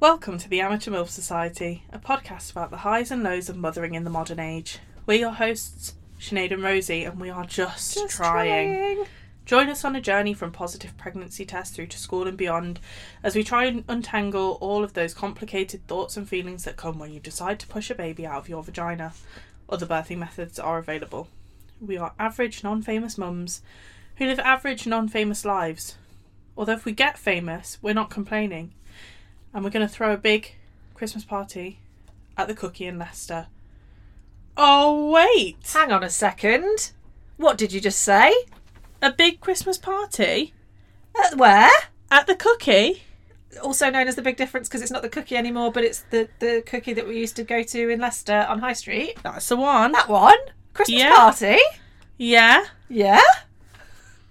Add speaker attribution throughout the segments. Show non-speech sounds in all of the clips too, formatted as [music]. Speaker 1: Welcome to the Amateur MILF Society, a podcast about the highs and lows of mothering in the modern age. We're your hosts, Sinead and Rosie, and we are just, trying. Join us on a journey from positive pregnancy tests through to school and beyond as we try and untangle all of those complicated thoughts and feelings that come when you decide to push a baby out of your vagina. Other birthing methods are available. We are average, non famous mums who live average, non famous lives. Although, if we get famous, we're not complaining. And we're going to throw a big Christmas party at the Cookie in Leicester. Oh, wait!
Speaker 2: Hang on a second. What did you just say?
Speaker 1: A big Christmas party
Speaker 2: At where?
Speaker 1: at the Cookie?
Speaker 2: Also known as the Big Difference because it's not the cookie anymore, but it's the, the cookie that we used to go to in Leicester on High Street.
Speaker 1: That's the one.
Speaker 2: That one? Christmas
Speaker 1: Yeah.
Speaker 2: party?
Speaker 1: Yeah,
Speaker 2: Yeah.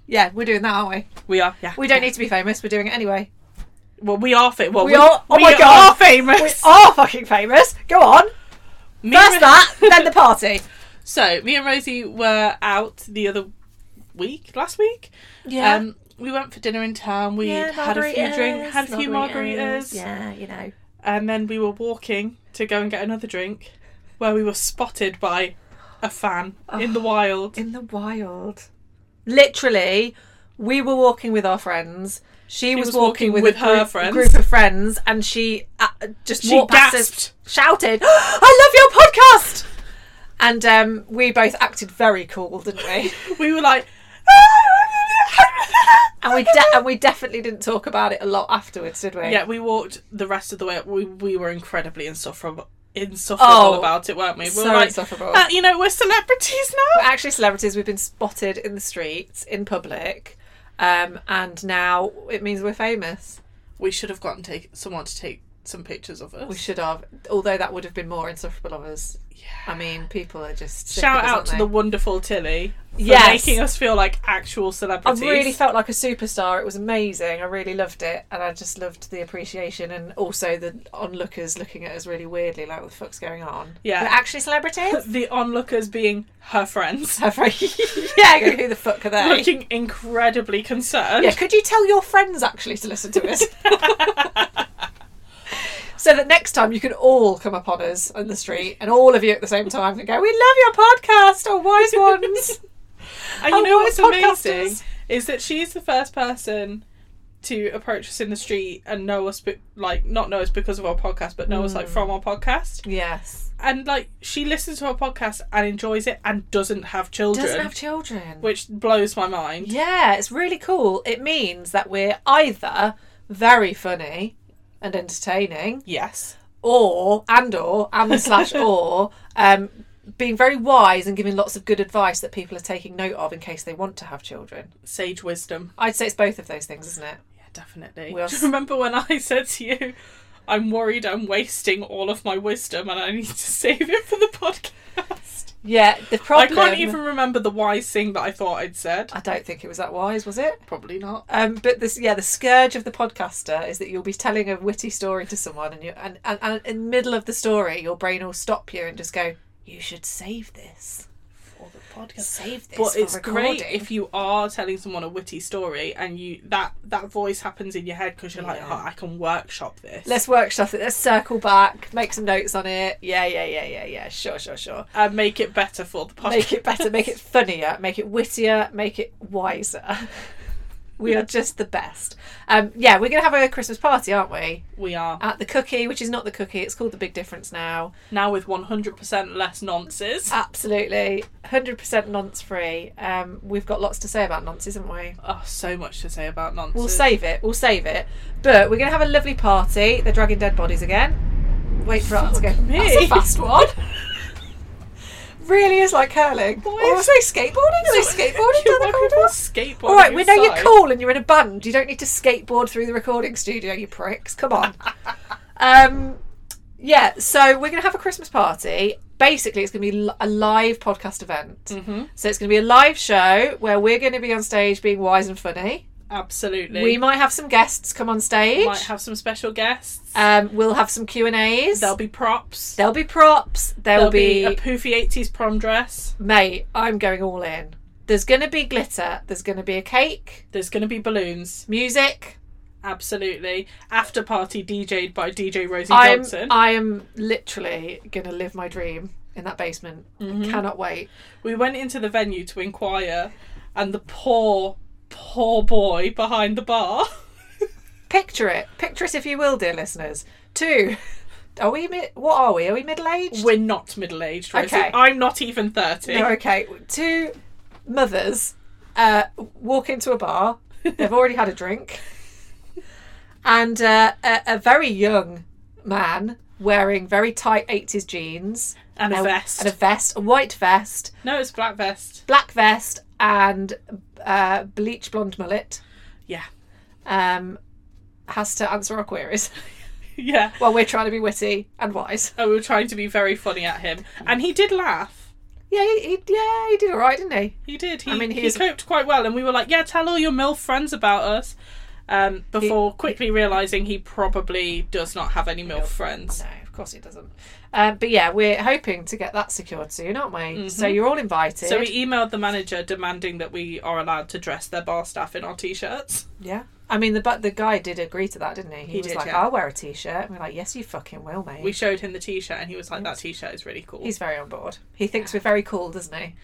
Speaker 2: Yeah, we're doing that, aren't we?
Speaker 1: we are. Yeah,
Speaker 2: We don't need to be famous, we're doing it anyway.
Speaker 1: Well, we are famous. Well,
Speaker 2: We are- oh my God.
Speaker 1: are famous.
Speaker 2: We are fucking famous. Go on.
Speaker 1: Me and
Speaker 2: First that, then the [laughs] party.
Speaker 1: So me and Rosie were out the other week, last week. Um, we went for dinner in town. We had a few drinks, had a few margaritas,
Speaker 2: Yeah, you know.
Speaker 1: and then we were walking to go and get another drink, where we were spotted by a fan in the
Speaker 2: [laughs]
Speaker 1: wild.
Speaker 2: in the wild. Literally, we were walking with our friends. She, was,
Speaker 1: was
Speaker 2: walking,
Speaker 1: walking with
Speaker 2: with, a
Speaker 1: her
Speaker 2: group,
Speaker 1: friends.
Speaker 2: group of friends, and she uh, just
Speaker 1: She
Speaker 2: walked past us,
Speaker 1: gasped.
Speaker 2: shouted, [gasps] "I love your podcast!" And um, we both acted very cool, didn't
Speaker 1: [laughs]
Speaker 2: we?
Speaker 1: We were like, "Ah,
Speaker 2: and we de- and we definitely didn't talk about it a lot afterwards, did we?
Speaker 1: yeah, we walked the rest of the way. up. We we were incredibly insufferable. Insufferable
Speaker 2: Oh,
Speaker 1: about it, weren't we? We
Speaker 2: so
Speaker 1: were like,
Speaker 2: insufferable.
Speaker 1: "Uh, you know, we're celebrities now.
Speaker 2: We're actually celebrities. We've been spotted in the streets in public, um, and now it means we're famous.
Speaker 1: We should have gotten take someone to take some pictures of us.
Speaker 2: We should have, although that would have been more insufferable of us. I mean, people are just sick
Speaker 1: Shout
Speaker 2: of us,
Speaker 1: out
Speaker 2: aren't
Speaker 1: to
Speaker 2: they?
Speaker 1: the wonderful Tilly for
Speaker 2: Yes.
Speaker 1: making us feel like actual
Speaker 2: I
Speaker 1: celebrities.
Speaker 2: really felt like a superstar. It was amazing. I really loved it, and I just loved the appreciation and also the onlookers looking at us really weirdly, like what the fuck's going on?
Speaker 1: Yeah.
Speaker 2: we're actually celebrities.
Speaker 1: the onlookers being her friends,
Speaker 2: [laughs] Have [laughs] I- yeah, who the fuck are they?
Speaker 1: looking incredibly concerned.
Speaker 2: Yeah, could you tell your friends actually to listen to [laughs] us? So that next time you can all come upon us on the street and all of you at the same time and go, We love your podcast, oh wise [laughs] ones.
Speaker 1: and you
Speaker 2: Oh,
Speaker 1: know
Speaker 2: what
Speaker 1: what's
Speaker 2: podcasters.
Speaker 1: amazing is that she's the first person to approach us in the street and know us, but like not know us because of our podcast, but know us like from our podcast.
Speaker 2: yes.
Speaker 1: And like she listens to our podcast and enjoys it and doesn't have children,
Speaker 2: doesn't have children.
Speaker 1: which blows my mind.
Speaker 2: yeah, it's really cool. It means that we're either very funny and entertaining,
Speaker 1: Yes.
Speaker 2: or and or
Speaker 1: [laughs]
Speaker 2: and slash or um, being very wise and giving lots of good advice that people are taking note of in case they want to have children.
Speaker 1: Sage wisdom.
Speaker 2: I'd say it's both of those things, isn't it?
Speaker 1: Yeah, definitely. [laughs]
Speaker 2: We are
Speaker 1: Do you remember when I said to you, I'm worried I'm wasting all of my wisdom and I need to save it for the podcast?
Speaker 2: Yeah. The
Speaker 1: I
Speaker 2: problem.
Speaker 1: can't even remember the wise thing that I thought I'd said.
Speaker 2: I don't think it was that wise, was it?
Speaker 1: Probably not.
Speaker 2: Um, but this, yeah, the scourge of the podcaster is that you'll be telling a witty story to someone, and you and, and, and in the middle of the story, your brain will stop you and just go, "You should save this,
Speaker 1: For the podcast.
Speaker 2: save this."
Speaker 1: But
Speaker 2: for
Speaker 1: it's great
Speaker 2: recording."
Speaker 1: if you are telling someone a witty story and you that that voice happens in your head because you're like,
Speaker 2: Yeah.
Speaker 1: oh, I can workshop this.
Speaker 2: Let's workshop it. Let's circle back, make some notes on it. Yeah, yeah, yeah, yeah, yeah. Sure, sure, sure.
Speaker 1: and Uh, make it better for the podcast.
Speaker 2: Make it better, make it funnier, make it wittier, make it wiser. [laughs] We are just the best. Um, yeah, we're gonna have a Christmas party, aren't we?
Speaker 1: We are
Speaker 2: At the cookie, which is not the cookie. It's called the Big Difference now.
Speaker 1: now with 100% less nonces.
Speaker 2: Absolutely, hundred percent nonce free. Um, we've got lots to say about nonces, haven't we?
Speaker 1: Oh, so much to say about nonces.
Speaker 2: We'll save it. We'll save it. But we're gonna have a lovely party. They're dragging dead bodies again. Wait for us to go.
Speaker 1: me.
Speaker 2: That's a fast one. [laughs] really is like curling.
Speaker 1: Why
Speaker 2: or
Speaker 1: is-
Speaker 2: say skateboarding. [laughs] Is there skateboarding
Speaker 1: Yeah,
Speaker 2: down the
Speaker 1: why
Speaker 2: corridor?
Speaker 1: people skateboard
Speaker 2: All right, we know you're
Speaker 1: outside?
Speaker 2: cool and you're in a band. You don't need to skateboard through the recording studio, you pricks. Come on. um, yeah, so we're going to have a Christmas party. Basically, it's going to be li- a live podcast event.
Speaker 1: Mm-hmm.
Speaker 2: So it's going to be a live show where we're going to be on stage being wise and funny.
Speaker 1: Absolutely.
Speaker 2: We might have some guests come on stage.
Speaker 1: might have some special guests.
Speaker 2: um, we'll have some Q and A's.
Speaker 1: There'll be props.
Speaker 2: There'll be props.
Speaker 1: There'll
Speaker 2: There'll, be,
Speaker 1: be a poofy 80s prom dress.
Speaker 2: mate. I'm going all in. There's going to be glitter. There's going to be a cake.
Speaker 1: There's going to be balloons.
Speaker 2: music,
Speaker 1: Absolutely. After party DJ'd by DJ Rosie
Speaker 2: I'm,
Speaker 1: Johnson.
Speaker 2: I am literally gonna live my dream in that basement.
Speaker 1: Mm-hmm.
Speaker 2: I cannot wait.
Speaker 1: we went into the venue to inquire, and the poor, poor boy behind the bar. [laughs]
Speaker 2: Picture it. Picture it if you will, dear listeners. Two. Are we? Mi- what are we? Are we middle aged?
Speaker 1: We're not middle aged, Rosie.
Speaker 2: Okay.
Speaker 1: I'm not even 30.
Speaker 2: No, okay. Two mothers uh, walk into a bar. They've already had a drink, and uh, a, a very young man wearing very tight eighties jeans
Speaker 1: and a vest.
Speaker 2: and a vest, a white vest,
Speaker 1: No, it's black vest.
Speaker 2: black vest, and uh, bleach blonde mullet.
Speaker 1: Yeah. [laughs]
Speaker 2: Um, has to answer our queries [laughs]
Speaker 1: Yeah.
Speaker 2: while we're trying to be witty and wise.
Speaker 1: And we were trying to be very funny at him. And he did laugh.
Speaker 2: Yeah, he, he, yeah, he did all right, didn't he?
Speaker 1: He did. He,
Speaker 2: I mean,
Speaker 1: he,
Speaker 2: he's-
Speaker 1: coped quite well. And we were like, yeah, tell all your MILF friends about us. Um, before quickly realising he probably does not have any MILF friends.
Speaker 2: No, of course it doesn't. Um, but yeah, we're hoping to get that secured soon, aren't we? Mm-hmm. So you're all invited.
Speaker 1: So we emailed the manager demanding that we are allowed to dress their bar staff in our t shirts.
Speaker 2: yeah. I mean, the but the guy did agree to that, didn't he? He,
Speaker 1: He
Speaker 2: was
Speaker 1: did,
Speaker 2: like,
Speaker 1: yeah.
Speaker 2: "I'll wear a t-shirt," and we're like, "Yes, you fucking will, mate."
Speaker 1: We showed him the t shirt and he was like, that t shirt is really cool.
Speaker 2: He's very on board. He thinks we're very cool, doesn't he?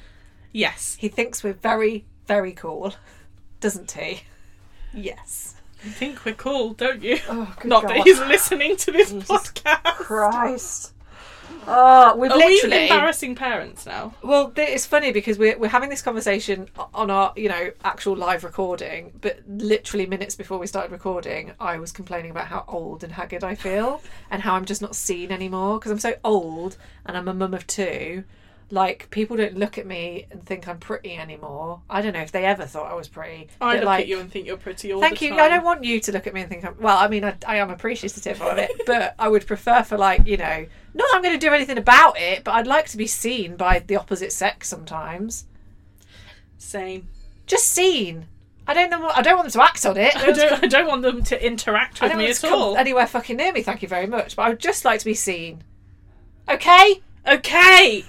Speaker 1: yes.
Speaker 2: He thinks we're very, very cool, [laughs] doesn't he? Yes.
Speaker 1: You think we're cool, don't you?
Speaker 2: Oh, good
Speaker 1: Not
Speaker 2: God.
Speaker 1: that he's listening to this podcast.
Speaker 2: Christ. Oh, we've
Speaker 1: Are we
Speaker 2: literally.
Speaker 1: embarrassing parents now?
Speaker 2: Well, th- it's funny because we're, we're having this conversation o- on our, you know, actual live recording, but literally minutes before we started recording, I was complaining about how old and haggard
Speaker 1: [laughs]
Speaker 2: I feel and how I'm just not seen anymore because I'm so old and I'm a mum of two. Like, people don't look at me and think I'm pretty anymore. I don't know if they ever thought I was pretty.
Speaker 1: I
Speaker 2: but,
Speaker 1: look
Speaker 2: like,
Speaker 1: at you and think you're pretty all
Speaker 2: Thank
Speaker 1: the
Speaker 2: you.
Speaker 1: time.
Speaker 2: I don't want you to look at me and think I'm. Well, I mean, I, I am appreciative of it, [laughs] but I would prefer for like you know, not that I'm going to do anything about it, but I'd like to be seen by the opposite sex sometimes.
Speaker 1: Same.
Speaker 2: Just seen. I don't know. What, I don't want them to act on it.
Speaker 1: I don't, I don't want them to interact
Speaker 2: [laughs] I
Speaker 1: with
Speaker 2: don't
Speaker 1: me
Speaker 2: want them
Speaker 1: at
Speaker 2: to come
Speaker 1: all.
Speaker 2: anywhere fucking near me. Thank you very much. But I would just like to be seen. Okay. [laughs]
Speaker 1: Okay!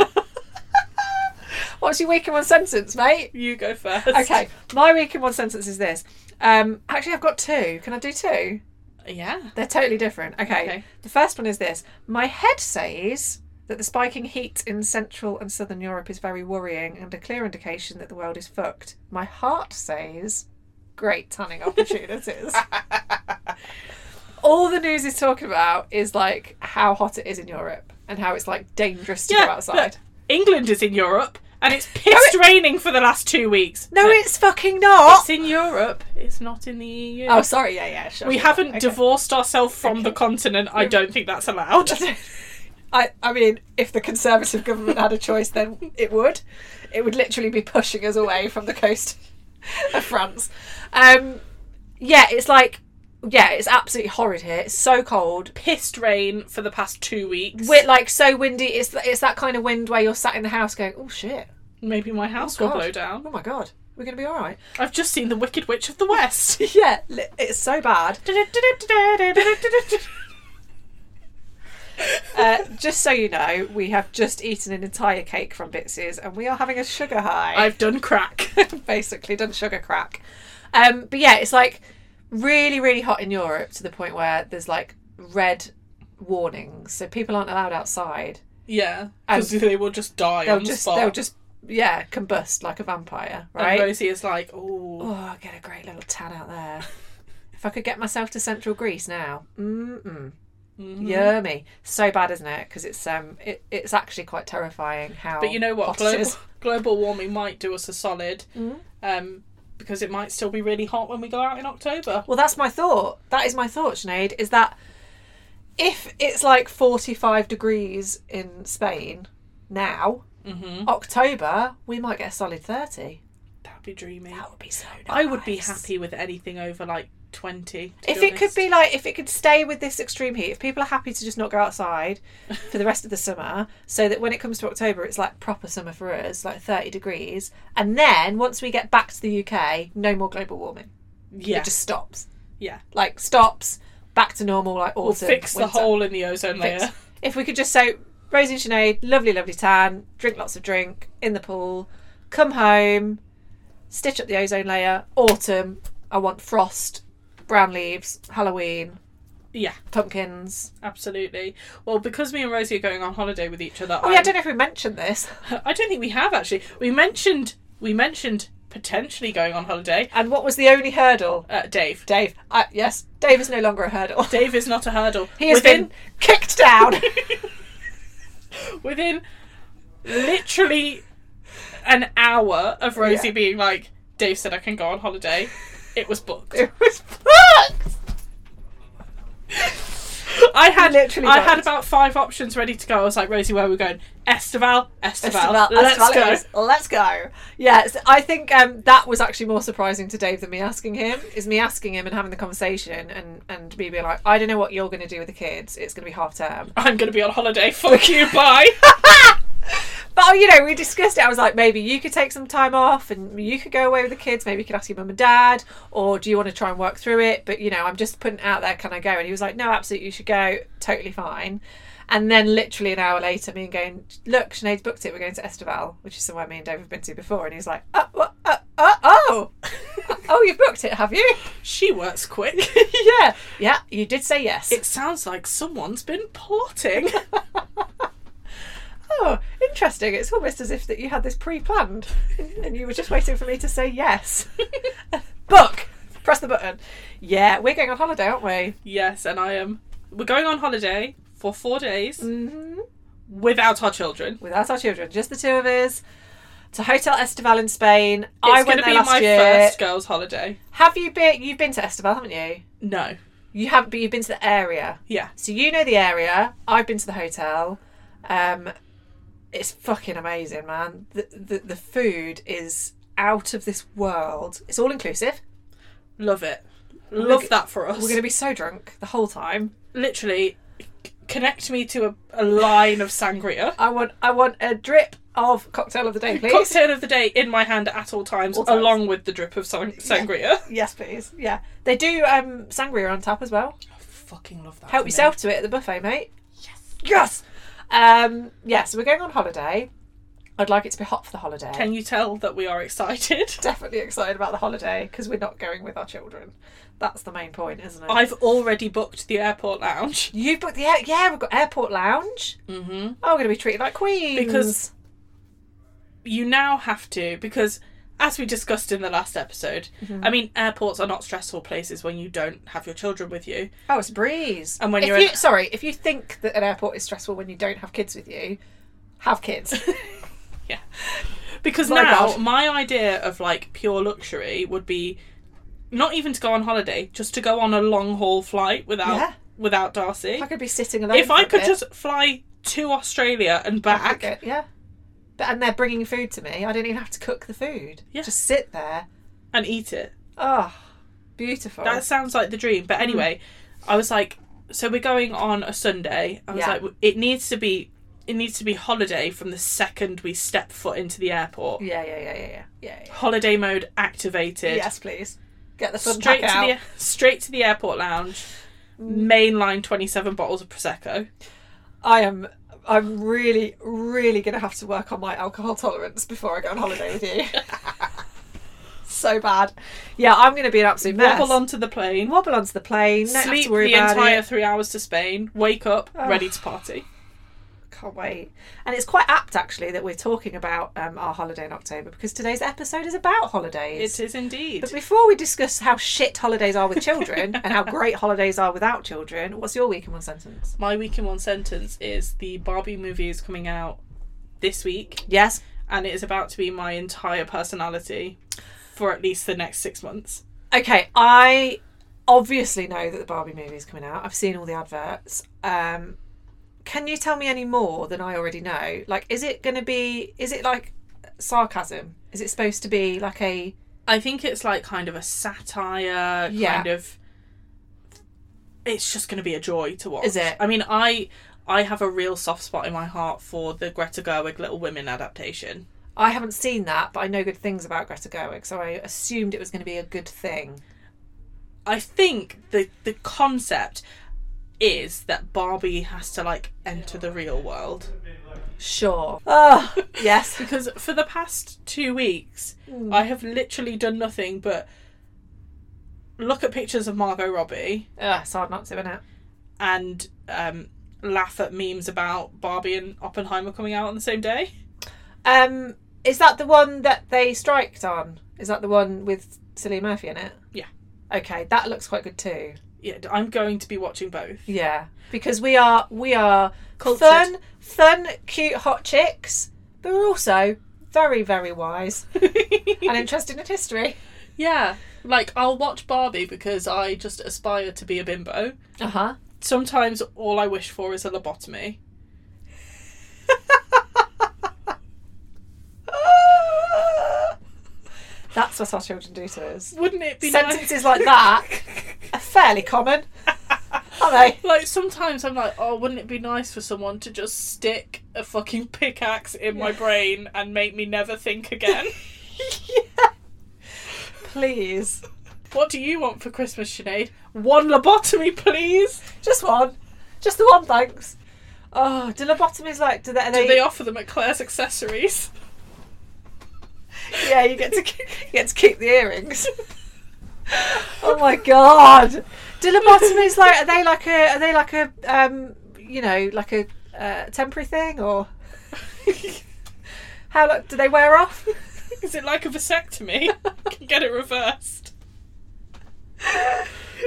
Speaker 2: What's your week in one sentence, mate?
Speaker 1: you go first.
Speaker 2: Okay. My week in one sentence is this. Um, actually, I've got two. Can I do two?
Speaker 1: Yeah.
Speaker 2: They're totally different. Okay.
Speaker 1: Okay.
Speaker 2: The first one is this. My head says that the spiking heat in Central and Southern Europe is very worrying and a clear indication that the world is fucked. My heart says great tanning opportunities. All the news is talking about is like how hot it is in Europe and how it's like dangerous to
Speaker 1: Yeah,
Speaker 2: go outside.
Speaker 1: England is in Europe and it's pissed raining for the last two weeks.
Speaker 2: No, it's fucking not.
Speaker 1: It's in Europe, it's not in the EU.
Speaker 2: Oh, sorry. Yeah, yeah. Sure,
Speaker 1: we
Speaker 2: sure,
Speaker 1: haven't
Speaker 2: okay.
Speaker 1: divorced ourselves from the continent. I don't think that's
Speaker 2: [laughs]
Speaker 1: allowed.
Speaker 2: I, I mean, if the Conservative government had a choice, then it would. It would literally be pushing us away from the coast of France. Um, yeah, it's like, yeah, it's absolutely horrid here. It's so cold.
Speaker 1: pissed rain for the past two weeks.
Speaker 2: We're like so windy. It's th- it's that kind of wind where you're sat in the house going, oh shit,
Speaker 1: Maybe my house will
Speaker 2: God.
Speaker 1: blow down.
Speaker 2: oh my god, we're gonna be all right. [laughs]
Speaker 1: I've just seen The Wicked Witch of the West.
Speaker 2: Yeah, li- it's so bad. Uh, just so you know, we have just eaten an entire cake from Bitsy's, and we are having a sugar high.
Speaker 1: I've done crack.
Speaker 2: basically done sugar crack. Um, but yeah, it's like really, really hot in Europe to the point where there's like red warnings, so people aren't allowed outside.
Speaker 1: Yeah, because they will just die
Speaker 2: They'll
Speaker 1: on the
Speaker 2: just,
Speaker 1: spot.
Speaker 2: they'll just, yeah, combust like a vampire,
Speaker 1: And
Speaker 2: right?
Speaker 1: Rosie is like, oh,
Speaker 2: Oh, I get a great little tan out there. [laughs] if I could get myself to Central Greece now, mm mm,
Speaker 1: Mm-hmm.
Speaker 2: yummy. So bad, isn't it? Because it's um, it, it's actually quite terrifying how.
Speaker 1: but you know what?
Speaker 2: hot it
Speaker 1: Global,
Speaker 2: is. Mm-hmm.
Speaker 1: global warming might do us a solid, um, because it might still be really hot when we go out in October.
Speaker 2: Well, that's my thought. That is my thought, Sinead, is that if it's like 45 degrees in Spain now,
Speaker 1: Mm-hmm.
Speaker 2: October, we might get a solid 30.
Speaker 1: That'd be dreamy.
Speaker 2: That would be so nice.
Speaker 1: I would be happy with anything over like twenty. to
Speaker 2: If it could
Speaker 1: honest.
Speaker 2: be like, if it could stay with this extreme heat, if people are happy to just not go outside for the rest of the summer, so that when it comes to October, it's like proper summer for us, like 30 degrees. And then once we get back to the UK, no more global warming.
Speaker 1: yeah,
Speaker 2: It just stops.
Speaker 1: yeah,
Speaker 2: Like, stops, back to normal, like autumn.
Speaker 1: we'll fix the
Speaker 2: winter.
Speaker 1: hole in the ozone
Speaker 2: fix-
Speaker 1: layer.
Speaker 2: [laughs]
Speaker 1: [laughs]
Speaker 2: If we could just say, Rosie and Sinead, lovely, lovely tan, drink lots of drink, in the pool, come home, stitch up the ozone layer, autumn, I want frost, brown leaves, Halloween,
Speaker 1: Yeah,
Speaker 2: pumpkins.
Speaker 1: absolutely. Well, because me and Rosie are going on holiday with each other,
Speaker 2: Oh, yeah, I don't know if we mentioned this. [laughs]
Speaker 1: I'm- I don't think we have actually. We mentioned we mentioned potentially going on holiday.
Speaker 2: And what was the only hurdle?
Speaker 1: Uh, Dave.
Speaker 2: Dave. I, yes, Dave is no longer a hurdle.
Speaker 1: Dave is not a hurdle.
Speaker 2: He has
Speaker 1: within,
Speaker 2: been kicked down. [laughs]
Speaker 1: within literally an hour of Rosie
Speaker 2: Yeah.
Speaker 1: being like, Dave said I can go on holiday. It was
Speaker 2: [laughs]
Speaker 1: booked.
Speaker 2: it was fucked.
Speaker 1: I had
Speaker 2: Literally
Speaker 1: I had
Speaker 2: booked.
Speaker 1: about five options ready to go. I was like, Rosie, where are we going? Esteval, Esteval.
Speaker 2: Esteval-
Speaker 1: let's
Speaker 2: Esteval
Speaker 1: go.
Speaker 2: it is. Let's go. Yes, I think um, that was actually more surprising to Dave than me asking him. Is me asking him and having the conversation and and me being like, I don't know what you're going to do with the kids. It's going to be half term.
Speaker 1: I'm going to be on holiday. [laughs] Fuck you.
Speaker 2: [laughs]
Speaker 1: Bye.
Speaker 2: But oh, you know, we discussed it. I was like, maybe you could take some time off and you could go away with the kids. Maybe you could ask your mum and dad, or do you want to try and work through it? But you know, I'm just putting it out there. Can I go? And he was like, no, absolutely, you should go. Totally fine. And then literally an hour later, me and going, look, Sinead's booked it. We're going to Esteval, which is somewhere me and Dave have been to before. And he's like, oh, oh, oh, oh, [laughs] oh, oh you've booked it, have you? [laughs]
Speaker 1: she works quick. [laughs]
Speaker 2: yeah, yeah, you did say yes.
Speaker 1: It sounds like someone's been plotting. [laughs]
Speaker 2: Oh, interesting. It's almost as if that you had this pre-planned and you were just waiting for me to say yes.
Speaker 1: [laughs]
Speaker 2: Book. Press the button. Yeah, we're going on holiday, aren't we?
Speaker 1: yes, and I am. We're going on holiday for four days
Speaker 2: Mm-hmm.
Speaker 1: without our children.
Speaker 2: Without our children, just the two of us. To Hotel Esteval in Spain. I
Speaker 1: It's going
Speaker 2: went
Speaker 1: to
Speaker 2: there
Speaker 1: be
Speaker 2: last
Speaker 1: my
Speaker 2: year.
Speaker 1: first girls' holiday.
Speaker 2: Have you been? You've been to Esteval, haven't you?
Speaker 1: No.
Speaker 2: You haven't, but you've been to the area.
Speaker 1: Yeah.
Speaker 2: So you know the area. I've been to the hotel. Um, it's fucking amazing, man. The, the the food is out of this world. It's all inclusive.
Speaker 1: Love it. Love
Speaker 2: Look,
Speaker 1: that for us.
Speaker 2: We're going to be so drunk the whole time.
Speaker 1: Literally c- connect me to a, a line of sangria.
Speaker 2: [laughs] I want I want a drip of cocktail of the [laughs] day, please.
Speaker 1: Cocktail of the day in my hand at all times,
Speaker 2: All times.
Speaker 1: along with the drip of sang-
Speaker 2: [laughs]
Speaker 1: sangria.
Speaker 2: Yes, please. Yeah, they do um, sangria on tap as well.
Speaker 1: Fucking love that. for
Speaker 2: Help
Speaker 1: me.
Speaker 2: yourself to it at the buffet, mate. Yes. Yes. Um, yeah. So we're going on holiday. I'd like it to be hot for the holiday.
Speaker 1: Can you tell that we are excited?
Speaker 2: Definitely excited about the holiday because we're not going with our children. That's the main point, isn't it?
Speaker 1: I've already booked the airport lounge
Speaker 2: you booked the air- yeah. We've got airport lounge. Mm-hmm. Oh, we're going to be treated like queens
Speaker 1: Because- you now have to because as we discussed in the last episode
Speaker 2: Mm-hmm.
Speaker 1: i mean airports are not stressful places when you don't have your children with you
Speaker 2: Oh, it's a breeze.
Speaker 1: And when
Speaker 2: If
Speaker 1: you're
Speaker 2: you-
Speaker 1: in-
Speaker 2: sorry, if you think that an airport is stressful when you don't have kids with you, have
Speaker 1: [laughs]
Speaker 2: kids.
Speaker 1: because
Speaker 2: My
Speaker 1: now
Speaker 2: God.
Speaker 1: my idea of like pure luxury would be not even to go on holiday just to go on a long haul flight without
Speaker 2: Yeah.
Speaker 1: without darcy
Speaker 2: I could be sitting alone.
Speaker 1: if
Speaker 2: for
Speaker 1: i
Speaker 2: a
Speaker 1: could
Speaker 2: bit,
Speaker 1: just fly to australia and
Speaker 2: I
Speaker 1: back
Speaker 2: could- yeah. But and they're bringing food to me. I don't even have to cook the food.
Speaker 1: Yeah.
Speaker 2: Just sit there.
Speaker 1: and eat it
Speaker 2: Oh, beautiful.
Speaker 1: That sounds like the dream.
Speaker 2: Mm-hmm.
Speaker 1: But anyway, I was like, so we're going on a Sunday. I was
Speaker 2: Yeah.
Speaker 1: like, it needs to be, it needs to be holiday from the second we step foot into the airport.
Speaker 2: yeah, yeah, yeah, yeah, yeah, yeah, yeah.
Speaker 1: Holiday mode activated.
Speaker 2: Yes, please. Get the fun
Speaker 1: Straight to
Speaker 2: pack out. Mm.
Speaker 1: the straight to the airport lounge. Mainline twenty seven bottles of prosecco.
Speaker 2: I am. I'm really, really going to have to work on my alcohol tolerance before I go on holiday with you. [laughs] so bad. Yeah, I'm going to be an absolute mess.
Speaker 1: Wobble onto the plane.
Speaker 2: wobble onto the plane. Don't have
Speaker 1: Sleep
Speaker 2: to worry
Speaker 1: the
Speaker 2: about
Speaker 1: entire
Speaker 2: It.
Speaker 1: three hours to Spain. Wake up, ready to party.
Speaker 2: Can't wait. And it's quite apt actually that we're talking about um, our holiday in October because today's episode is about holidays.
Speaker 1: It is indeed.
Speaker 2: but before we discuss how shit holidays are
Speaker 1: [laughs]
Speaker 2: with children and how great holidays are without children, what's your week in one sentence?
Speaker 1: My week in one sentence is the Barbie movie is coming out this week.
Speaker 2: Yes.
Speaker 1: and it is about to be my entire personality for at least the next six months.
Speaker 2: Okay, I obviously know that the Barbie movie is coming out. I've seen all the adverts. Um, can you tell me any more than I already know? Like, is it going to be? Is it like sarcasm? Is it supposed to be like a?
Speaker 1: I think it's like kind of a satire,
Speaker 2: Yeah.
Speaker 1: kind of. It's just going to be a joy to watch.
Speaker 2: Is it?
Speaker 1: I mean, I I have a real soft spot in my heart for the Greta Gerwig Little Women adaptation.
Speaker 2: I haven't seen that, but I know good things about Greta Gerwig, so I assumed it was going to be a good thing.
Speaker 1: I think the the concept is that Barbie has to like enter the real world.
Speaker 2: Sure. Oh, yes.
Speaker 1: [laughs] because for Hmm. the past two weeks I have literally done nothing but look at pictures of Margot Robbie
Speaker 2: Ugh, it's hard not to, innit?
Speaker 1: and um, laugh at memes about Barbie and Oppenheimer coming out on the same day.
Speaker 2: Um, is that the one that they striked on? Is that the one with Cillian Murphy in it?
Speaker 1: Yeah.
Speaker 2: Okay, that looks quite good too.
Speaker 1: Yeah, I'm going to be watching both. [laughs]
Speaker 2: Yeah, because we are we are
Speaker 1: Cultured.
Speaker 2: fun, fun, cute, hot chicks, but we're also very, very wise and interested in history.
Speaker 1: yeah, like I'll watch Barbie because I just aspire to be a bimbo.
Speaker 2: Uh huh.
Speaker 1: Sometimes all I wish for is a lobotomy.
Speaker 2: That's what our children do to us.
Speaker 1: Wouldn't it be
Speaker 2: Sentences like
Speaker 1: [laughs]
Speaker 2: that are fairly common, aren't they? [laughs]
Speaker 1: Like sometimes I'm like, oh, wouldn't it be nice for someone to just stick a fucking pickaxe in my brain and make me never think again?
Speaker 2: [laughs] yeah. Please,
Speaker 1: what do you want for Christmas, Sinead? One lobotomy, please.
Speaker 2: just one, just the one, thanks. Oh, do lobotomies like do they?
Speaker 1: Do they offer them at Claire's accessories?
Speaker 2: Yeah, you
Speaker 1: [laughs]
Speaker 2: get to keep, you get to keep the earrings. oh my god! Do lobotomies like are they like a are they like a um you know like a uh, temporary thing or how long do they wear off? [laughs]
Speaker 1: Is it like a vasectomy? Can get it reversed.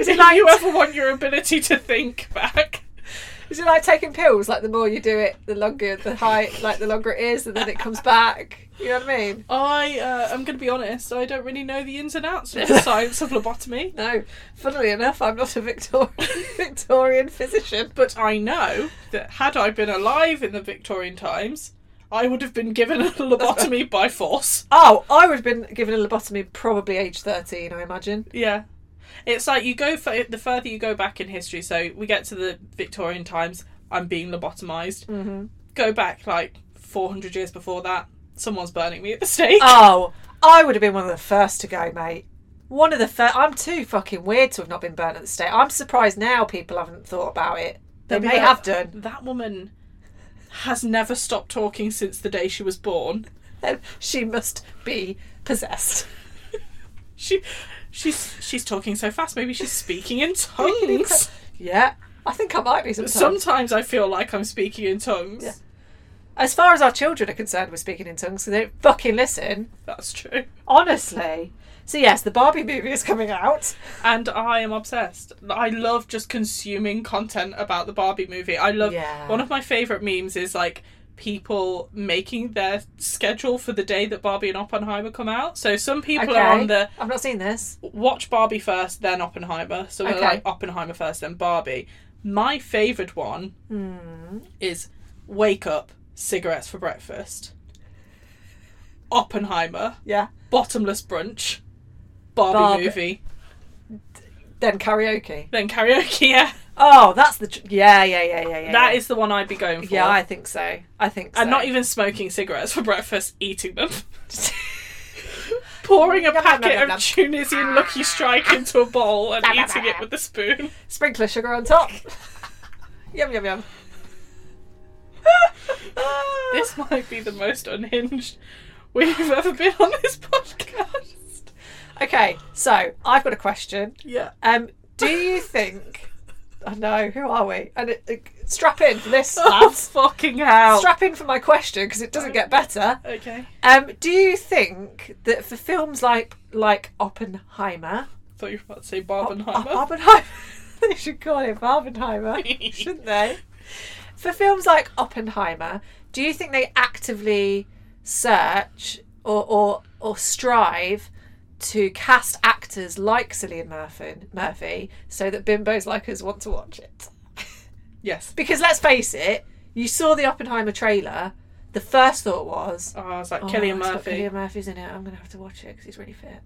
Speaker 2: Is it like
Speaker 1: you ever want your ability to think back?
Speaker 2: is it like taking pills? Like the more you do it, the longer the high like the longer it is, and then it comes back. You know what I mean?
Speaker 1: I uh, I'm going to be honest. I don't really know the ins and outs of the
Speaker 2: [laughs]
Speaker 1: science of lobotomy,
Speaker 2: No, funnily enough, I'm not a [laughs] Victorian Victorian physician.
Speaker 1: but I know that had I been alive in the Victorian times, I would have been given a [laughs] lobotomy by force.
Speaker 2: Oh, I would have been given a lobotomy probably age 13, I imagine.
Speaker 1: Yeah. It's like you go for the further you go back in history. So we get to the Victorian times. I'm being lobotomized.
Speaker 2: Mm-hmm.
Speaker 1: Go back like 400 years before that. Someone's burning me at the stake.
Speaker 2: Oh, I would have been one of the first to go, mate. One of the first. I'm too fucking weird to have not been burnt at the stake. I'm surprised now people haven't thought about it. They
Speaker 1: They'll be
Speaker 2: may
Speaker 1: like,
Speaker 2: have done. [laughs]
Speaker 1: That woman has never stopped talking since the day she was born.
Speaker 2: She must be possessed.
Speaker 1: She, she's she's talking so fast. Maybe she's speaking
Speaker 2: [laughs]
Speaker 1: in tongues.
Speaker 2: Yeah, I think I might be sometimes.
Speaker 1: Sometimes I feel like I'm speaking in tongues.
Speaker 2: Yeah. as far as our children are concerned, we're speaking in tongues, so they don't fucking listen.
Speaker 1: That's true.
Speaker 2: Honestly. So yes, the Barbie movie is
Speaker 1: [laughs]
Speaker 2: coming out.
Speaker 1: And I am obsessed. I love just consuming content about the Barbie movie. I love
Speaker 2: Yeah.
Speaker 1: one of my favorite memes is like people making their schedule for the day that Barbie and Oppenheimer come out. So some people are on the
Speaker 2: I've not seen this.
Speaker 1: watch Barbie first, then Oppenheimer. So we're
Speaker 2: Okay.
Speaker 1: like Oppenheimer first, then Barbie. My favourite one
Speaker 2: Hmm.
Speaker 1: is wake up, cigarettes for breakfast. Oppenheimer,
Speaker 2: Yeah.
Speaker 1: bottomless brunch, Barbie,
Speaker 2: Barbie.
Speaker 1: movie,
Speaker 2: Then karaoke.
Speaker 1: then karaoke. [laughs] Yeah,
Speaker 2: Oh, that's the tr- yeah, yeah, yeah, yeah, yeah.
Speaker 1: that
Speaker 2: yeah.
Speaker 1: is the one I'd be going for.
Speaker 2: Yeah, I think so. I think so.
Speaker 1: and not even smoking cigarettes for breakfast, eating them. [laughs] Pouring a
Speaker 2: Yum, yum,
Speaker 1: packet
Speaker 2: yum, yum.
Speaker 1: of Tunisian Lucky Strike into a bowl and eating it with a spoon.
Speaker 2: [laughs]
Speaker 1: [laughs]
Speaker 2: sprinkler sugar on top. [laughs] yum yum [laughs] yum.
Speaker 1: This might be the most unhinged we've ever been on this [laughs] podcast.
Speaker 2: Okay, so I've got a question.
Speaker 1: Yeah.
Speaker 2: Um, do
Speaker 1: [laughs]
Speaker 2: you think? I know who are we? And it, it, strap in for this,
Speaker 1: Oh, [laughs]
Speaker 2: [laughs] lads.
Speaker 1: fucking hell.
Speaker 2: Strap in for my question because it doesn't get better.
Speaker 1: okay.
Speaker 2: Um, do you think that for films like like Oppenheimer,
Speaker 1: Thought you were about to say
Speaker 2: Op-
Speaker 1: Barbenheimer.
Speaker 2: Oppenheimer, [laughs] they should call it Oppenheimer, shouldn't they? For films like Oppenheimer, do you think they actively search or or, or strive to cast actors like Cillian Murphy, Murphy so that bimbos like us want to watch it?
Speaker 1: yes.
Speaker 2: Because let's face it, you saw the Oppenheimer trailer. The first thought was,
Speaker 1: Oh, I was like
Speaker 2: oh,
Speaker 1: Killian
Speaker 2: it's got
Speaker 1: Murphy.
Speaker 2: Cillian Murphy's in it. I'm going to have to watch it because he's really fit.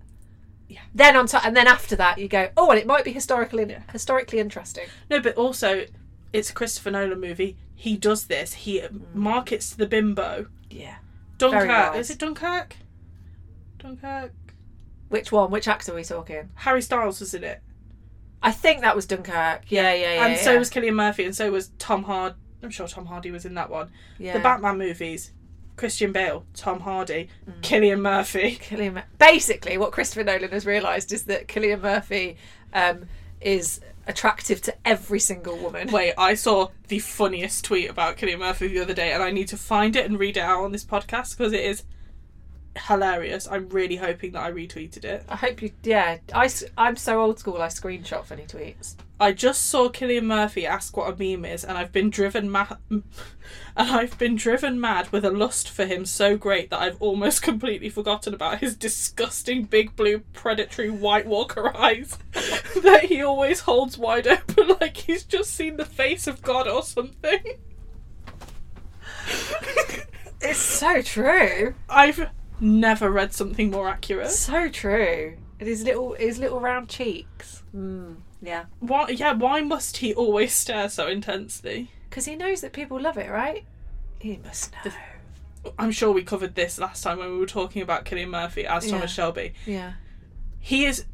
Speaker 1: Yeah.
Speaker 2: Then on top, and then after that, you go, oh, well, it might be historically historically interesting.
Speaker 1: No, but also, it's a Christopher Nolan movie. He does this. He markets to the bimbo.
Speaker 2: Yeah.
Speaker 1: Dunkirk.
Speaker 2: wise.
Speaker 1: Is it Dunkirk? Dunkirk.
Speaker 2: Which one? Which actor are we talking?
Speaker 1: Harry Styles was in it.
Speaker 2: I think that was Dunkirk. Yeah, yeah, yeah.
Speaker 1: and
Speaker 2: yeah.
Speaker 1: so was Killian Murphy, and so was Tom Hardy. I'm sure Tom Hardy was in that one.
Speaker 2: yeah.
Speaker 1: The Batman movies. Christian Bale, Tom Hardy,
Speaker 2: Mm.
Speaker 1: Killian Murphy. [laughs]
Speaker 2: Killian. Mur- Basically, what Christopher Nolan has realised is that Killian Murphy um, is attractive to every single woman.
Speaker 1: Wait, I saw the funniest tweet about Killian Murphy the other day, and I need to find it and read it out on this podcast because it is hilarious. I'm really hoping that I retweeted it.
Speaker 2: I hope you. Yeah, I, am so old school. I screenshot funny tweets.
Speaker 1: I just saw Killian Murphy ask what a meme is, and I've been driven mad, [laughs] and I've been driven mad with a lust for him so great that I've almost [laughs] completely forgotten about his disgusting big blue predatory White Walker [laughs] eyes that he always holds wide open, [laughs] like he's just seen the face of God or something. [laughs]
Speaker 2: It's so true.
Speaker 1: I've never read something more accurate.
Speaker 2: So true. And his little his little round cheeks. Mm, yeah.
Speaker 1: Why? Yeah. Why must he always stare so intensely?
Speaker 2: Because he knows that people love it, right? He must know.
Speaker 1: I'm sure we covered this last time when we were talking about Killian Murphy as Thomas
Speaker 2: Yeah.
Speaker 1: Shelby.
Speaker 2: Yeah.
Speaker 1: He is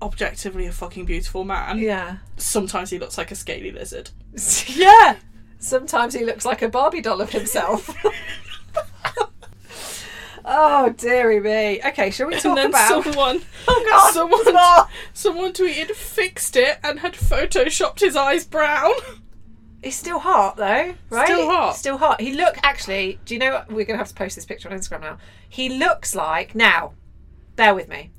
Speaker 1: objectively a fucking beautiful man.
Speaker 2: Yeah. [laughs]
Speaker 1: Sometimes he looks like a scaly lizard. [laughs]
Speaker 2: yeah. Sometimes he looks like a Barbie doll of himself. [laughs] oh dearie me. Okay, shall we
Speaker 1: and
Speaker 2: talk
Speaker 1: then
Speaker 2: about?
Speaker 1: someone,
Speaker 2: [laughs] Oh God!
Speaker 1: someone-
Speaker 2: Someone...
Speaker 1: someone tweeted, fixed it, and had photoshopped his eyes
Speaker 2: [laughs]
Speaker 1: brown.
Speaker 2: He's still hot though, right?
Speaker 1: Still hot.
Speaker 2: Still hot. He look actually. Do you know what? We're gonna have to post this picture on Instagram now. He looks like now. Bear with me.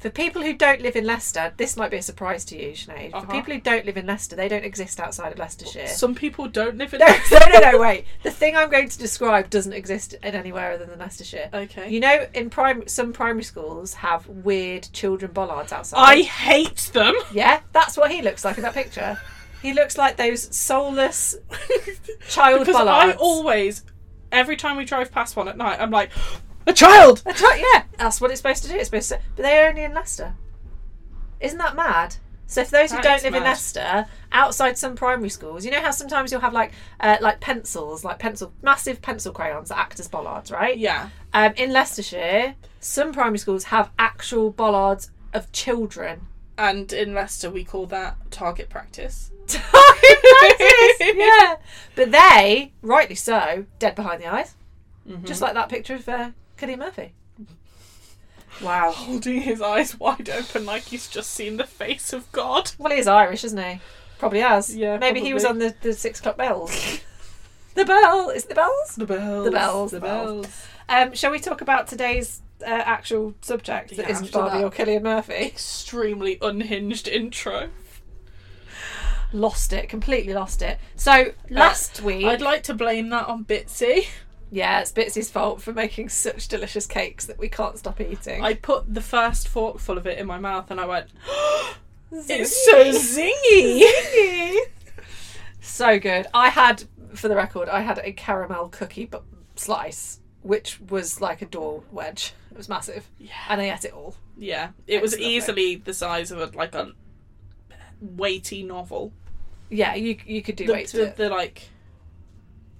Speaker 2: For people who don't live in Leicester, this might be a surprise to you, Sinead.
Speaker 1: Uh-huh.
Speaker 2: For people who don't live in Leicester, they don't exist outside of Leicestershire.
Speaker 1: Some people don't live in.
Speaker 2: [laughs] no, no, no, no, wait. The thing I'm going to describe doesn't exist in anywhere other than Leicestershire.
Speaker 1: Okay.
Speaker 2: You know, in prime, some primary schools have weird children bollards outside.
Speaker 1: I hate them. [laughs]
Speaker 2: Yeah, that's what he looks like in that picture. He looks like those soulless child
Speaker 1: because I
Speaker 2: bollards.
Speaker 1: always, every time we drive past one at night, I'm like, a child.
Speaker 2: That's right, yeah, that's what it's supposed to do. It's supposed to, but they're only in Leicester. Isn't that mad? So for those who
Speaker 1: That
Speaker 2: don't
Speaker 1: is
Speaker 2: live in
Speaker 1: mad.
Speaker 2: Leicester, outside some primary schools, you know how sometimes you'll have like uh, like pencils, like pencil, massive pencil crayons that act as bollards, right?
Speaker 1: [laughs] Yeah.
Speaker 2: Um, in Leicestershire, some primary schools have actual bollards of children. [laughs]
Speaker 1: And in Leicester, we call that target practice. [laughs]
Speaker 2: yeah, but they, rightly so, dead behind the eyes,
Speaker 1: Mm-hmm.
Speaker 2: just like that picture of uh, Killian Murphy. Wow.
Speaker 1: Holding his eyes wide open like he's just seen the face of God.
Speaker 2: Well, he's Irish, isn't he? Probably has.
Speaker 1: Yeah,
Speaker 2: Maybe he was on
Speaker 1: probably.
Speaker 2: the, the six o'clock bells. [laughs] the bell is it the bells.
Speaker 1: The bells.
Speaker 2: The bells,
Speaker 1: The
Speaker 2: the bells.
Speaker 1: bells.
Speaker 2: Um, shall we talk about today's uh, actual subject that
Speaker 1: Yeah,
Speaker 2: not
Speaker 1: after
Speaker 2: Barbie
Speaker 1: that.
Speaker 2: or Killian Murphy?
Speaker 1: Extremely unhinged intro.
Speaker 2: Lost it completely. Lost it. So last week,
Speaker 1: Uh, I'd like to blame that on Bitsy.
Speaker 2: yeah, it's Bitsy's fault for making such delicious cakes that we can't stop eating. [laughs]
Speaker 1: I put the first forkful of it in my mouth and I went, it's so
Speaker 2: Zing.
Speaker 1: zingy.
Speaker 2: so good. I had, for the record, I had a caramel cookie bu- slice, which was like a door wedge. It was massive,
Speaker 1: Yeah.
Speaker 2: and I ate it all.
Speaker 1: Yeah, it was
Speaker 2: Excellent.
Speaker 1: easily the size of a, like a weighty novel.
Speaker 2: Yeah, you you could do
Speaker 1: The,
Speaker 2: weights
Speaker 1: the,
Speaker 2: with it.
Speaker 1: the, like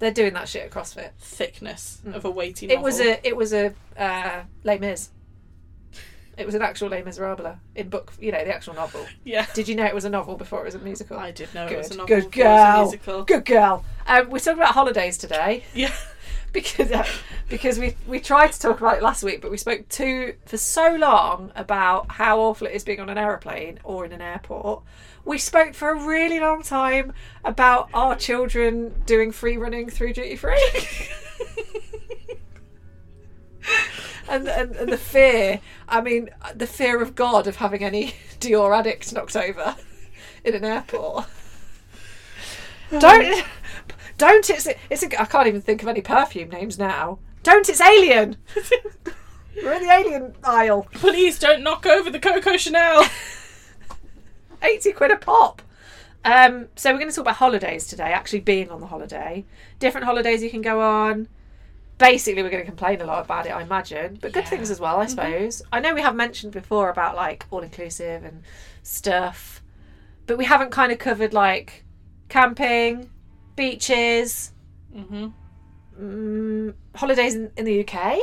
Speaker 2: They're doing that shit at CrossFit.
Speaker 1: thickness of a weighty
Speaker 2: Mm. It
Speaker 1: novel.
Speaker 2: was a it was a uh, Les Mis. It was an actual Les Miserables in book, you know, the actual novel.
Speaker 1: yeah.
Speaker 2: Did you know it was a novel before it was a musical?
Speaker 1: I did know
Speaker 2: good,
Speaker 1: it was a novel.
Speaker 2: good
Speaker 1: before it was a
Speaker 2: girl.
Speaker 1: musical.
Speaker 2: Good girl. Um, we're talking about holidays today.
Speaker 1: Yeah. [laughs]
Speaker 2: [laughs] because uh, because we we tried to talk about it last week, but we spoke too for so long about how awful it is being on an aeroplane or in an airport. We spoke for a really long time about our children doing free running through duty free. [laughs] And, and, and the fear, I mean, the fear of God of having any [laughs] Dior addict knocked over in an airport. Don't, don't. It's it's. A, I can't even think of any perfume names now. Don't. It's Alien. [laughs] We're in the Alien aisle.
Speaker 1: Please don't knock over the Coco Chanel.
Speaker 2: Eighty quid a pop. Um. So we're going to talk about holidays today. Actually, being on the holiday, different holidays you can go on. Basically, we're going to complain a lot about it, I imagine, but good
Speaker 1: Yeah.
Speaker 2: things as well, I suppose. I know we have mentioned before about like all inclusive and stuff, but we haven't kind of covered like camping, beaches,
Speaker 1: mm-hmm.
Speaker 2: mm, holidays in, in the UK.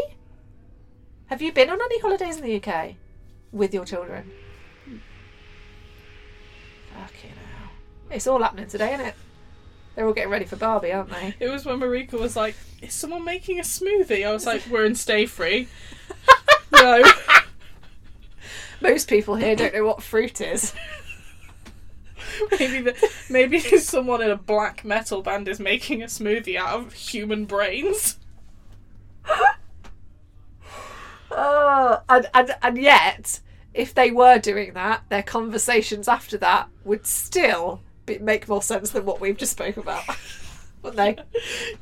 Speaker 2: Have you been on any holidays in the UK with your children? Fucking hell. It's all happening today, isn't it? They're all getting ready for Barbie, aren't [laughs] they?
Speaker 1: It was when Marika was like, "Is someone making a smoothie?" I was like, "We're in stay
Speaker 2: [laughs]
Speaker 1: free." no. [laughs]
Speaker 2: Most people here don't know what fruit is.
Speaker 1: Maybe the, maybe [laughs] someone in a black metal band is making a smoothie out of human brains. [laughs]
Speaker 2: Oh, and, and, and yet, if they were doing that, their conversations after that would still be, make more sense than what we've just spoke about. [laughs] Wouldn't they?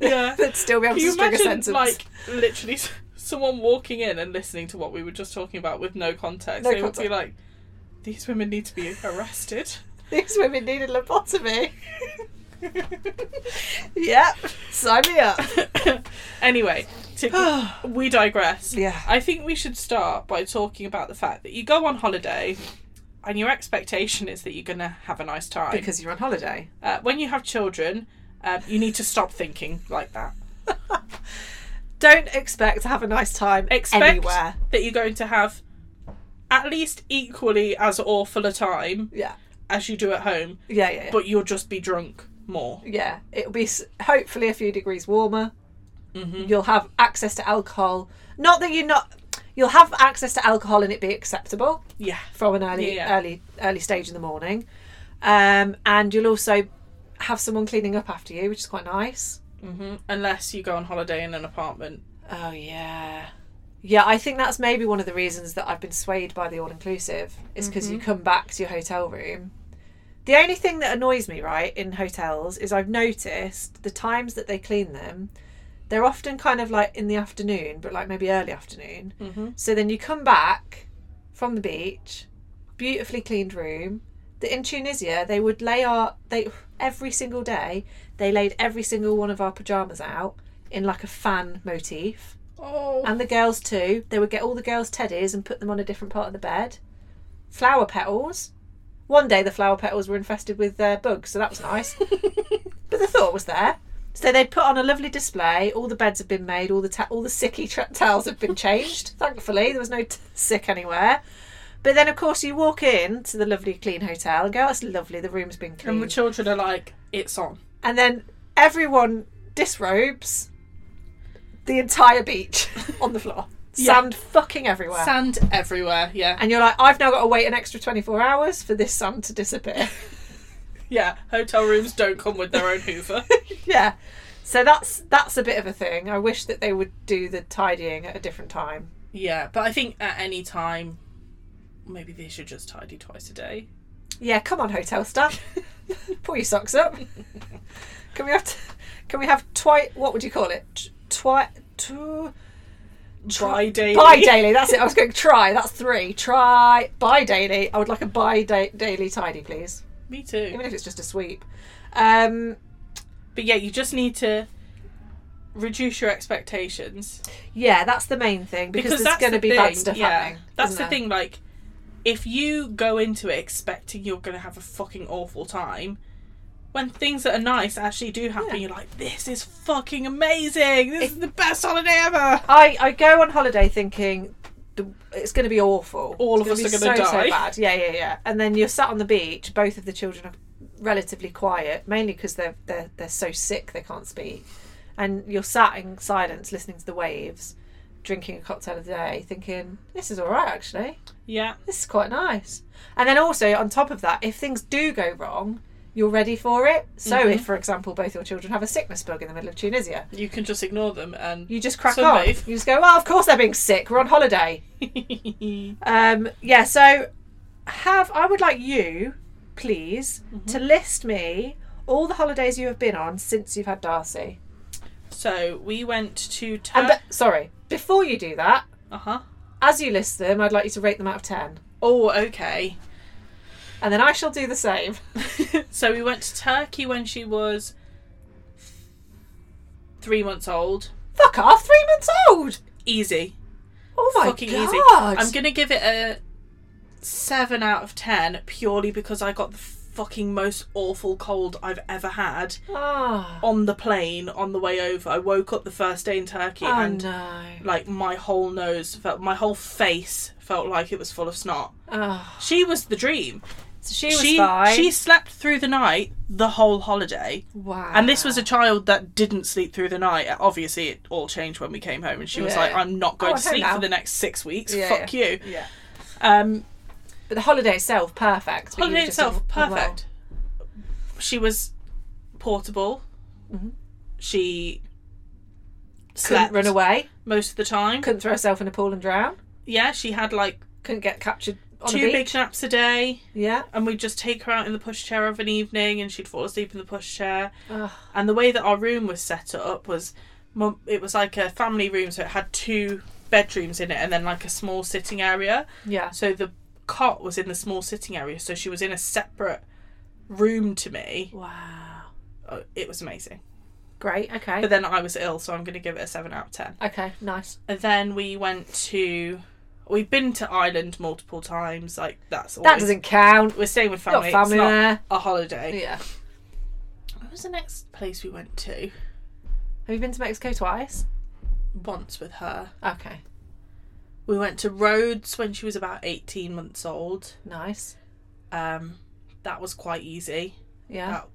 Speaker 1: Yeah.
Speaker 2: [laughs] They'd still be able
Speaker 1: Can
Speaker 2: to
Speaker 1: you
Speaker 2: string a
Speaker 1: imagine,
Speaker 2: sentence.
Speaker 1: like, literally s- someone walking in and listening to what we were just talking about with no context?
Speaker 2: No
Speaker 1: they would
Speaker 2: context.
Speaker 1: be like, "These women need to be arrested."
Speaker 2: [laughs] [laughs]
Speaker 1: [laughs]
Speaker 2: These women need a lobotomy. yep. Sign me up.
Speaker 1: anyway,
Speaker 2: [sighs]
Speaker 1: to, we digress.
Speaker 2: Yeah.
Speaker 1: I think we should start by talking about the fact that you go on holiday and your expectation is that you're going to have a nice time.
Speaker 2: Because you're on holiday.
Speaker 1: uh, when you have children, um, you need to stop thinking like that.
Speaker 2: Don't expect to have a nice time
Speaker 1: Expect
Speaker 2: anywhere.
Speaker 1: that you're going to have at least equally as awful a time
Speaker 2: Yeah.
Speaker 1: as you do at home,
Speaker 2: Yeah, yeah, yeah.
Speaker 1: but you'll just be drunk more.
Speaker 2: yeah, it'll be s- hopefully a few degrees warmer. You'll have access to alcohol. Not that you're not. You'll have access to alcohol and it be acceptable
Speaker 1: Yeah.
Speaker 2: from an early,
Speaker 1: Yeah.
Speaker 2: early, early stage in the morning. Um, and you'll also have someone cleaning up after you, which is quite nice.
Speaker 1: hmm Unless you go on holiday in an apartment.
Speaker 2: Oh yeah, yeah. I think that's maybe one of the reasons that I've been swayed by the all inclusive is because you come back to your hotel room. The only thing that annoys me, right, in hotels is I've noticed the times that they clean them, they're often kind of like in the afternoon, but like maybe early afternoon.
Speaker 1: Mhm.
Speaker 2: So then you come back from the beach, beautifully cleaned room. That in Tunisia they would lay our they every single day they laid every single one of our pajamas out in like a fan motif
Speaker 1: Oh.
Speaker 2: and the girls too. They would get all the girls' teddies and put them on a different part of the bed. Flower petals. One day the flower petals were infested with uh, bugs, so that was nice. but the thought was there. So they'd put on a lovely display. All the beds had been made. All the ta- all the sicky tra- towels had been changed. Thankfully, there was no t- sick anywhere. But then, of course, you walk in to the lovely clean hotel and go, "That's lovely. The room's been cleaned."
Speaker 1: and the children are like, it's on.
Speaker 2: and then everyone disrobes the entire beach [laughs] on the floor.
Speaker 1: Yeah.
Speaker 2: Sand fucking everywhere.
Speaker 1: Sand everywhere, yeah.
Speaker 2: and you're like, I've now got to wait an extra 24 hours for this sand
Speaker 1: [laughs]
Speaker 2: to disappear.
Speaker 1: Yeah, hotel rooms don't come with their own Hoover.
Speaker 2: yeah. So that's that's a bit of a thing. I wish that they would do the tidying at a different time.
Speaker 1: yeah, but I think at any time, maybe they should just tidy twice a day.
Speaker 2: Yeah, come on,
Speaker 1: [laughs]
Speaker 2: hotel staff, pull your socks up. Can we have t- can we have twi? What would you call it? Twi tw-
Speaker 1: Try daily. [laughs]
Speaker 2: Bi daily, that's it. I was going try. That's three. Try bi daily. I would like a bi da- daily tidy, please.
Speaker 1: Me too.
Speaker 2: Even if it's just a sweep. Um,
Speaker 1: But yeah, you just need to reduce your expectations
Speaker 2: yeah, that's the main thing because, there's
Speaker 1: that's
Speaker 2: going to
Speaker 1: the
Speaker 2: be
Speaker 1: thing,
Speaker 2: bad stuff
Speaker 1: yeah.
Speaker 2: happening.
Speaker 1: That's
Speaker 2: isn't
Speaker 1: the
Speaker 2: there?
Speaker 1: thing. Like, if you go into it expecting you're going to have a fucking awful time. When things that are nice actually do happen,
Speaker 2: Yeah.
Speaker 1: you're like, "This is fucking amazing! This is the best holiday ever!"
Speaker 2: I, I go on holiday thinking the, it's going to be awful.
Speaker 1: All
Speaker 2: It's
Speaker 1: of
Speaker 2: gonna
Speaker 1: us are
Speaker 2: be
Speaker 1: gonna
Speaker 2: so, So
Speaker 1: die.
Speaker 2: bad. Yeah, yeah, yeah. And then you're sat on the beach. Both of the children are relatively quiet, mainly because they're they're they're so sick they can't speak. And you're sat in silence, listening to the waves, drinking a cocktail of the day, thinking this is all right actually.
Speaker 1: Yeah,
Speaker 2: This is quite nice. And then also on top of that, if things do go wrong. You're ready for it. So,
Speaker 1: Mm-hmm.
Speaker 2: if, for example, both your children have a sickness bug in the middle of Tunisia,
Speaker 1: you can just ignore them and
Speaker 2: you just crack on.
Speaker 1: Sunbathe.
Speaker 2: You just go, well, of course they're being sick. We're on holiday. Um, yeah, so have I would like you, please,
Speaker 1: Mm-hmm.
Speaker 2: to list me all the holidays you have been on since you've had Darcy.
Speaker 1: [laughs] So we went to Tur-
Speaker 2: And be- sorry, before you do that,
Speaker 1: uh
Speaker 2: Uh-huh.
Speaker 1: huh.
Speaker 2: as you list them, I'd like you to rate them out of ten,
Speaker 1: Oh, okay.
Speaker 2: and then I shall do the same.
Speaker 1: [laughs] so we went to Turkey when she was three months old.
Speaker 2: Fuck off, three months old.
Speaker 1: Easy,
Speaker 2: Oh my
Speaker 1: fucking
Speaker 2: god!
Speaker 1: easy. I'm gonna give it a seven out of ten purely because I got the fucking most awful cold I've ever had
Speaker 2: Ah,
Speaker 1: on the plane on the way over. I woke up the first day in Turkey
Speaker 2: oh
Speaker 1: and
Speaker 2: no.
Speaker 1: like my whole nose felt, my whole face felt like it was full of snot.
Speaker 2: Ah,
Speaker 1: She was the dream.
Speaker 2: So she was
Speaker 1: she
Speaker 2: fine.
Speaker 1: she slept through the night the whole holiday.
Speaker 2: wow.
Speaker 1: And this was a child that didn't sleep through the night. Obviously, it all changed when we came home, and she was
Speaker 2: Yeah.
Speaker 1: like, "I'm not
Speaker 2: Oh,
Speaker 1: going
Speaker 2: I'm
Speaker 1: to
Speaker 2: home
Speaker 1: sleep
Speaker 2: now.
Speaker 1: for the next six weeks.
Speaker 2: Yeah,
Speaker 1: Fuck you."
Speaker 2: yeah.
Speaker 1: Um,
Speaker 2: But the holiday itself, perfect. but you
Speaker 1: holiday
Speaker 2: were just
Speaker 1: itself,
Speaker 2: unwell.
Speaker 1: perfect. She was portable.
Speaker 2: Mhm.
Speaker 1: She
Speaker 2: Couldn't
Speaker 1: slept
Speaker 2: run away.
Speaker 1: most of the time.
Speaker 2: Couldn't throw herself in a pool and drown.
Speaker 1: Yeah, she had like
Speaker 2: Couldn't get captured on a
Speaker 1: two
Speaker 2: beach.
Speaker 1: big naps a day,
Speaker 2: Yeah.
Speaker 1: and we'd just take her out in the pushchair of an evening, and she'd fall asleep in the pushchair.
Speaker 2: Ugh.
Speaker 1: And the way that our room was set up was, mum- it was like a family room, so it had two bedrooms in it, and then like a small sitting area.
Speaker 2: Yeah.
Speaker 1: So the cot was in the small sitting area, so she was in a separate room to me.
Speaker 2: Wow.
Speaker 1: Uh, It was amazing.
Speaker 2: Great. Okay.
Speaker 1: But then I was ill, so I'm going to give it a seven out of ten.
Speaker 2: Okay. Nice.
Speaker 1: And then we went to, we've been to Ireland multiple times. Like that's
Speaker 2: That
Speaker 1: always,
Speaker 2: doesn't count.
Speaker 1: We're staying with
Speaker 2: Got
Speaker 1: family. it's
Speaker 2: family
Speaker 1: not
Speaker 2: there.
Speaker 1: a holiday.
Speaker 2: Yeah.
Speaker 1: What was the next place we went to?
Speaker 2: Have you been to Mexico twice?
Speaker 1: Once with her.
Speaker 2: Okay.
Speaker 1: We went to Rhodes when she was about 18 months old.
Speaker 2: Nice.
Speaker 1: Um, that was quite easy.
Speaker 2: Yeah.
Speaker 1: About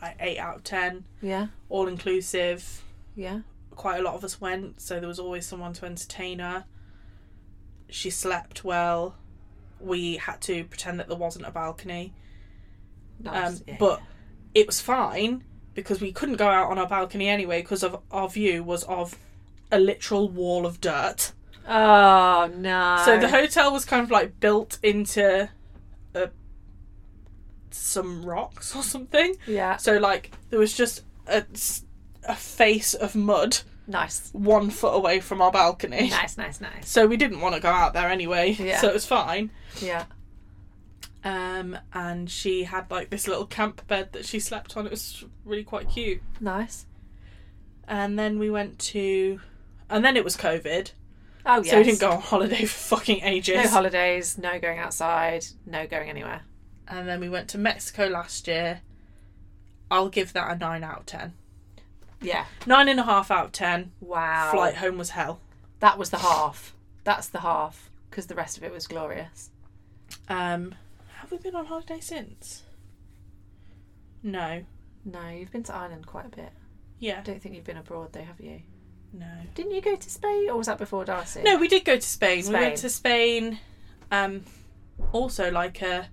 Speaker 1: like 8 out of 10.
Speaker 2: Yeah.
Speaker 1: All inclusive.
Speaker 2: Yeah.
Speaker 1: Quite a lot of us went, so there was always someone to entertain her. She slept well. We had to pretend that there wasn't a balcony. Um,
Speaker 2: Nice. yeah.
Speaker 1: but it was fine because we couldn't go out on our balcony anyway because of our view was of a literal wall of dirt.
Speaker 2: Oh no.
Speaker 1: So the hotel was kind of like built into a, some rocks or something.
Speaker 2: Yeah.
Speaker 1: So like there was just a, s- a face of mud
Speaker 2: Nice.
Speaker 1: one foot away from our balcony.
Speaker 2: Nice. Nice. Nice.
Speaker 1: So we didn't want to go out there anyway.
Speaker 2: Yeah.
Speaker 1: So it was fine.
Speaker 2: Yeah.
Speaker 1: Um, and she had like this little camp bed that she slept on. It was really quite cute.
Speaker 2: Nice.
Speaker 1: and then we went to and then it was covid
Speaker 2: Oh yes.
Speaker 1: so we didn't go on holiday [laughs] for fucking ages
Speaker 2: No holidays. No going outside. No going anywhere.
Speaker 1: and then we went to mexico last year i'll give that a 9 out of 10
Speaker 2: Yeah.
Speaker 1: 9.5 out of 10
Speaker 2: Wow.
Speaker 1: flight home was hell
Speaker 2: That was the half. That's the half because the rest of it was glorious.
Speaker 1: um have we been on holiday since no
Speaker 2: No, you've been to Ireland quite a bit. I
Speaker 1: yeah
Speaker 2: don't think you've been abroad though, have you?
Speaker 1: no
Speaker 2: Didn't you go to Spain or was that before Darcy?
Speaker 1: no we did go to spain, we went
Speaker 2: Spain.
Speaker 1: to spain um also like a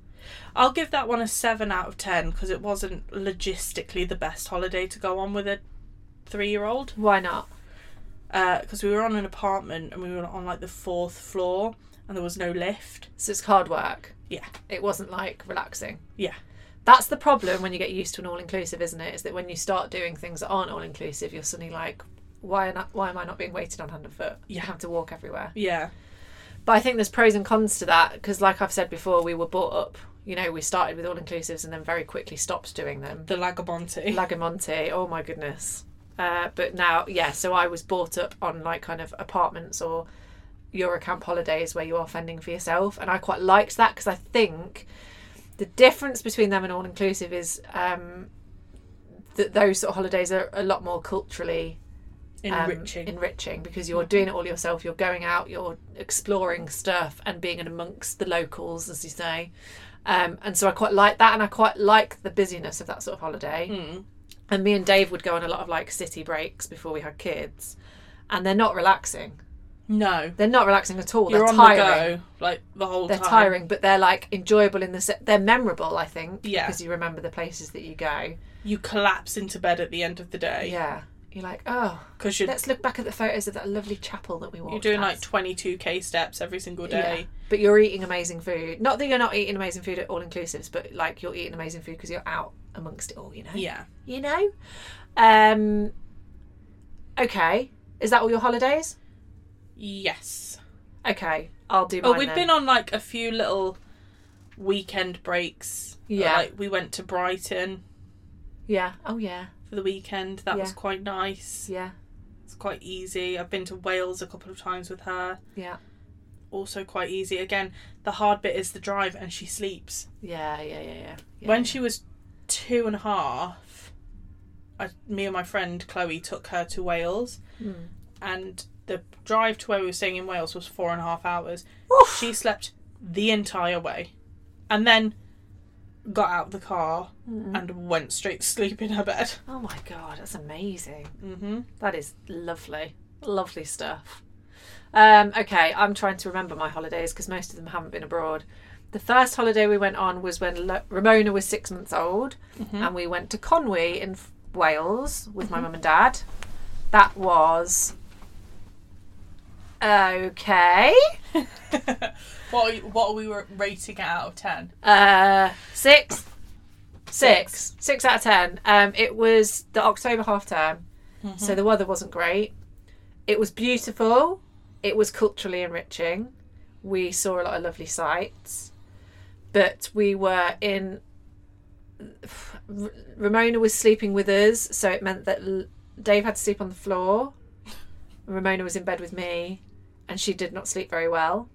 Speaker 1: I'll give that one a 7 out of 10 because it wasn't logistically the best holiday to go on with a 3-year-old.
Speaker 2: Why not?
Speaker 1: because Uh, we were on an apartment and we were on like the fourth floor and there was no lift.
Speaker 2: So it's hard work.
Speaker 1: Yeah.
Speaker 2: It wasn't like relaxing.
Speaker 1: Yeah.
Speaker 2: That's the problem when you get used to an all inclusive, isn't it? Is that when you start doing things that aren't all inclusive, you're suddenly like, why, am I- why am I not being waited on hand and foot? You
Speaker 1: Yeah.
Speaker 2: have to walk everywhere.
Speaker 1: Yeah,
Speaker 2: But I think there's pros and cons to that because, like I've said before, we were brought up, you know, we started with all inclusives and then very quickly stopped
Speaker 1: [laughs]
Speaker 2: doing them.
Speaker 1: the Lagamonte.
Speaker 2: Lagamonte. Oh my goodness. Uh, but now, yeah, so I was brought up on like kind of apartments or Eurocamp holidays where you are fending for yourself. And I quite liked that because I think the difference between them and all inclusive is um, that those sort of holidays are a lot more culturally um,
Speaker 1: Enriching.
Speaker 2: enriching because you're doing it all yourself. You're going out, you're exploring stuff and being in amongst the locals, as you say. Um, and so I quite like that, and I quite like the busyness of that sort of holiday.
Speaker 1: Mm.
Speaker 2: And me and Dave would go on a lot of like city breaks before we had kids, and they're not relaxing.
Speaker 1: No,
Speaker 2: They're not relaxing at all.
Speaker 1: you're
Speaker 2: they're
Speaker 1: on
Speaker 2: tiring.
Speaker 1: the go like the whole
Speaker 2: They're
Speaker 1: time.
Speaker 2: tiring, but they're like enjoyable in the. Se- they're memorable, I think.
Speaker 1: Yeah.
Speaker 2: Because you remember the places that you go.
Speaker 1: You collapse into bed at the end of the day
Speaker 2: Yeah. You're like, oh,
Speaker 1: because you're
Speaker 2: let's look back at the photos of that lovely chapel that we walked.
Speaker 1: you're doing
Speaker 2: past.
Speaker 1: like 22k steps every single
Speaker 2: Yeah.
Speaker 1: day.
Speaker 2: But you're eating amazing food. Not that you're not eating amazing food at all inclusives, but like you're eating amazing food because you're out amongst it all, you know?
Speaker 1: Yeah.
Speaker 2: You know? Um Okay. Is that all your holidays?
Speaker 1: Yes.
Speaker 2: Okay. I'll do mine.
Speaker 1: Oh, we've been on like a few little weekend breaks.
Speaker 2: Yeah.
Speaker 1: Like we went to Brighton
Speaker 2: Yeah. Oh yeah.
Speaker 1: for the weekend. That was
Speaker 2: Yeah.
Speaker 1: quite nice.
Speaker 2: Yeah.
Speaker 1: It's quite easy. I've been to Wales a couple of times with her.
Speaker 2: Yeah.
Speaker 1: also quite easy. Again, the hard bit is the drive, and she sleeps.
Speaker 2: Yeah, yeah, yeah, yeah. yeah.
Speaker 1: When she was two and a half, I, me and my friend Chloe took her to Wales,
Speaker 2: Mm.
Speaker 1: and the drive to where we were staying in Wales was four and a half hours.
Speaker 2: Oof.
Speaker 1: She slept the entire way, and then got out of the car and went straight to sleep in her bed. [laughs]
Speaker 2: Oh my god, that's amazing.
Speaker 1: Mm-hmm.
Speaker 2: That is lovely. Lovely stuff. Um, okay, I'm trying to remember my holidays because most of them haven't been abroad. The first holiday we went on was when Lo- Ramona was six months old, and we went to Conwy in F- Wales with my mum and dad. That was okay.
Speaker 1: what are you, what are we ra- rating it out of ten?
Speaker 2: Uh, six, six, six out of ten. Um, it was the October half term, so the weather wasn't great. It was beautiful. It was culturally enriching. We saw a lot of lovely sights, but we were in. R- Ramona was sleeping with us, so it meant that L- Dave had to sleep on the floor. Ramona was in bed with me, and she did not sleep very well.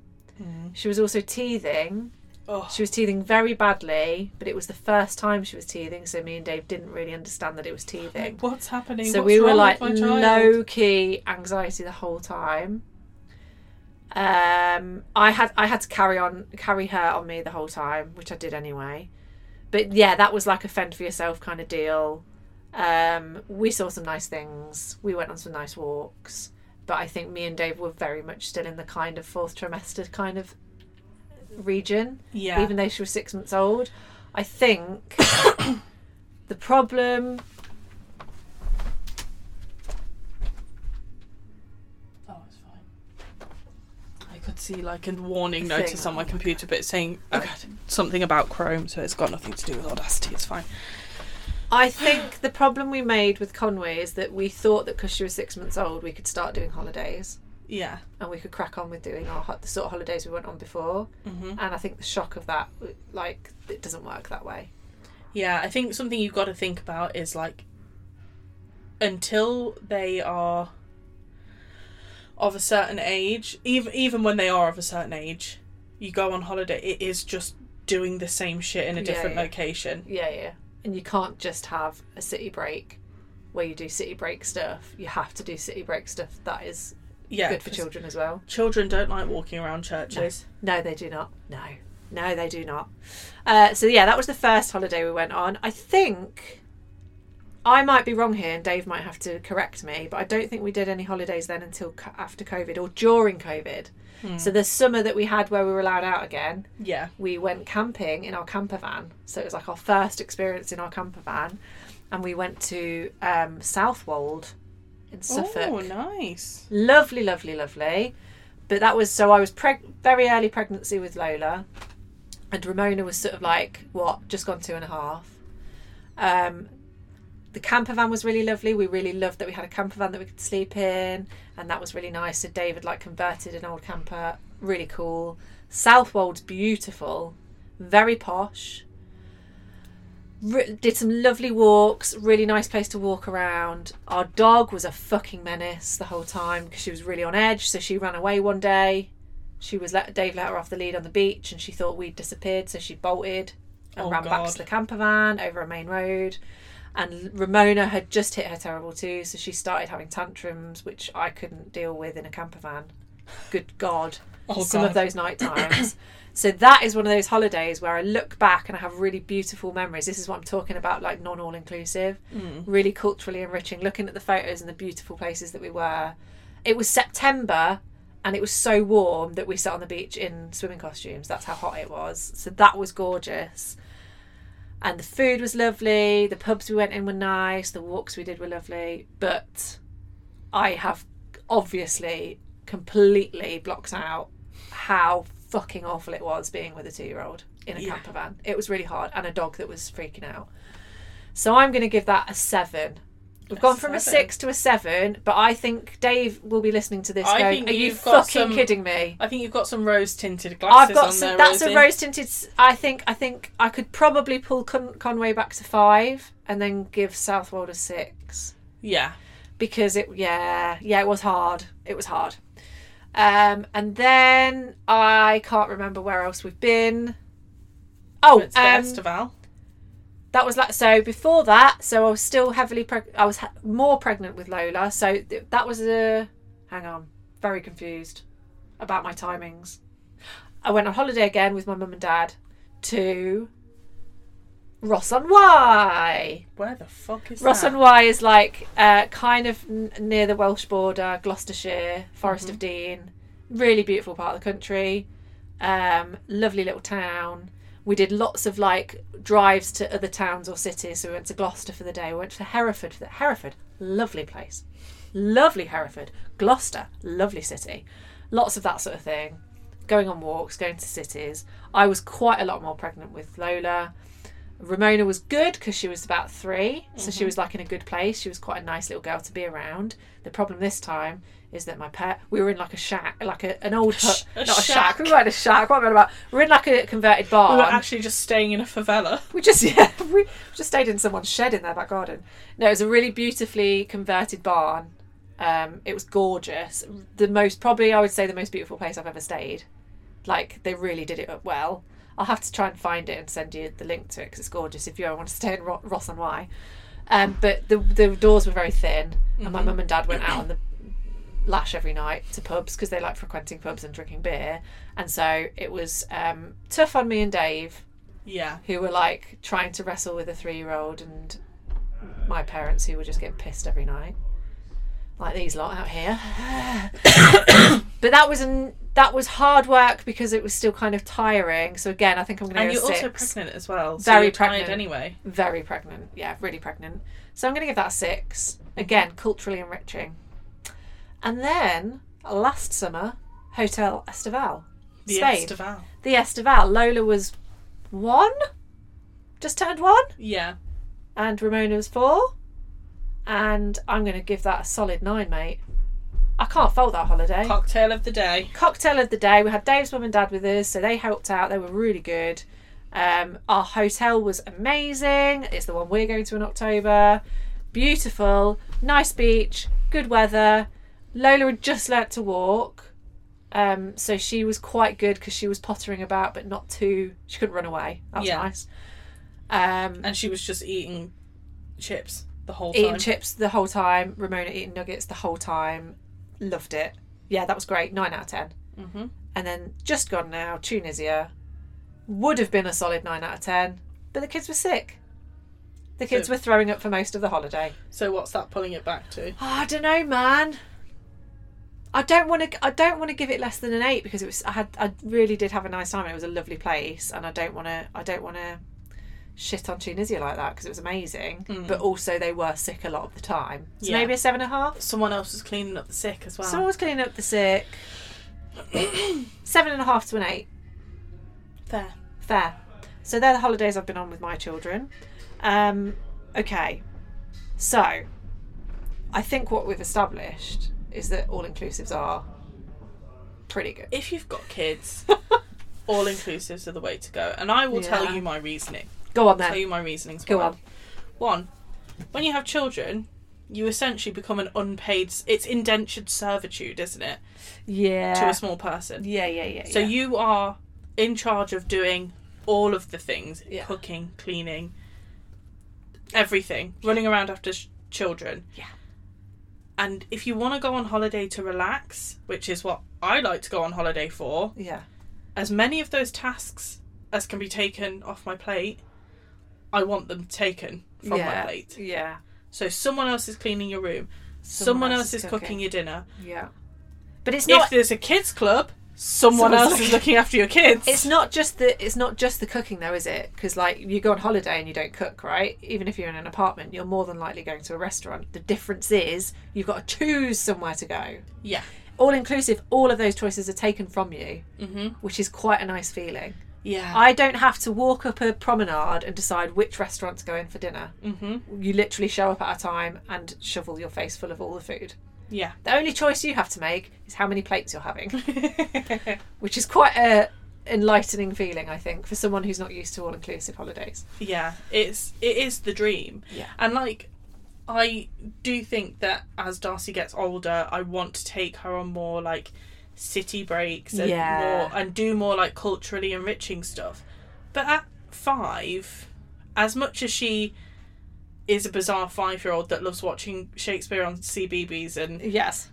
Speaker 2: She was also teething,
Speaker 1: Oh,
Speaker 2: she was teething very badly, but it was the first time she was teething, so me and Dave didn't really understand that it was teething.
Speaker 1: like, what's happening?
Speaker 2: So
Speaker 1: What's
Speaker 2: we were
Speaker 1: wrong
Speaker 2: like
Speaker 1: with my child?
Speaker 2: low key anxiety the whole time. Um, I had I had to carry on carry her on me the whole time, which I did anyway. But yeah, that was like a fend for yourself kind of deal. Um, we saw some nice things. We went on some nice walks. But I think me and Dave were very much still in the kind of fourth trimester kind of region
Speaker 1: Yeah.
Speaker 2: even though she was six months old. I think [coughs] the problem.
Speaker 1: oh, it's fine. I could see like a Oh, warning
Speaker 2: Thing.
Speaker 1: notice on my computer, but it's saying uh, something about Chrome, so it's got nothing to do with Audacity. It's fine.
Speaker 2: I think the problem we made with Conway is that we thought that because she was six months old, we could start doing holidays
Speaker 1: Yeah.
Speaker 2: and we could crack on with doing our ho- the sort of holidays we went on before.
Speaker 1: Mm-hmm.
Speaker 2: And I think the shock of that, like, it doesn't work that way.
Speaker 1: Yeah, I think something you've got to think about is like until they are of a certain age, even even when they are of a certain age, you go on holiday, it is just doing the same shit in a
Speaker 2: Yeah,
Speaker 1: different
Speaker 2: yeah.
Speaker 1: location.
Speaker 2: Yeah, yeah. And you can't just have a city break where you do city break stuff. You have to do city break stuff that is
Speaker 1: Yeah.
Speaker 2: good for
Speaker 1: 'cause
Speaker 2: children as well.
Speaker 1: Children don't like walking around churches.
Speaker 2: No, they do not. No, no, they do not. Uh, so yeah, that was the first holiday we went on. I think I might be wrong here, and Dave might have to correct me, but I don't think we did any holidays then until co- after COVID or during COVID. So the summer that we had where we were allowed out again,
Speaker 1: Yeah.
Speaker 2: we went camping in our camper van. So it was like our first experience in our camper van, and we went to um, Southwold in Suffolk
Speaker 1: Oh, nice.
Speaker 2: lovely, lovely, lovely. But that was so I was preg- very early pregnancy with Lola, and Ramona was sort of like what just gone two and a half. Um, the camper van was really lovely. We really loved that we had a camper van that we could sleep in, and that was really nice. So David like converted an old camper, really cool. Southwold's beautiful, very posh. Re- did some lovely walks, really nice place to walk around. Our dog was a fucking menace the whole time because she was really on edge. So she ran away one day. She was let Dave let her off the lead on the beach, and she thought we'd disappeared, so she bolted and
Speaker 1: Oh,
Speaker 2: ran back
Speaker 1: God.
Speaker 2: to the camper van over a main road. And Ramona had just hit her terrible too, so she started having tantrums, which I couldn't deal with in a camper van. Good God
Speaker 1: Oh,
Speaker 2: some
Speaker 1: God.
Speaker 2: of those night times. [clears throat] so that is one of those holidays where I look back and I have really beautiful memories. This is what I'm talking about, like non all inclusive,
Speaker 1: Mm.
Speaker 2: really culturally enriching. Looking at the photos and the beautiful places that we were. It was September and it was so warm that we sat on the beach in swimming costumes. That's how hot it was. So that was gorgeous. And the food was lovely. The pubs we went in were nice. The walks we did were lovely. But I have obviously completely blocked out how fucking awful it was being with a two year old in a
Speaker 1: Yeah.
Speaker 2: camper van. It was really hard, and a dog that was freaking out. So I'm going to give that a seven. We've
Speaker 1: A
Speaker 2: gone from a
Speaker 1: seven.
Speaker 2: six to a seven, but I think Dave will be listening to this.
Speaker 1: I
Speaker 2: going,
Speaker 1: think
Speaker 2: Are you
Speaker 1: you've got
Speaker 2: fucking
Speaker 1: some-
Speaker 2: kidding me?
Speaker 1: I think you've got some rose tinted glasses
Speaker 2: I've got
Speaker 1: on
Speaker 2: some.
Speaker 1: there.
Speaker 2: That's a
Speaker 1: Rosie.
Speaker 2: rose tinted. I think. I think I could probably pull Con- Conway back to five, and then give Southwold a six
Speaker 1: Yeah.
Speaker 2: because it yeah yeah it was hard it was hard um and then i can't remember where else we've been oh
Speaker 1: It's the
Speaker 2: um,
Speaker 1: Estival.
Speaker 2: that was like so before that so i was still heavily preg- i was ha- more pregnant with lola so th- that was a hang on very confused about my timings i went on holiday again with my mum and dad to Ross on Wye.
Speaker 1: Where the fuck is
Speaker 2: Ross
Speaker 1: that?
Speaker 2: on Wye is like uh, kind of n- near the Welsh border, Gloucestershire, Forest of Dean. Really beautiful part of the country. Um, lovely little town. We did lots of like drives to other towns or cities. So we went to Gloucester for the day. We went to Hereford for the Hereford, lovely place. Lovely Hereford. Gloucester, lovely city. Lots of that sort of thing. Going on walks, going to cities. I was quite a lot more pregnant with Lola. Ramona was good because she was about 3 so
Speaker 1: Mm-hmm.
Speaker 2: she was like in a good place. She was quite a nice little girl to be around. The problem this time is that my pet, we were in like a shack, like a, an old hut,
Speaker 1: [laughs] a
Speaker 2: not a shack.
Speaker 1: shack.
Speaker 2: We were in a shack. What am I on about? We We're in like a converted barn.
Speaker 1: We were Oh, actually just staying in a favela.
Speaker 2: We just [laughs] yeah, we just stayed in someone's shed in their back garden. No, it was a really beautifully converted barn. Um, it was gorgeous. The most probably I would say the most beautiful place I've ever stayed. Like they really did it up well. I'll have to try and find it and send you the link to it because it's gorgeous. If you ever want to stay in Ro- Ross and Y, um, but the the doors were very thin, and my mum and dad went out on the lash every night to pubs because they like frequenting pubs and drinking beer, and so it was um, tough on me and Dave
Speaker 1: Yeah.
Speaker 2: who were like trying to wrestle with a three year old and my parents who were just getting pissed every night. Like these lot out here. [coughs] but that was an that was hard work because it was still kind of tiring. So again, I think I'm gonna
Speaker 1: And
Speaker 2: go
Speaker 1: you're
Speaker 2: six.
Speaker 1: also pregnant as well. So
Speaker 2: Very
Speaker 1: you're tired
Speaker 2: pregnant.
Speaker 1: anyway.
Speaker 2: Very pregnant. Yeah, really pregnant. So I'm gonna give that a six. Again, culturally enriching. And then last summer, Hotel Esteval.
Speaker 1: The
Speaker 2: Spain.
Speaker 1: Esteval.
Speaker 2: The Esteval. Lola was one? Just turned one?
Speaker 1: Yeah.
Speaker 2: and Ramona's four. And I'm going to give that a solid nine, mate. I can't fault that holiday.
Speaker 1: Cocktail of the day.
Speaker 2: Cocktail of the day. We had Dave's mum and dad with us, so they helped out. They were really good. Um, our hotel was amazing. It's the one we're going to in October. Beautiful, nice beach, good weather. Lola had just learnt to walk, um, so she was quite good because she was pottering about, but not too. She couldn't run away. That was
Speaker 1: Yeah.
Speaker 2: nice. Um,
Speaker 1: And she was just eating chips the whole
Speaker 2: eating
Speaker 1: time.
Speaker 2: chips the whole time. Ramona eating nuggets the whole time. Loved it. Yeah, that was great. Nine out of ten.
Speaker 1: Mhm.
Speaker 2: And then just gone now. Tunisia would have been a solid nine out of ten, but the kids were sick. The kids
Speaker 1: So-
Speaker 2: were throwing up for most of the holiday.
Speaker 1: So what's that pulling it back to?
Speaker 2: Oh, I don't know, man. I don't want to. I don't want to give it less than an eight because it was. I had. I really did have a nice time. and It was a lovely place, and I don't want to. I don't want to shit on Tunisia like that because it was amazing. But also, they were sick a lot of the time. So
Speaker 1: Yeah.
Speaker 2: maybe a seven and a half.
Speaker 1: Someone else was cleaning up the sick as well.
Speaker 2: Someone was cleaning up the sick. [coughs] seven and a half to an eight.
Speaker 1: Fair.
Speaker 2: Fair. So they're the holidays I've been on with my children. Um, okay. So I think what we've established is that all inclusives are
Speaker 1: [laughs]
Speaker 2: pretty good.
Speaker 1: If you've got kids, all inclusives are the way to go. And I will
Speaker 2: Yeah.
Speaker 1: tell you my reasoning.
Speaker 2: Go on
Speaker 1: I'll tell
Speaker 2: then.
Speaker 1: you my reasonings.
Speaker 2: Go
Speaker 1: why.
Speaker 2: on.
Speaker 1: One, when you have children, you essentially become an unpaid. s- It's indentured servitude, isn't it, to
Speaker 2: Yeah.
Speaker 1: a small person?
Speaker 2: Yeah, yeah, yeah.
Speaker 1: So
Speaker 2: yeah.
Speaker 1: you are in charge of doing all of the things
Speaker 2: Yeah.
Speaker 1: cooking, cleaning, everything, running around after sh- children.
Speaker 2: Yeah.
Speaker 1: And if you want to go on holiday to relax, which is what I like to go on holiday for,
Speaker 2: Yeah.
Speaker 1: as many of those tasks as can be taken off my plate, I want them taken from
Speaker 2: yeah.
Speaker 1: my plate.
Speaker 2: Yeah.
Speaker 1: So someone else is cleaning your room, someone, else, is cooking. your dinner.
Speaker 2: Yeah. But it's
Speaker 1: If
Speaker 2: not
Speaker 1: there's a kids club, someone
Speaker 2: Someone's
Speaker 1: else
Speaker 2: looking-
Speaker 1: is looking after your kids.
Speaker 2: it's not just the it's not just the cooking though, is it? Because like you go on holiday and you don't cook, right? Even if you're in an apartment, you're more than likely going to a restaurant. The difference is you've got to choose somewhere to go.
Speaker 1: yeah.
Speaker 2: all inclusive, all of those choices are taken from you,
Speaker 1: Mhm.
Speaker 2: which is quite a nice feeling.
Speaker 1: Yeah.
Speaker 2: I don't have to walk up a promenade and decide which restaurant to go in for dinner.
Speaker 1: Mhm.
Speaker 2: You literally show up at a time and shovel your face full of all the food.
Speaker 1: Yeah. [laughs]
Speaker 2: The only choice you have to make is how many plates you're having, which is quite a enlightening feeling, I think, for someone who's not used to all inclusive holidays.
Speaker 1: yeah. It's it is the dream.
Speaker 2: Yeah.
Speaker 1: And like I do think that as Darcy gets older, I want to take her on more like city breaks and
Speaker 2: Yeah.
Speaker 1: more and do more like culturally enriching stuff. But at 5, as much as she is a bizarre 5-year-old that loves watching Shakespeare on CBBS and
Speaker 2: Yes.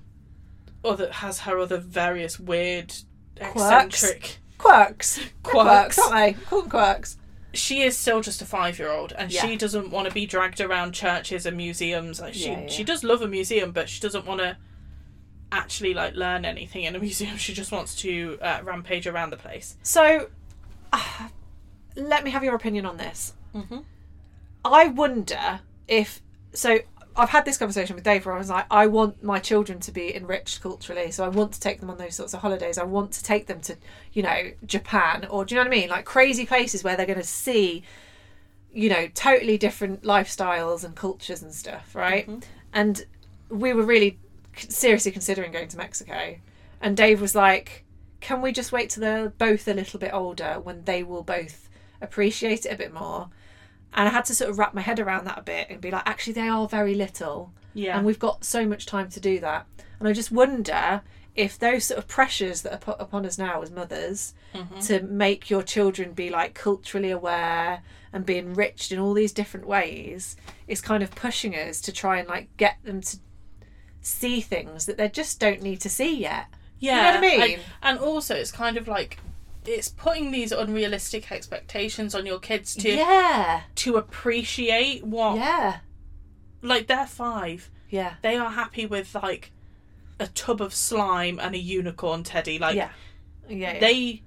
Speaker 1: other has her other various weird
Speaker 2: Quirks.
Speaker 1: eccentric
Speaker 2: Quirks. They're
Speaker 1: Quirks.
Speaker 2: aren't they? Call them quirks.
Speaker 1: she is still just a five year old and
Speaker 2: Yeah.
Speaker 1: she doesn't want to be dragged around churches and museums. Like she,
Speaker 2: Yeah, yeah.
Speaker 1: she does love a museum, but she doesn't want to actually like learn anything in a [laughs] museum. She just wants to uh, rampage around the place.
Speaker 2: So, ah, let me have your opinion on this.
Speaker 1: Mm-hmm.
Speaker 2: I wonder if so. I've had this conversation with Dave where I was like, I want my children to be enriched culturally, so I want to take them on those sorts of holidays. I want to take them to, you know, Japan or do you know what I mean? Like crazy places where they're going to see, you know, totally different lifestyles and cultures and stuff, right? And we were really c- seriously considering going to Mexico, and Dave was like, "Can we just wait till they're both a little bit older when they will both appreciate it a bit more?" And I had to sort of wrap my head around that a bit and be like, actually, they are very little,
Speaker 1: Yeah.
Speaker 2: and we've got so much time to do that. And I just wonder if those sort of pressures that are put upon us now as mothers
Speaker 1: Mm-hmm.
Speaker 2: to make your children be like culturally aware and be enriched in all these different ways is kind of pushing us to try and like get them to see things that they just don't need to see yet.
Speaker 1: Yeah,
Speaker 2: You know what I
Speaker 1: and-
Speaker 2: mean?
Speaker 1: And, also, it's kind of like it's putting these unrealistic expectations on your kids to
Speaker 2: Yeah.
Speaker 1: to appreciate what
Speaker 2: Yeah.
Speaker 1: like they're five.
Speaker 2: Yeah.
Speaker 1: They are happy with like a tub of slime and a unicorn teddy. Like
Speaker 2: yeah. Yeah. yeah.
Speaker 1: they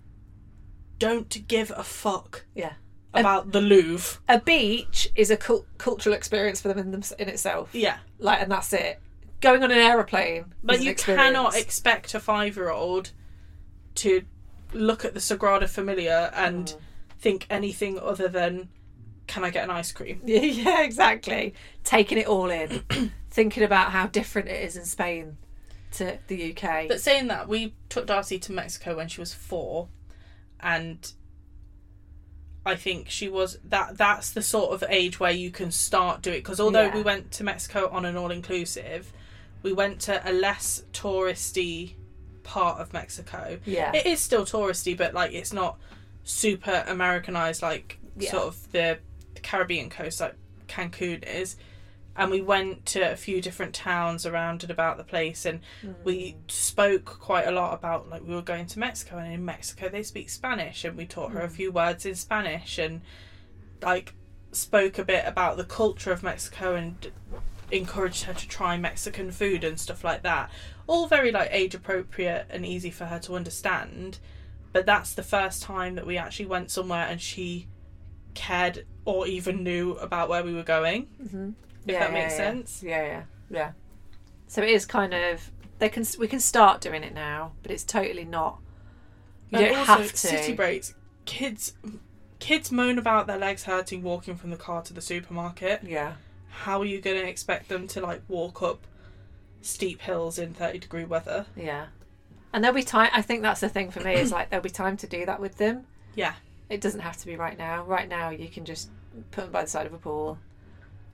Speaker 1: don't give a fuck
Speaker 2: Yeah.
Speaker 1: about the Louvre.
Speaker 2: a beach is a cul- cultural experience for them in, them in itself.
Speaker 1: Yeah.
Speaker 2: Like, and that's it. Going on an aeroplane,
Speaker 1: But
Speaker 2: is an
Speaker 1: you
Speaker 2: experience.
Speaker 1: cannot expect a five year old to look at the Sagrada Familia and think anything other than can I get an ice cream?
Speaker 2: Yeah, [laughs] yeah, exactly. Taking it
Speaker 1: [clears throat]
Speaker 2: all in, thinking about how different it is in Spain to the UK.
Speaker 1: But saying that, we took Darcy to Mexico when she was four, and I think she was that. That's the sort of age where you can start doing. Because although
Speaker 2: Yeah.
Speaker 1: we went to Mexico on an all inclusive, we went to a less touristy part of Mexico.
Speaker 2: yeah,
Speaker 1: It is still touristy, but like it's not super Americanized like
Speaker 2: Yeah.
Speaker 1: sort of the Caribbean coast like Cancun is. And we went to a few different towns around and about the place, and we spoke quite a lot about like we were going to Mexico, and in Mexico they speak Spanish, and we taught her a few words in Spanish, and like spoke a bit about the culture of Mexico and encouraged her to try Mexican food and stuff like that. All very like age appropriate and easy for her to understand. But that's the first time that we actually went somewhere and she cared or even knew about where we were going. If
Speaker 2: Yeah,
Speaker 1: that
Speaker 2: yeah,
Speaker 1: makes
Speaker 2: yeah.
Speaker 1: sense.
Speaker 2: Yeah, yeah, yeah. So it is kind of they can we can start doing it now, but it's totally not. You
Speaker 1: And
Speaker 2: don't
Speaker 1: also,
Speaker 2: have to.
Speaker 1: City breaks. Kids kids moan about their legs hurting walking from the car to the supermarket.
Speaker 2: Yeah,
Speaker 1: How are you gonna expect them to like walk up steep hills in thirty degree weather?
Speaker 2: yeah. And there'll be time. I think that's the thing for me is like there'll be time to do that with them.
Speaker 1: Yeah.
Speaker 2: It doesn't have to be right now. Right now, you can just put them by the side of a pool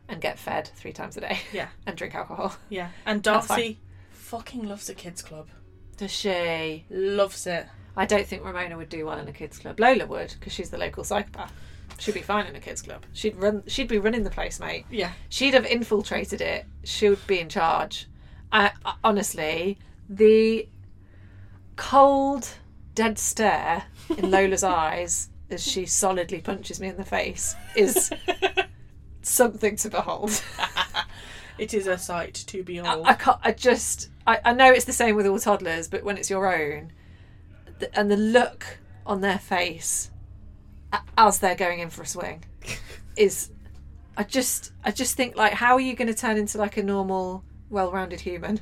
Speaker 2: and get fed three times a day. [laughs]
Speaker 1: Yeah.
Speaker 2: and drink alcohol.
Speaker 1: Yeah. And
Speaker 2: That's fine.
Speaker 1: Darcy fucking loves a kids club.
Speaker 2: Does she?
Speaker 1: Loves it.
Speaker 2: I don't think Ramona would do well in a kids club. Lola would because she's the local psychopath. She'd be fine in a kids club. She'd run. She'd be running the place, mate.
Speaker 1: Yeah. [laughs]
Speaker 2: She'd have infiltrated it. She would be in charge. I, I honestly, the cold, dead stare in Lola's eyes as she solidly punches me in the face is something to behold.
Speaker 1: It is a sight to behold.
Speaker 2: I can't. I just. I, I know it's the same with all toddlers, but when it's your own, the, and the look on their face a- as they're going in for a swing is, I just. I just think like, how are you going to turn into like a normal, well-rounded human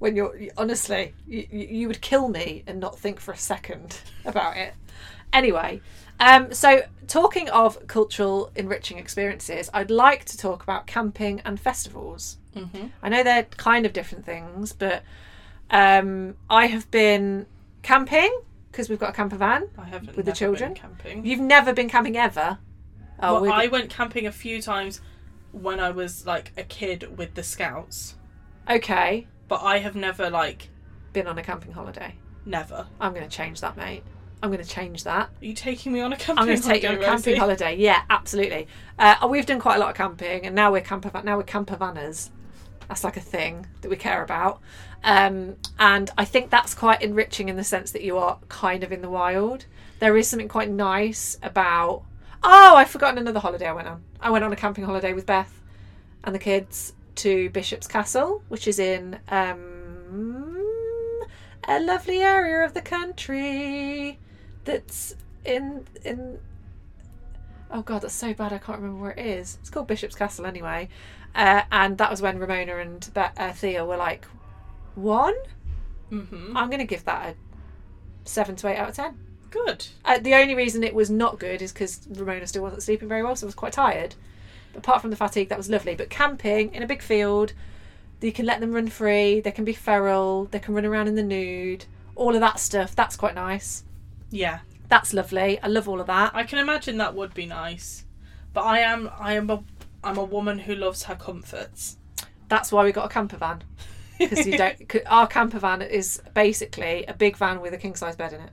Speaker 2: when you're you- honestly, you, you you would kill me and not think for a second about it. Anyway. Um, so, talking of cultural enriching experiences, I'd like to talk about camping and festivals.
Speaker 1: mm-hmm.
Speaker 2: I know they're kind of different things, but um, I have been camping because we've got a camper van.
Speaker 1: I haven't
Speaker 2: With the
Speaker 1: never
Speaker 2: children?
Speaker 1: been camping.
Speaker 2: You've never been camping ever. Oh,
Speaker 1: well,
Speaker 2: we've-
Speaker 1: I went camping a few times when I was like a kid with the scouts,
Speaker 2: okay.
Speaker 1: but I have never like
Speaker 2: Been on a camping holiday.
Speaker 1: never.
Speaker 2: I'm going to change that, mate. I'm going to change that.
Speaker 1: Are you taking me on a camping?
Speaker 2: I'm going to take you on a
Speaker 1: holiday,
Speaker 2: camping
Speaker 1: Rosie?
Speaker 2: holiday. Yeah, absolutely. Uh, we've done quite a lot of camping, and now we're camper now we're camper vanners. That's like a thing that we care about, um, and I think that's quite enriching in the sense that you are kind of in the wild. There is something quite nice about. Oh, I've forgotten another holiday I went on. I went on a camping holiday with Beth and the kids to Bishop's Castle, which is in um, a lovely area of the country that's in in. Oh god, that's so bad. I can't remember where it is. It's called Bishop's Castle anyway. Uh, and that was when Ramona and Be- uh, Thea were like, one.
Speaker 1: Mm-hmm.
Speaker 2: I'm going to give that a seven to eight out of ten.
Speaker 1: Good.
Speaker 2: Uh, the only reason it was not good is because Ramona still wasn't sleeping very well, so I was quite tired. But apart from the fatigue, that was lovely. But camping in a big field, you can let them run free, they can be feral, they can run around in the nude, all of that stuff. That's quite nice.
Speaker 1: Yeah,
Speaker 2: That's lovely. I love all of that.
Speaker 1: I can imagine that would be nice, but I am I am a I'm a woman who loves her comforts.
Speaker 2: That's why we got a camper van.
Speaker 1: [laughs]
Speaker 2: Because you [laughs] don't, 'cause our camper van is basically a big van with a king size bed in it.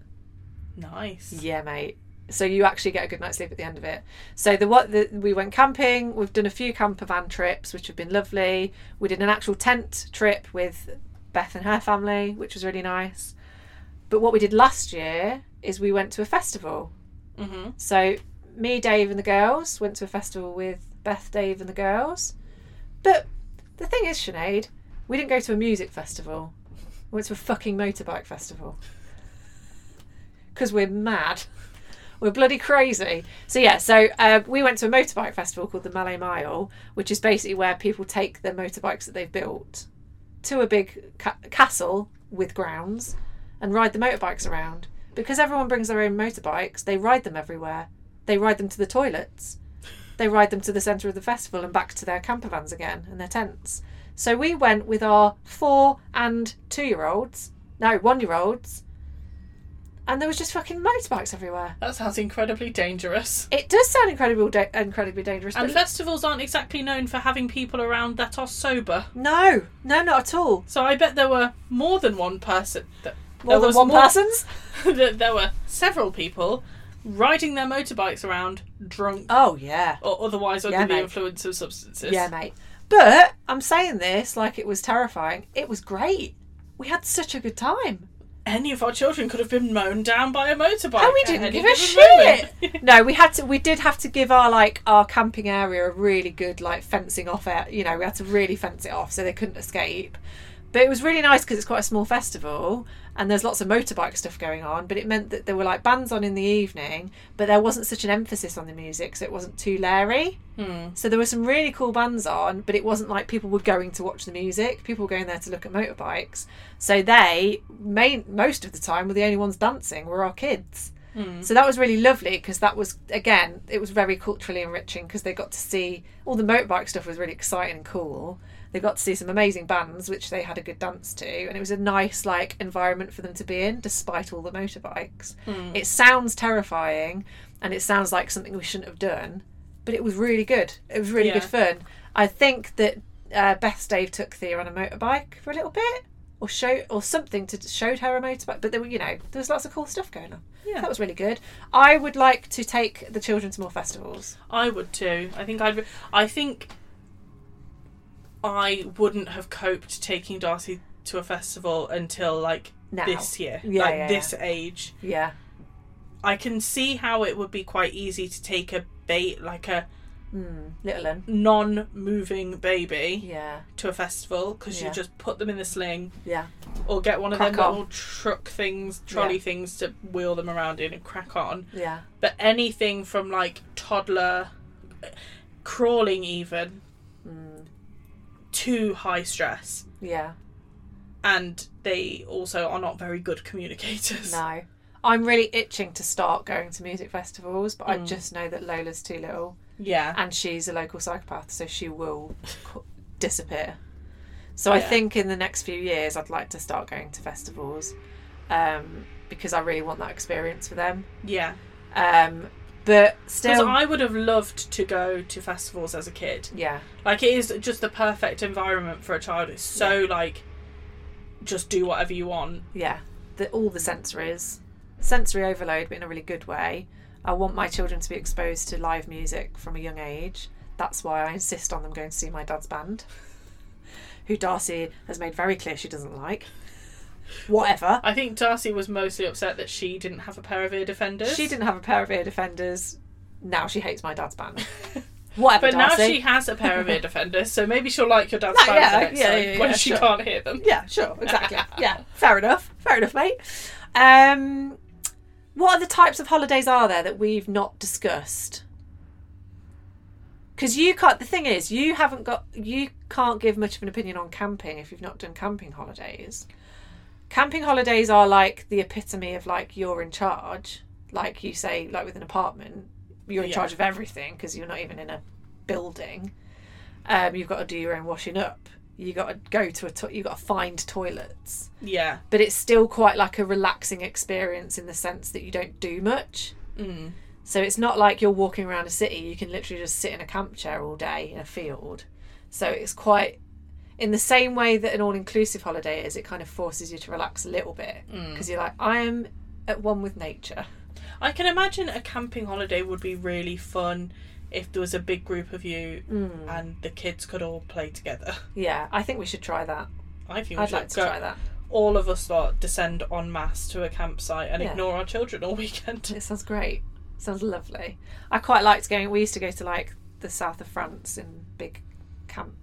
Speaker 1: nice.
Speaker 2: Yeah, mate. So you actually get a good night's sleep at the end of it. So the what the, we went camping. We've done a few camper van trips, which have been lovely. We did an actual tent trip with Beth and her family, which was really nice. But what we did last year is we went to a festival.
Speaker 1: Mhm.
Speaker 2: So me, Dave, and the girls went to a festival with Beth, Dave, and the girls. But the thing is, Sinead, we didn't go to a music festival. We went to a fucking motorbike festival. Because we're mad. We're bloody crazy. So, yeah, so uh, we went to a motorbike festival called the Malay Mile, which is basically where people take their motorbikes that they've built to a big ca- castle with grounds and ride the motorbikes around. Because everyone brings their own motorbikes, they ride them everywhere. They ride them to the toilets. They ride them to the centre of the festival and back to their camper vans again and their tents. So we went with our four and two year olds, no, one year olds, and there was just fucking motorbikes everywhere.
Speaker 1: That sounds incredibly dangerous.
Speaker 2: It does sound incredibly, da- incredibly dangerous,
Speaker 1: And
Speaker 2: but
Speaker 1: festivals aren't exactly known for having people around that are sober.
Speaker 2: no, no, not at all.
Speaker 1: So I bet there were more than one person. That,
Speaker 2: More
Speaker 1: there
Speaker 2: than
Speaker 1: was
Speaker 2: one
Speaker 1: more-
Speaker 2: person's.
Speaker 1: that [laughs] there were several people riding their motorbikes around drunk
Speaker 2: Oh yeah.
Speaker 1: or otherwise under
Speaker 2: Yeah,
Speaker 1: the
Speaker 2: mate.
Speaker 1: influence of substances.
Speaker 2: Yeah, mate. But I'm saying this like it was terrifying. It was great. We had such a good time.
Speaker 1: Any of our children could have been mown down by a motorbike.
Speaker 2: And we
Speaker 1: at
Speaker 2: didn't
Speaker 1: any
Speaker 2: give a
Speaker 1: given
Speaker 2: shit. [laughs]
Speaker 1: moment.
Speaker 2: no, we had to. We did have to give our like our camping area a really good like fencing off. Air, you know, we had to really fence it off so they couldn't escape. But it was really nice because it's quite a small festival and there's lots of motorbike stuff going on. But it meant that there were like bands on in the evening, but there wasn't such an emphasis on the music, so it wasn't too leery.
Speaker 1: Hmm.
Speaker 2: So there were some really cool bands on, but it wasn't like people were going to watch the music. People were going there to look at motorbikes. So they, main, most of the time, were the only ones dancing were our kids. [laughs]
Speaker 1: Hmm. Mm.
Speaker 2: So that was really lovely because that was again, it was very culturally enriching because they got to see all the motorbike stuff was really exciting and cool. They got to see some amazing bands which they had a good dance to, and it was a nice like environment for them to be in despite all the motorbikes. It sounds terrifying, and it sounds like something we shouldn't have done, but it was really good. It was really
Speaker 1: Yeah.
Speaker 2: good fun. I think that uh, Beth Dave took Thea on a motorbike for a little bit, or show or something to showed her a motorbike. But there were you know there was lots of cool stuff going on.
Speaker 1: Yeah.
Speaker 2: That was really good. I would like to take the children to more festivals.
Speaker 1: I would too. I think I'd. Re- I think I wouldn't have coped taking Darcy to a festival until like
Speaker 2: Now.
Speaker 1: this year,
Speaker 2: Yeah,
Speaker 1: like
Speaker 2: yeah,
Speaker 1: this age.
Speaker 2: Yeah.
Speaker 1: I can see how it would be quite easy to take a bait, like a
Speaker 2: Mm, little un.
Speaker 1: non-moving baby,
Speaker 2: Yeah.
Speaker 1: to a festival because
Speaker 2: Yeah.
Speaker 1: you just put them in the sling
Speaker 2: Yeah.
Speaker 1: or get one of
Speaker 2: Crack
Speaker 1: them
Speaker 2: on.
Speaker 1: little truck things, trolley things to wheel them around in and crack on.
Speaker 2: Yeah.
Speaker 1: But anything from like toddler crawling even
Speaker 2: Mm,
Speaker 1: to high stress.
Speaker 2: yeah.
Speaker 1: and they also are not very good communicators.
Speaker 2: No. I'm really itching to start going to music festivals, but I
Speaker 1: Mm.
Speaker 2: just know that Lola's too little
Speaker 1: [laughs] Yeah.
Speaker 2: and she's a local psychopath, so she will co- disappear. So I
Speaker 1: Yeah.
Speaker 2: think in the next few years, I'd like to start going to festivals um, because I really want that experience for them.
Speaker 1: Yeah.
Speaker 2: Um, but
Speaker 1: Because
Speaker 2: still,
Speaker 1: I would have loved to go to festivals as a kid.
Speaker 2: yeah,
Speaker 1: Like, it is just the perfect environment for a child. It's so, like, just do whatever you want.
Speaker 2: yeah, the, all the sensories, sensory overload, but in a really good way. I want my children to be exposed to live music from a young age. That's why I insist on them going to see my dad's band, who Darcy has made very clear she doesn't like. Whatever.
Speaker 1: I think Darcy was mostly upset that she didn't have a pair of ear defenders.
Speaker 2: She didn't have a pair of ear defenders. now she hates my
Speaker 1: [laughs]
Speaker 2: dad's band. Whatever,
Speaker 1: But now
Speaker 2: Darcy.
Speaker 1: she has a pair of [laughs] ear defenders, so maybe she'll like your dad's
Speaker 2: No,
Speaker 1: fans
Speaker 2: yeah,
Speaker 1: next
Speaker 2: yeah,
Speaker 1: time
Speaker 2: yeah,
Speaker 1: when
Speaker 2: yeah,
Speaker 1: she
Speaker 2: sure.
Speaker 1: can't hear them.
Speaker 2: Yeah, sure, exactly. yeah, fair enough. Fair enough, mate. Um, what other types of holidays are there that we've not discussed? Because you can't. The thing is, you haven't got. You can't give much of an opinion on camping if you've not done camping holidays. Camping holidays are like the epitome of like you're in charge. Like you say, like with an apartment, you're in
Speaker 1: Yeah.
Speaker 2: charge of everything because you're not even in a building. Um, you've got to do your own washing up. You got to go to a. To- you got to find toilets.
Speaker 1: Yeah.
Speaker 2: But it's still quite like a relaxing experience in the sense that you don't do much.
Speaker 1: Mm.
Speaker 2: So it's not like you're walking around a city. You can literally just sit in a camp chair all day in a field. So it's quite, in the same way that an all inclusive holiday is, it kind of forces you to relax a little bit
Speaker 1: mm.
Speaker 2: because you're like, I am at one with nature.
Speaker 1: I can imagine a camping holiday would be really fun if there was a big group of you and the kids could all play together. [laughs]
Speaker 2: Yeah, I think we should try that.
Speaker 1: I think we
Speaker 2: I'd
Speaker 1: should
Speaker 2: like to
Speaker 1: go,
Speaker 2: try that.
Speaker 1: all of us lot descend en masse to a campsite and
Speaker 2: Yeah.
Speaker 1: ignore our children all [laughs] weekend.
Speaker 2: It sounds great. Sounds lovely. I quite liked going. We used to go to like the south of France in big camp,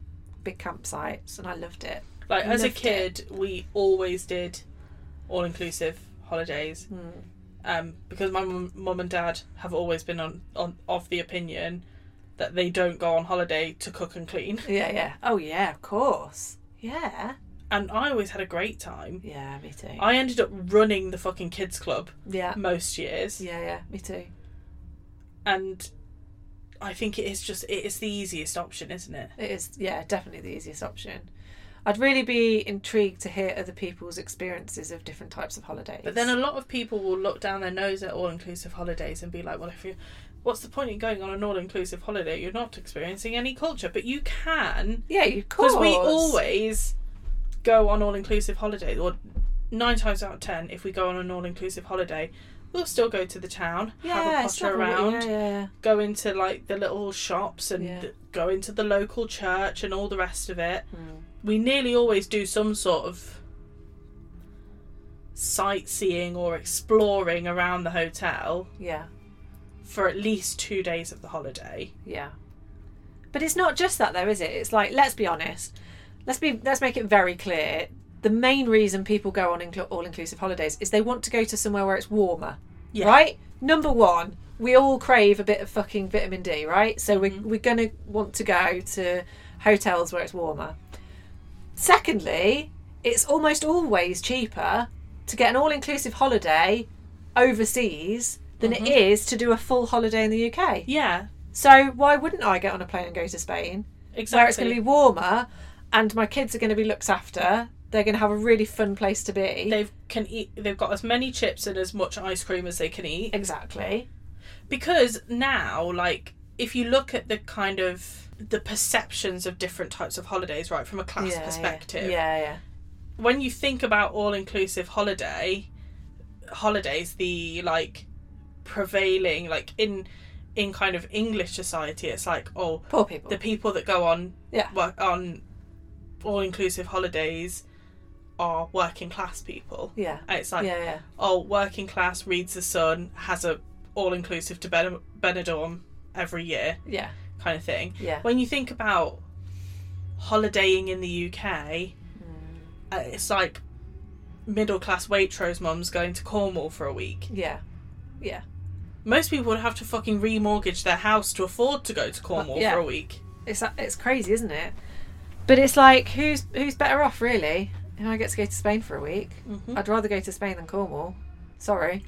Speaker 2: big campsites, and I loved it.
Speaker 1: Like as a
Speaker 2: Loved
Speaker 1: kid, we always did all inclusive holidays.
Speaker 2: Hmm.
Speaker 1: Um, because my mum mum and dad have always been on, on of the opinion that they don't go on holiday to cook and clean.
Speaker 2: Yeah, yeah. Oh yeah, of course. Yeah.
Speaker 1: And I always had a great time.
Speaker 2: Yeah, me too.
Speaker 1: I ended up running the fucking kids club
Speaker 2: yeah.
Speaker 1: most years.
Speaker 2: Yeah, yeah, me too.
Speaker 1: And I think it is just it is the easiest option, isn't it?
Speaker 2: It is, yeah, definitely the easiest option. I'd really be intrigued to hear other people's experiences of different types of holidays.
Speaker 1: But then a lot of people will look down their nose at all inclusive holidays and be like, well, if you, what's the point in going on an all inclusive holiday? You're not experiencing any culture, but you can
Speaker 2: yeah, of course
Speaker 1: because we always go on all inclusive holidays. Or nine times out of ten, if we go on an all inclusive holiday, we'll still go to the town, have a potter
Speaker 2: stop and-
Speaker 1: around,
Speaker 2: Yeah, yeah,
Speaker 1: go into like the little shops and
Speaker 2: Yeah.
Speaker 1: go into the local church and all the rest of it.
Speaker 2: Hmm.
Speaker 1: We nearly always do some sort of sightseeing or exploring around the hotel
Speaker 2: yeah,
Speaker 1: for at least two days of the holiday.
Speaker 2: yeah. But it's not just that though, is it? It's like let's be honest. Let's be let's make it very clear. The main reason people go on inclu- all inclusive holidays is they want to go to somewhere where it's warmer.
Speaker 1: Yeah.
Speaker 2: Right? Number one, we all crave a bit of fucking vitamin D, right? So we're, we're going to want to go to hotels where it's warmer. Secondly, it's almost always cheaper to get an all inclusive holiday overseas than it is to do a full holiday in the UK.
Speaker 1: Yeah,
Speaker 2: So why wouldn't I get on a plane and go to Spain?
Speaker 1: exactly.
Speaker 2: where it's going to be warmer and my kids are going to be looked after. They're going to have a really fun place to be.
Speaker 1: They've can eat. They've got as many chips and as much ice cream as they can eat
Speaker 2: exactly.
Speaker 1: because now, like, if you look at the kind of the perceptions of different types of holidays, right, from a class
Speaker 2: Yeah, yeah.
Speaker 1: perspective,
Speaker 2: Yeah, yeah.
Speaker 1: when you think about all inclusive holiday holidays the like prevailing like in in kind of english society it's like oh
Speaker 2: Poor people.
Speaker 1: the people that go on
Speaker 2: Yeah.
Speaker 1: work on all inclusive holidays are working class people
Speaker 2: yeah.
Speaker 1: And it's like
Speaker 2: yeah, yeah.
Speaker 1: oh working class reads the sun has a all inclusive to Ben- benidorm every year
Speaker 2: Yeah.
Speaker 1: kind of thing
Speaker 2: Yeah.
Speaker 1: when you think about holidaying in the UK,
Speaker 2: Hmm.
Speaker 1: uh, it's like middle class Waitrose mums going to Cornwall for a week.
Speaker 2: Yeah.
Speaker 1: Most people would have to fucking remortgage their house to afford to go to Cornwall
Speaker 2: Uh, yeah.
Speaker 1: for a week.
Speaker 2: It's it's crazy, isn't it? But it's like who's who's better off really? If I get to go to Spain for a week,
Speaker 1: Mm-hmm.
Speaker 2: I'd rather go to Spain than Cornwall. Sorry,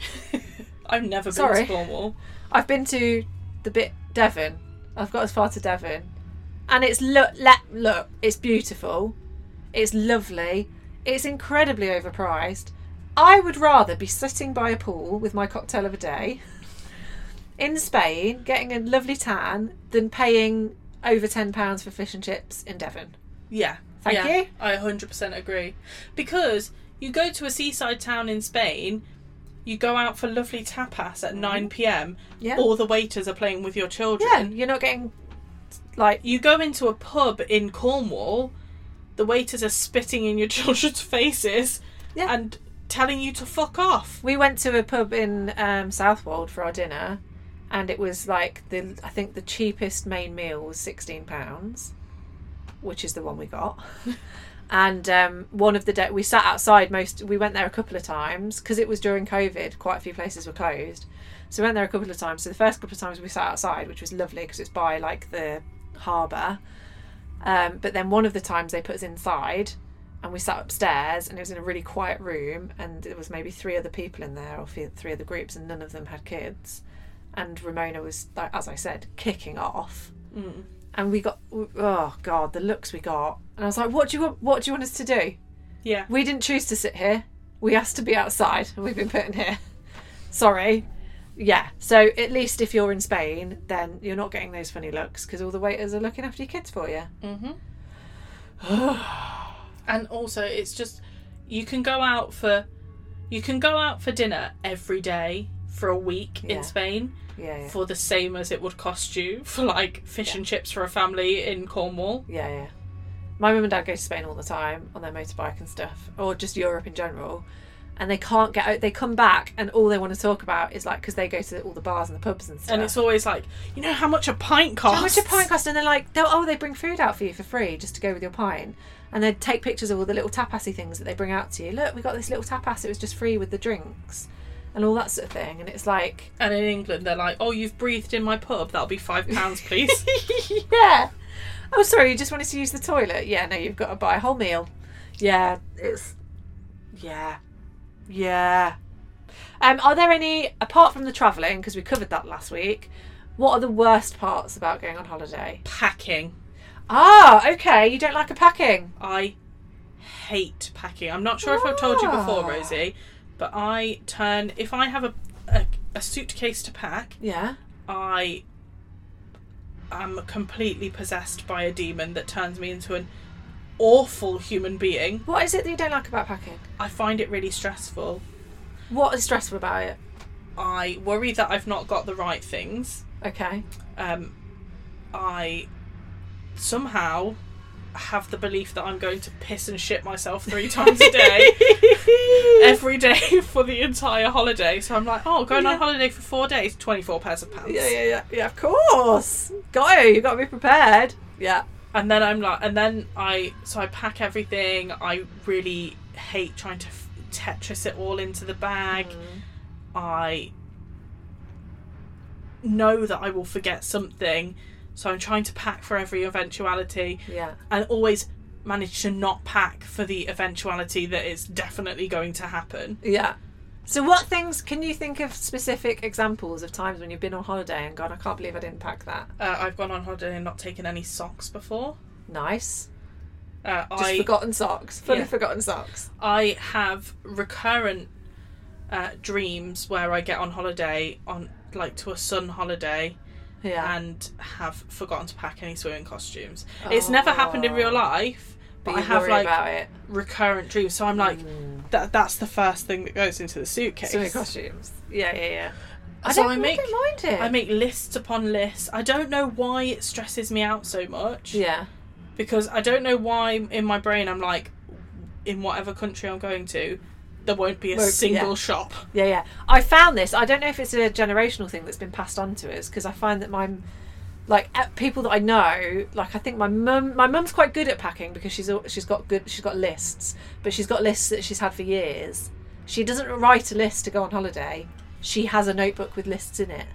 Speaker 1: I've never been to
Speaker 2: Sorry.
Speaker 1: Cornwall.
Speaker 2: I've been to the bit Devon. I've got as far to Devon, and it's look let look. It's beautiful. It's lovely. It's incredibly overpriced. I would rather be sitting by a pool with my cocktail of a day [laughs] in Spain, getting a lovely tan, than paying over ten pounds for fish and chips in Devon.
Speaker 1: Yeah.
Speaker 2: Thank
Speaker 1: yeah,
Speaker 2: you.
Speaker 1: I 100% agree. Because you go to a seaside town in Spain, you go out for lovely tapas at 9 pm,
Speaker 2: Mm-hmm. Yeah.
Speaker 1: all the waiters are playing with your children.
Speaker 2: Yeah, you're not getting like
Speaker 1: you go into a pub in Cornwall, the waiters are spitting in your [laughs] children's faces
Speaker 2: Yeah.
Speaker 1: and telling you to fuck off.
Speaker 2: we went to a pub in um, Southwold for our dinner, and it was like the I think the cheapest main meal was sixteen pounds, which is the one we got. and um, one of the day we sat outside most. We went there a couple of times because it was during COVID. Quite a few places were closed, so we went there a couple of times. So the first couple of times we sat outside, which was lovely because it's by like the harbour. Um, but then one of the times they put us inside. And we sat upstairs, and it was in a really quiet room, and there was maybe three other people in there, or fe- three other groups, and none of them had kids and Ramona was like, as I said, kicking off.
Speaker 1: Mm.
Speaker 2: And we got, oh god, the looks we got. And I was like, what do you want? What do you want us to do?
Speaker 1: Yeah.
Speaker 2: We didn't choose to sit here. We asked to be outside, and we've been put in here. Sorry. Yeah. So at least if you're in Spain, then you're not getting those funny looks because all the waiters are looking after your kids for you.
Speaker 1: Mm-hmm. and also, it's just you can go out for you can go out for dinner every day for a week
Speaker 2: Yeah.
Speaker 1: in Spain
Speaker 2: Yeah. Yeah.
Speaker 1: for the same as it would cost you [laughs] for like fish
Speaker 2: Yeah.
Speaker 1: and chips for a family in Cornwall.
Speaker 2: Yeah, yeah. My mum and dad go to Spain all the time on their motorbike and stuff, or just Europe in general. And they can't get out. They come back, and all they want to talk about is like because they go to all the bars and the pubs and stuff.
Speaker 1: And it's always like, you know how much a pint costs?
Speaker 2: how much a pint cost? And they're like, they'll- oh, they bring food out for you for free just to go with your pint. And they take pictures of all the little tapasy things that they bring out to you. Look, we got this little tapas. It was just free with the drinks, and all that sort of thing. And it's like,
Speaker 1: And in England, they're like, oh, you've breathed in my pub. That'll be five pounds,
Speaker 2: [laughs]
Speaker 1: please.
Speaker 2: yeah. Oh, sorry, you just wanted to use the toilet. Yeah, no, you've got to buy a whole meal. Yeah, it's. Yeah. Yeah. Um, are there any, apart from the travelling, because we covered that last week, what are the worst parts about going on holiday?
Speaker 1: Packing.
Speaker 2: Ah, okay, you don't like a packing.
Speaker 1: I hate packing. I'm not sure if I've told you before,
Speaker 2: Ah.
Speaker 1: Rosie, but I turn if I have a a, a suitcase to pack,
Speaker 2: Yeah.
Speaker 1: I am completely possessed by a demon that turns me into an awful human being.
Speaker 2: What is it that you don't like about packing?
Speaker 1: I find it really stressful.
Speaker 2: What is stressful about it?
Speaker 1: I worry that I've not got the right things.
Speaker 2: Okay.
Speaker 1: Um, I somehow have the belief that I'm going to piss and shit myself three times a day. every day [laughs] for the entire holiday. So I'm like, oh, going
Speaker 2: Yeah.
Speaker 1: on holiday for four days, twenty four pairs of pants.
Speaker 2: [laughs] yeah, yeah, yeah, yeah, of course. Got you, you got to be prepared. Yeah.
Speaker 1: And then I'm like, and then I so I pack everything. I really hate trying to f- Tetris it all into the bag.
Speaker 2: Mm.
Speaker 1: I know that I will forget something, so I'm trying to pack for every eventuality,
Speaker 2: Yeah.
Speaker 1: and always manage to not pack for the eventuality that is definitely going to happen.
Speaker 2: Yeah. So, what things can you think of specific examples of times when you've been on holiday and gone, I can't believe I didn't pack that?
Speaker 1: Uh, I've gone on holiday and not taken any socks before.
Speaker 2: Nice.
Speaker 1: Uh,
Speaker 2: Just
Speaker 1: I
Speaker 2: forgotten socks. Fully
Speaker 1: Yeah.
Speaker 2: forgotten socks.
Speaker 1: I have recurrent uh, dreams where I get on holiday on like to a sun holiday
Speaker 2: Yeah.
Speaker 1: and have forgotten to pack any swimming costumes.
Speaker 2: Oh.
Speaker 1: It's never happened in real life, but, I
Speaker 2: but you
Speaker 1: have
Speaker 2: worry
Speaker 1: like
Speaker 2: about it.
Speaker 1: recurrent dreams. So I'm like, that that's the first thing that goes into the suitcase.
Speaker 2: Swimming costumes. Yeah, yeah, yeah. I
Speaker 1: So
Speaker 2: don't,
Speaker 1: I make-
Speaker 2: I don't mind it.
Speaker 1: I make lists upon lists. I don't know why it stresses me out so much
Speaker 2: yeah.
Speaker 1: because I don't know why in my brain I'm like, in whatever country I'm going to, there won't be a
Speaker 2: Won't- yeah.
Speaker 1: single shop.
Speaker 2: Yeah, yeah. I found this. I don't know if it's a generational thing that's been passed on to us because I find that my like uh, people that I know, like I think my mum, my mum's quite good at packing because she's al- she's got good she's got lists, but she's got lists that she's had for years. She doesn't write a list to go on holiday. She has a notebook with lists in it.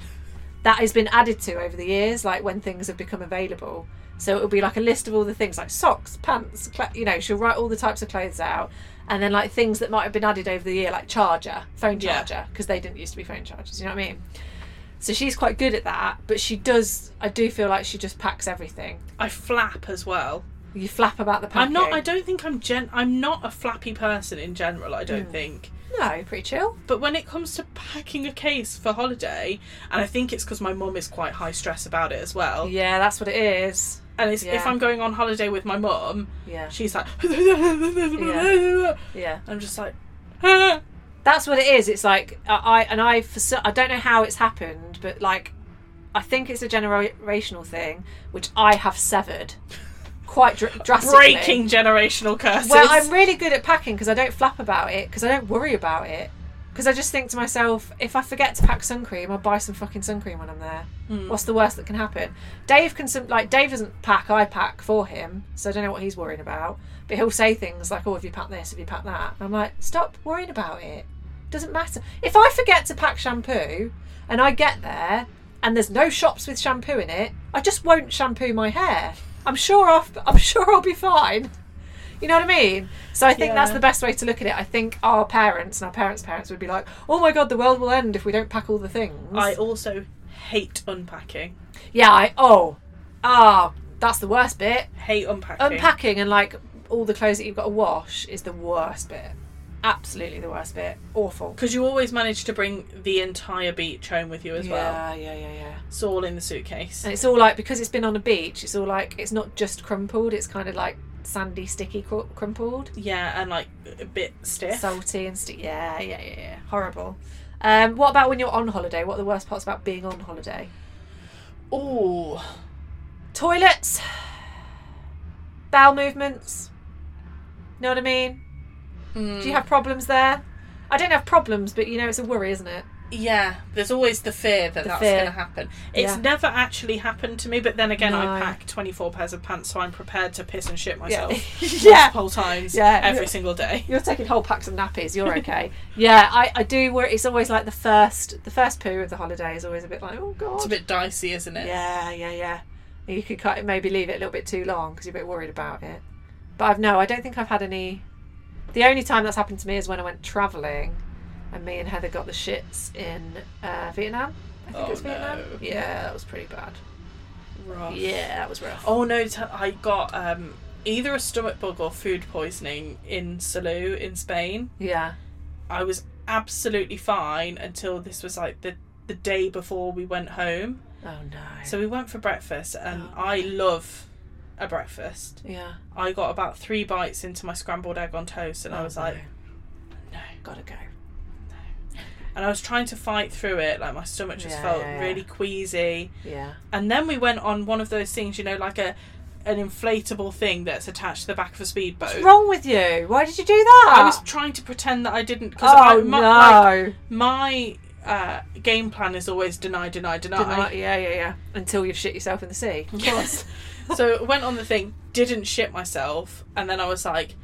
Speaker 2: That has been added to over the years, like when things have become available. So it'll be like a list of all the things, like socks, pants, cl- you know. She'll write all the types of clothes out, and then like things that might have been added over the year, like charger, phone
Speaker 1: Yeah.
Speaker 2: charger, because they didn't used to be phone chargers. You know what I mean? So she's quite good at that, but she does. I do feel like she just packs everything.
Speaker 1: I flap as well.
Speaker 2: You flap about the packing.
Speaker 1: I'm not. I don't think I'm gen. I'm not a flappy person in general. I
Speaker 2: Hmm.
Speaker 1: don't think.
Speaker 2: No, pretty chill.
Speaker 1: But when it comes to packing a case for holiday, and I think it's because my mum is quite high stress about it as well.
Speaker 2: Yeah, that's what it is.
Speaker 1: And it's, if
Speaker 2: Yeah.
Speaker 1: I'm going on holiday with my mum,
Speaker 2: Yeah,
Speaker 1: she's like, [laughs]
Speaker 2: yeah.
Speaker 1: I'm just like, "Ah."
Speaker 2: That's what it is. It's like I I- and I. For, so- I don't know how it's happened, but like, I think it's a generational thing which I have severed quite dr- drastically.
Speaker 1: breaking generational curses.
Speaker 2: Well, I'm really good at packing because I don't flap about it because I don't worry about it. Because I just think to myself, if I forget to pack sun cream, I'll buy some fucking sun cream when I'm there.
Speaker 1: Mm.
Speaker 2: What's the worst that can happen? Dave can some, like Dave doesn't pack. I pack for him, so I don't know what he's worrying about. But he'll say things like, "Oh, have you packed this? Have you packed that?" And I'm like, "Stop worrying about it. Doesn't matter. If I forget to pack shampoo, and I get there, and there's no shops with shampoo in it, I just won't shampoo my hair. I'm sure I'll, [laughs] I'm sure I'll be fine." You know what I mean? So I think that's
Speaker 1: Yeah.
Speaker 2: the best way to look at it. I think our parents and our parents' parents would be like, "Oh my god, the world will end if we don't pack all the things."
Speaker 1: I also hate unpacking.
Speaker 2: Yeah, I oh. Ah, that's the worst bit.
Speaker 1: Hate unpacking.
Speaker 2: Unpacking and like all the clothes that you've got to wash is the worst bit. Absolutely the worst bit. Awful.
Speaker 1: Because you always manage to bring the entire beach home with you as well.
Speaker 2: Yeah, yeah, yeah, yeah.
Speaker 1: It's all in the suitcase.
Speaker 2: And it's all like because it's been on a beach, it's all like it's not just crumpled, it's kind of like sandy, sticky cr- crumpled,
Speaker 1: Yeah, and like a bit stiff.
Speaker 2: salty and sticky. Yeah, yeah, yeah, yeah. Horrible. Um, what about when you're on holiday? What are the worst parts about being on holiday?
Speaker 1: Ooh.
Speaker 2: Toilets, bowel movements. Know what I mean? Do you have problems there? I don't have problems, but you know, it's a worry, isn't it?
Speaker 1: Yeah, there's always the fear that
Speaker 2: The
Speaker 1: that's
Speaker 2: fear.
Speaker 1: going to happen. It's
Speaker 2: Yeah.
Speaker 1: never actually happened to me, but then again, I
Speaker 2: No.
Speaker 1: pack 24 pairs of pants, so I'm prepared to piss and shit myself
Speaker 2: [laughs] yeah.
Speaker 1: multiple times
Speaker 2: Yeah.
Speaker 1: every single day.
Speaker 2: You're taking whole packs of nappies. You're okay. [laughs] yeah, I, I do worry. It's always like the first, the first poo of the holiday is always a bit like, oh god.
Speaker 1: It's a bit dicey, isn't it?
Speaker 2: yeah, yeah, yeah. You could cut it, maybe leave it a little bit too long because you're a bit worried about it. But I've no, I don't think I've had any. The only time that's happened to me is when I went travelling, and me and Heather got the shits in uh, Vietnam. I think
Speaker 1: Oh,
Speaker 2: it was Vietnam.
Speaker 1: no.
Speaker 2: Yeah, that was pretty bad.
Speaker 1: Rough.
Speaker 2: Yeah, that was rough.
Speaker 1: Oh no, t- I got um, either a stomach bug or food poisoning in Salou in Spain.
Speaker 2: Yeah.
Speaker 1: I was absolutely fine until this was like the the day before we went home.
Speaker 2: Oh no.
Speaker 1: So we went for breakfast, and
Speaker 2: Oh.
Speaker 1: I love a breakfast.
Speaker 2: yeah.
Speaker 1: I got about three bites into my scrambled egg on toast, and I
Speaker 2: Oh,
Speaker 1: was like,
Speaker 2: no, gotta go.
Speaker 1: and I was trying to fight through it. Like my stomach just
Speaker 2: Yeah,
Speaker 1: felt
Speaker 2: yeah, yeah.
Speaker 1: really queasy.
Speaker 2: Yeah.
Speaker 1: And then we went on one of those things, you know, like a an inflatable thing that's attached to the back of a speedboat.
Speaker 2: What's wrong with you? Why did you do that?
Speaker 1: I was trying to pretend that I didn't because
Speaker 2: oh
Speaker 1: I my,
Speaker 2: no.
Speaker 1: like, my uh, game plan is always deny, deny, deny.
Speaker 2: Didn't like- yeah, yeah, yeah. Until you've shit yourself in the sea. Of
Speaker 1: Yes. so I went on the thing, didn't shit myself, and then I was like,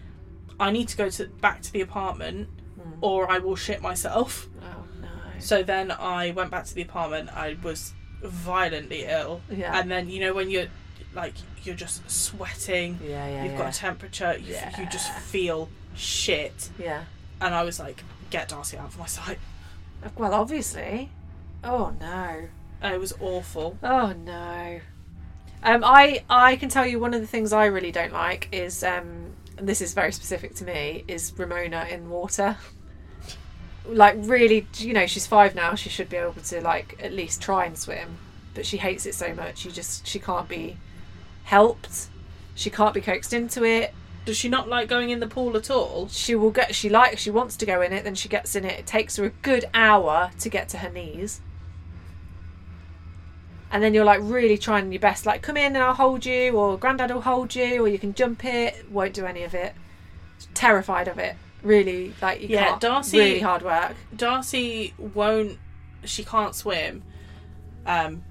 Speaker 1: I need to go to back to the apartment,
Speaker 2: [laughs] Mm.
Speaker 1: or I will shit myself.
Speaker 2: Oh no.
Speaker 1: So then I went back to the apartment. I was violently ill,
Speaker 2: Yeah.
Speaker 1: and then you know when you're like you're just sweating,
Speaker 2: yeah, yeah.
Speaker 1: you've
Speaker 2: yeah.
Speaker 1: got a temperature, you, f- you just
Speaker 2: Yeah.
Speaker 1: feel shit,
Speaker 2: yeah.
Speaker 1: and I was like, get Darcy out of my sight.
Speaker 2: Well, obviously. Oh no.
Speaker 1: It was awful.
Speaker 2: Oh no. Um, I I can tell you one of the things I really don't like is um, and this is very specific to me is Ramona in water. Like really, you know, she's five now. She should be able to like at least try and swim, but she hates it so much. She just she can't be helped. She can't be coaxed into it.
Speaker 1: Does she not like going in the pool at all?
Speaker 2: She will get. She likes. She wants to go in it. Then she gets in it. It takes her a good hour to get to her knees. And then you're like really trying your best, like come in and I'll hold you, or Grandad will hold you, or you can jump it. Won't do any of it. Terrified of it. Really, like you
Speaker 1: Yeah,
Speaker 2: can't.
Speaker 1: Darcy-
Speaker 2: Really hard work.
Speaker 1: Darcy won't. She can't swim, um,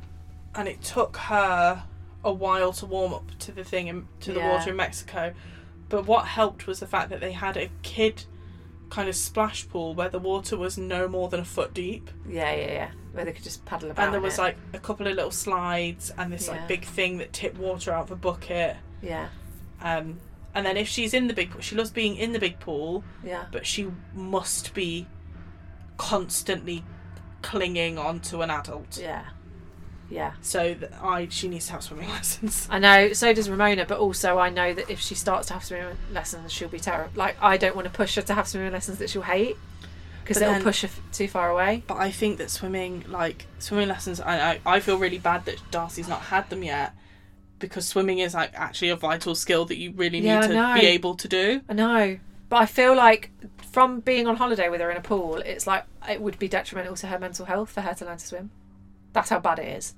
Speaker 1: and it took her a while to warm up to the thing in, to the
Speaker 2: Yeah.
Speaker 1: water in Mexico. But what helped was the fact that they had a kid kind of splash pool where the water was no more than a foot deep,
Speaker 2: Yeah, yeah, yeah. Where they could just paddle about.
Speaker 1: and there
Speaker 2: in
Speaker 1: was
Speaker 2: it.
Speaker 1: like a couple of little slides and this
Speaker 2: Yeah.
Speaker 1: like big thing that tipped water out of a bucket.
Speaker 2: yeah,
Speaker 1: Um, and then if she's in the big, pool, she loves being in the big pool.
Speaker 2: yeah,
Speaker 1: but she must be constantly clinging onto an adult.
Speaker 2: yeah, yeah.
Speaker 1: So th- I she needs to have swimming [laughs] lessons.
Speaker 2: I know, so does Ramona, but also I know that if she starts to have swimming lessons, she'll be terrible. Like, I don't want to push her to have swimming lessons that she'll hate because
Speaker 1: But
Speaker 2: it'll
Speaker 1: then-
Speaker 2: push her f- too far away.
Speaker 1: But I think that swimming, like swimming lessons, I I, I feel really bad that Darcy's not had them yet because swimming is like actually a vital skill that you really need
Speaker 2: Yeah, I
Speaker 1: to
Speaker 2: know.
Speaker 1: be able to do.
Speaker 2: I know, but I feel like from being on holiday with her in a pool, it's like it would be detrimental to her mental health for her to learn to swim. That's how bad it is.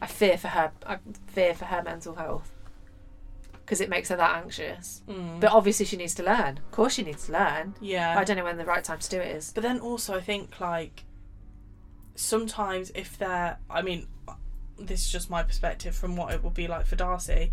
Speaker 2: I fear for her. I fear for her mental health. because it makes her that anxious.
Speaker 1: Mm.
Speaker 2: But obviously, she needs to learn. Of course, she needs to learn.
Speaker 1: Yeah.
Speaker 2: I don't know when the right time to do it is.
Speaker 1: But then also, I think like sometimes if they're, I mean, this is just my perspective from what it will be like for Darcy.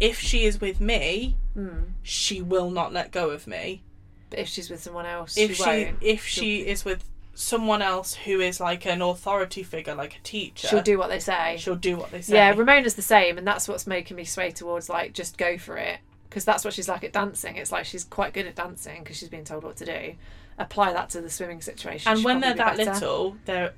Speaker 1: If she is with me,
Speaker 2: Mm.
Speaker 1: she will not let go of me.
Speaker 2: But if she's with someone else,
Speaker 1: If
Speaker 2: she,
Speaker 1: she,
Speaker 2: won't.
Speaker 1: if she is with someone else who is like an authority figure, like a teacher,
Speaker 2: She'll do what they say.
Speaker 1: she'll do what they say.
Speaker 2: Yeah, Ramona's the same, and that's what's making me sway towards like just go for it because that's what she's like at dancing. It's like she's quite good at dancing because she's being told what to do. Apply that to the swimming situation,
Speaker 1: and
Speaker 2: she'll
Speaker 1: when they're
Speaker 2: probably
Speaker 1: that
Speaker 2: be better.
Speaker 1: little, they're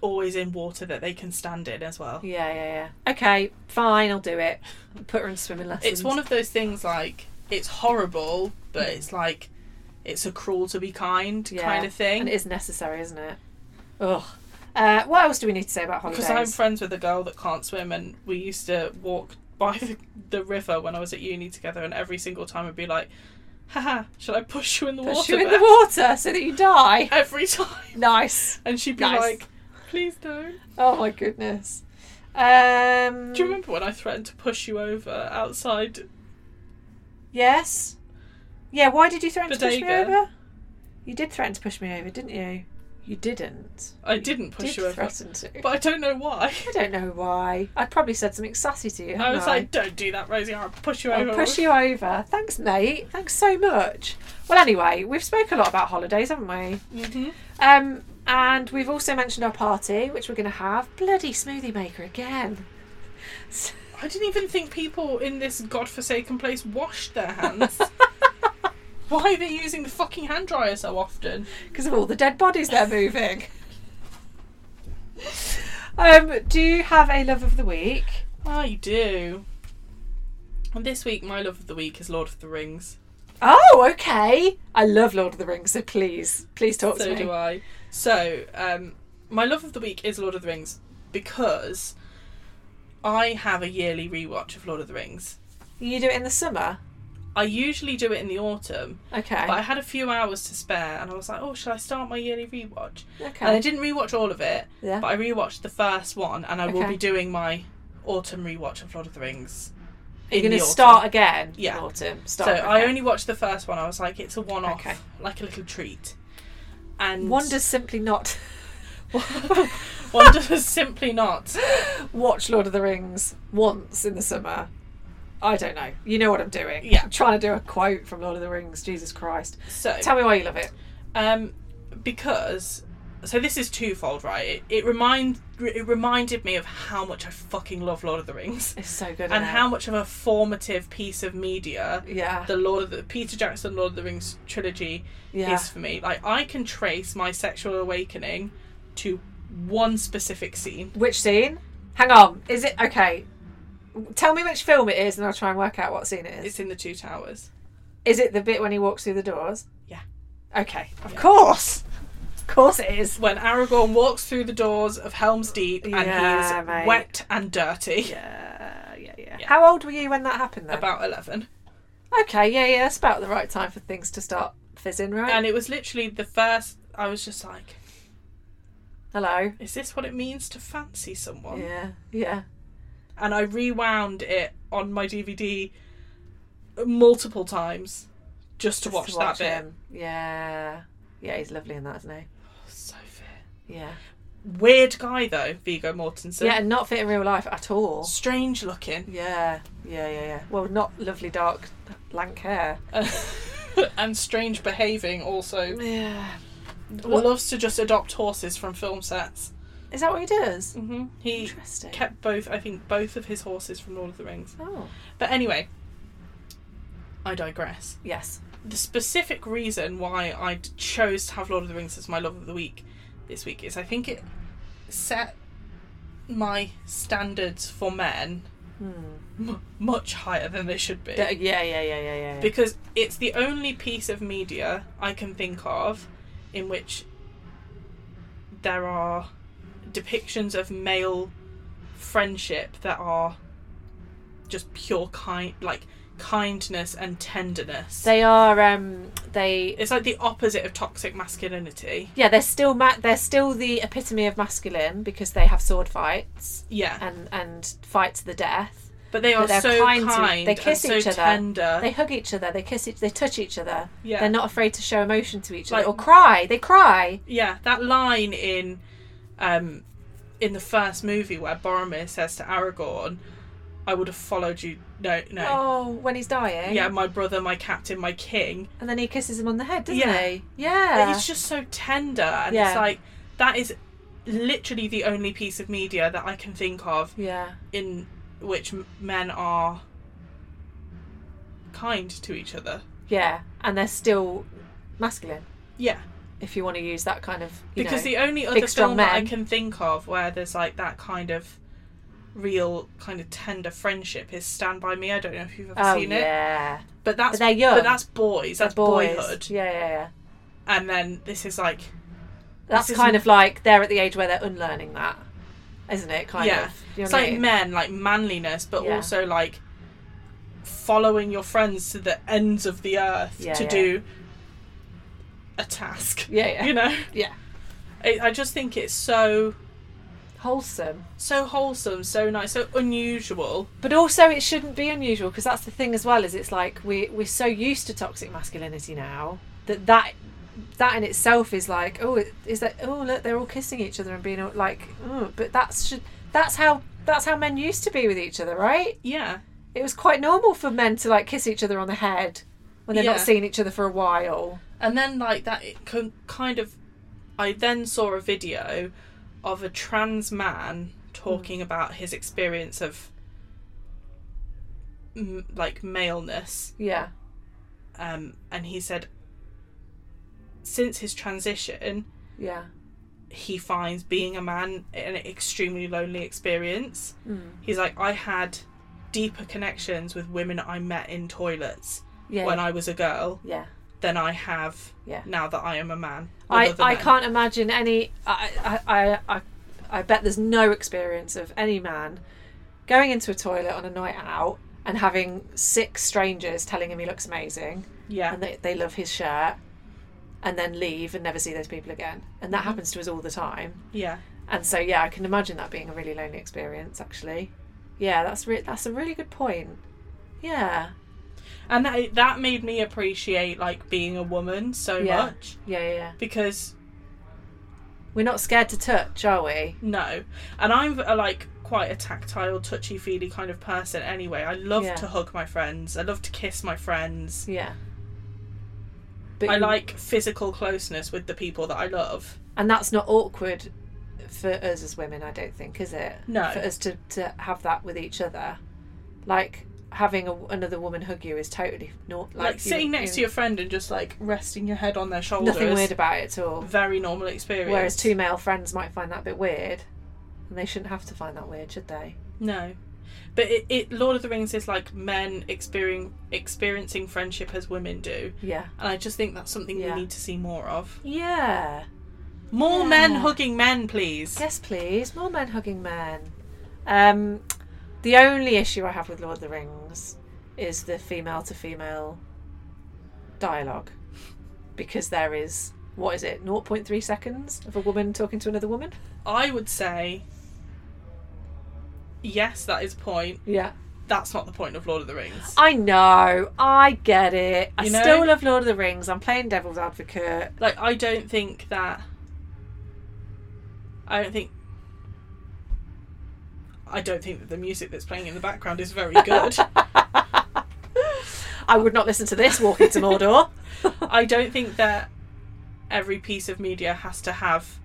Speaker 1: always in water that they can stand in as well.
Speaker 2: Yeah, yeah, yeah. Okay, fine, I'll do it. Put her in swimming lessons.
Speaker 1: It's one of those things like it's horrible, but it's like it's a cruel to be kind
Speaker 2: Yeah,
Speaker 1: kind of thing.
Speaker 2: and it is necessary, isn't it? Ugh. Uh, what else do we need to say about holidays?
Speaker 1: Because I'm friends with a girl that can't swim, and we used to walk by [laughs] the, the river when I was at uni together, and every single time I'd be like, haha, should I push you in the
Speaker 2: Push
Speaker 1: water?
Speaker 2: you in the
Speaker 1: Beth?"
Speaker 2: water so that you die.
Speaker 1: [laughs]
Speaker 2: [laughs]
Speaker 1: Every time.
Speaker 2: Nice.
Speaker 1: And she'd be
Speaker 2: Nice.
Speaker 1: like, please don't.
Speaker 2: Oh my goodness. Um,
Speaker 1: Do you remember when I threatened to push you over outside?
Speaker 2: Yes. Yeah, why did you threaten to push me
Speaker 1: Bodega.
Speaker 2: over? You did threaten to push me over, didn't you? You didn't.
Speaker 1: I didn't push
Speaker 2: did
Speaker 1: you over.
Speaker 2: threaten to.
Speaker 1: But I don't know why.
Speaker 2: I don't know why. I probably said something sassy to you.
Speaker 1: I
Speaker 2: hadn't
Speaker 1: was like, don't do that, Rosie, I'll push you
Speaker 2: I'll
Speaker 1: over.
Speaker 2: push you over. Thanks, mate. Thanks so much. Well, anyway, we've spoke a lot about holidays, haven't we?
Speaker 1: hmm
Speaker 2: Um, and we've also mentioned our party, which we're going to have. Bloody smoothie
Speaker 1: [laughs]
Speaker 2: maker again. [laughs]
Speaker 1: I didn't even think people in this godforsaken place washed their
Speaker 2: [laughs]
Speaker 1: hands. why are they using the fucking hand dryer so often?
Speaker 2: because of all the dead bodies they're moving. um, do you have a love of the week?
Speaker 1: I do. And this week, my love of the week is Lord of the Rings.
Speaker 2: Oh, okay. I love Lord of the Rings, so please, please talk
Speaker 1: so
Speaker 2: to me.
Speaker 1: do I. So, um, my love of the week is Lord of the Rings because I have a yearly rewatch of Lord of the Rings.
Speaker 2: You do it in the summer,
Speaker 1: I usually do it in the autumn,
Speaker 2: okay?
Speaker 1: but I had a few hours to spare, and I was like, "Oh, shall I start my yearly rewatch?" And I
Speaker 2: Okay.
Speaker 1: didn't rewatch all of it,
Speaker 2: Yeah.
Speaker 1: but I rewatched the first one, and I will
Speaker 2: Okay.
Speaker 1: be doing my autumn rewatch of Lord of the Rings.
Speaker 2: Are you
Speaker 1: in
Speaker 2: going to
Speaker 1: the autumn.
Speaker 2: start again? in
Speaker 1: Yeah.
Speaker 2: autumn.
Speaker 1: So
Speaker 2: Start.
Speaker 1: I
Speaker 2: okay.
Speaker 1: only watched the first one. I was like, it's a one-off,
Speaker 2: Okay.
Speaker 1: like a little treat. And [laughs]
Speaker 2: one does simply not [laughs]
Speaker 1: one does [laughs] simply not.
Speaker 2: watch Lord of the Rings once in the summer. I don't know. You know what I'm doing.
Speaker 1: Yeah.
Speaker 2: I'm trying to do a quote from Lord of the Rings. Jesus Christ.
Speaker 1: So,
Speaker 2: Tell me why you love it.
Speaker 1: um, because so this is twofold, right? It, it remind it reminded me of how much I fucking love Lord of the Rings
Speaker 2: It's so good.
Speaker 1: and
Speaker 2: isn't it?
Speaker 1: how much of a formative piece of media
Speaker 2: Yeah.
Speaker 1: the Lord of the Peter Jackson Lord of the Rings trilogy
Speaker 2: yeah.
Speaker 1: is for me. Like I can trace my sexual awakening to one specific scene.
Speaker 2: Which scene? Hang on. Is it okay? Tell me which film it is, and I'll try and work out what scene it is.
Speaker 1: It's in the Two Towers.
Speaker 2: Is it the bit when he walks through the doors?
Speaker 1: Yeah.
Speaker 2: Okay. Of
Speaker 1: Yeah.
Speaker 2: course. Of course it is.
Speaker 1: when Aragorn walks through the doors of Helm's Deep and
Speaker 2: Yeah,
Speaker 1: he's
Speaker 2: mate.
Speaker 1: wet and dirty.
Speaker 2: Yeah, yeah, yeah.
Speaker 1: Yeah.
Speaker 2: How old were you when that happened? Then?
Speaker 1: About 11.
Speaker 2: okay. Yeah, yeah. That's about the right time for things to start fizzing, right?
Speaker 1: And it was literally the first. I was just like,
Speaker 2: Hello.
Speaker 1: is this what it means to fancy someone?
Speaker 2: Yeah. Yeah.
Speaker 1: And I rewound it on my DVD multiple times just to
Speaker 2: Just
Speaker 1: watch that bit.
Speaker 2: him. Yeah. Yeah, he's lovely in that, isn't
Speaker 1: So fair.
Speaker 2: he? Yeah.
Speaker 1: Weird guy though, Vigo Mortensen.
Speaker 2: yeah, and not fit in real life at all.
Speaker 1: Strange looking. [laughs]
Speaker 2: Yeah. Yeah, yeah, yeah. Well, not lovely dark lank hair.
Speaker 1: and strange behaving also.
Speaker 2: Yeah. What-
Speaker 1: Loves to just adopt horses from film sets.
Speaker 2: Is that what he does?
Speaker 1: Mm-hmm. He
Speaker 2: Interesting.
Speaker 1: kept both I think both of his horses from Lord of the Rings.
Speaker 2: Oh.
Speaker 1: But anyway, I digress.
Speaker 2: Yes.
Speaker 1: The specific reason why I d- chose to have Lord of the Rings as my love of the week this week is I think it set my standards for men m- much higher than they should be.
Speaker 2: Yeah, yeah, yeah, yeah, yeah, yeah.
Speaker 1: Because it's the only piece of media I can think of in which there are depictions of male friendship that are just pure kind, like kindness and tenderness.
Speaker 2: they are. Um. They.
Speaker 1: it's like the opposite of toxic masculinity.
Speaker 2: Yeah, they're still ma- they're still the epitome of masculine because they have sword fights
Speaker 1: Yeah.
Speaker 2: and and fight to the death,
Speaker 1: But they are
Speaker 2: But they're
Speaker 1: so
Speaker 2: kind
Speaker 1: kind.
Speaker 2: to- they
Speaker 1: and
Speaker 2: kiss
Speaker 1: so
Speaker 2: each other.
Speaker 1: Tender.
Speaker 2: They hug each other. They kiss. Each, they touch each other.
Speaker 1: yeah.
Speaker 2: They're not afraid to show emotion to each other
Speaker 1: Like-
Speaker 2: or cry. They cry.
Speaker 1: yeah, that line in um in the first movie where Boromir says to Aragorn, I would have followed you no no.
Speaker 2: Oh, when he's dying.
Speaker 1: Yeah, my brother, my captain, my king.
Speaker 2: And then he kisses him on the head, doesn't
Speaker 1: Yeah.
Speaker 2: he?
Speaker 1: Like,
Speaker 2: Yeah.
Speaker 1: it's just so tender and
Speaker 2: Yeah.
Speaker 1: it's like that is literally the only piece of media that I can think of
Speaker 2: yeah.
Speaker 1: in which m- men are kind to each other.
Speaker 2: Yeah. And they're still masculine,
Speaker 1: Yeah.
Speaker 2: if you want to use that kind of. You
Speaker 1: Because
Speaker 2: know.
Speaker 1: the only other
Speaker 2: big, strong
Speaker 1: film that I
Speaker 2: men.
Speaker 1: can think of where there's like that kind of real kind of tender friendship is Stand By Me. I don't know if you've ever
Speaker 2: oh
Speaker 1: seen it.
Speaker 2: yeah.
Speaker 1: But that's
Speaker 2: But they're young.
Speaker 1: but that's boys, that's
Speaker 2: They're boys.
Speaker 1: boyhood.
Speaker 2: Yeah, yeah, yeah.
Speaker 1: And then this is like
Speaker 2: That's
Speaker 1: This
Speaker 2: kind
Speaker 1: isn't-
Speaker 2: of like they're at the age where they're unlearning that, isn't it? Kind
Speaker 1: Yeah.
Speaker 2: of. Do you know
Speaker 1: it's
Speaker 2: what I
Speaker 1: like
Speaker 2: mean?
Speaker 1: men, like manliness, but
Speaker 2: Yeah.
Speaker 1: also like following your friends to the ends of the earth
Speaker 2: Yeah,
Speaker 1: to
Speaker 2: yeah.
Speaker 1: do a task.
Speaker 2: Yeah, yeah.
Speaker 1: [laughs] You know?
Speaker 2: Yeah.
Speaker 1: I I just think it's so
Speaker 2: Wholesome.
Speaker 1: so wholesome, so nice, so unusual.
Speaker 2: But also, it shouldn't be unusual because that's the thing as well. Is it's like we we're so used to toxic masculinity now that that that in itself is like oh it- is that oh look they're all kissing each other and being all, like oh but that's should that's how that's how men used to be with each other right
Speaker 1: Yeah.
Speaker 2: it was quite normal for men to like kiss each other on the head when they're not
Speaker 1: Yeah.
Speaker 2: seeing each other for a while
Speaker 1: And then like that it can kind of I then saw a video of a trans man
Speaker 2: Hmm.
Speaker 1: talking about his experience of m- like maleness
Speaker 2: yeah
Speaker 1: um and he said since his transition
Speaker 2: yeah
Speaker 1: he finds being a man an extremely lonely experience.
Speaker 2: Mm.
Speaker 1: He's like I had deeper connections with women I met in toilets
Speaker 2: yeah
Speaker 1: when I was a girl
Speaker 2: yeah
Speaker 1: than I have
Speaker 2: Yeah.
Speaker 1: now that I am a man. with
Speaker 2: I,
Speaker 1: other
Speaker 2: I
Speaker 1: men.
Speaker 2: can't imagine any. I, I, I, I, I bet there's no experience of any man going into a toilet on a night out and having six strangers telling him he looks amazing
Speaker 1: Yeah.
Speaker 2: and that they love his shirt and then leave and never see those people again.
Speaker 1: Mm-hmm.
Speaker 2: And that happens to us all the time.
Speaker 1: Yeah.
Speaker 2: And so, yeah, I can imagine that being a really lonely experience, actually. Yeah, that's re- that's a really good point. Yeah,
Speaker 1: And that that made me appreciate like being a woman so
Speaker 2: Yeah.
Speaker 1: much
Speaker 2: yeah, yeah, yeah.
Speaker 1: because
Speaker 2: We're not scared to touch, are we?
Speaker 1: no. And I'm a, like quite a tactile, touchy-feely kind of person anyway. I love
Speaker 2: Yeah.
Speaker 1: to hug my friends. I love to kiss my friends.
Speaker 2: Yeah. But
Speaker 1: I
Speaker 2: you-
Speaker 1: like physical closeness with the people that I love.
Speaker 2: and that's not awkward for us as women i don't think is it
Speaker 1: No.
Speaker 2: for us to, to have that with each other like having a, another woman hug you is totally not
Speaker 1: Like,
Speaker 2: like, you-
Speaker 1: sitting next to
Speaker 2: you-
Speaker 1: your friend and just like resting your head on their shoulder
Speaker 2: nothing
Speaker 1: is
Speaker 2: weird about it at all
Speaker 1: very normal experience.
Speaker 2: whereas two male friends might find that a bit weird and they shouldn't have to find that weird should they
Speaker 1: No. But it, it Lord of the Rings is like men experiencing experiencing friendship as women do.
Speaker 2: yeah
Speaker 1: And I just think that's something
Speaker 2: Yeah.
Speaker 1: we need to see more of.
Speaker 2: yeah
Speaker 1: More men
Speaker 2: Yeah.
Speaker 1: hugging men, please.
Speaker 2: yes please more men hugging men um the only issue i have with lord of the rings is the female to female dialogue because there is what is it 0.3 seconds of a woman talking to another woman
Speaker 1: I would say yes, that is a point.
Speaker 2: yeah
Speaker 1: That's not the point of Lord of the Rings.
Speaker 2: i know i get it i
Speaker 1: You know-
Speaker 2: still love lord of the rings i'm playing devil's advocate
Speaker 1: Like I don't think that I don't think I don't think that the music that's playing in the background is very
Speaker 2: [laughs]
Speaker 1: good.
Speaker 2: i would not listen to this walking to mordor
Speaker 1: I don't think that every piece of media has to have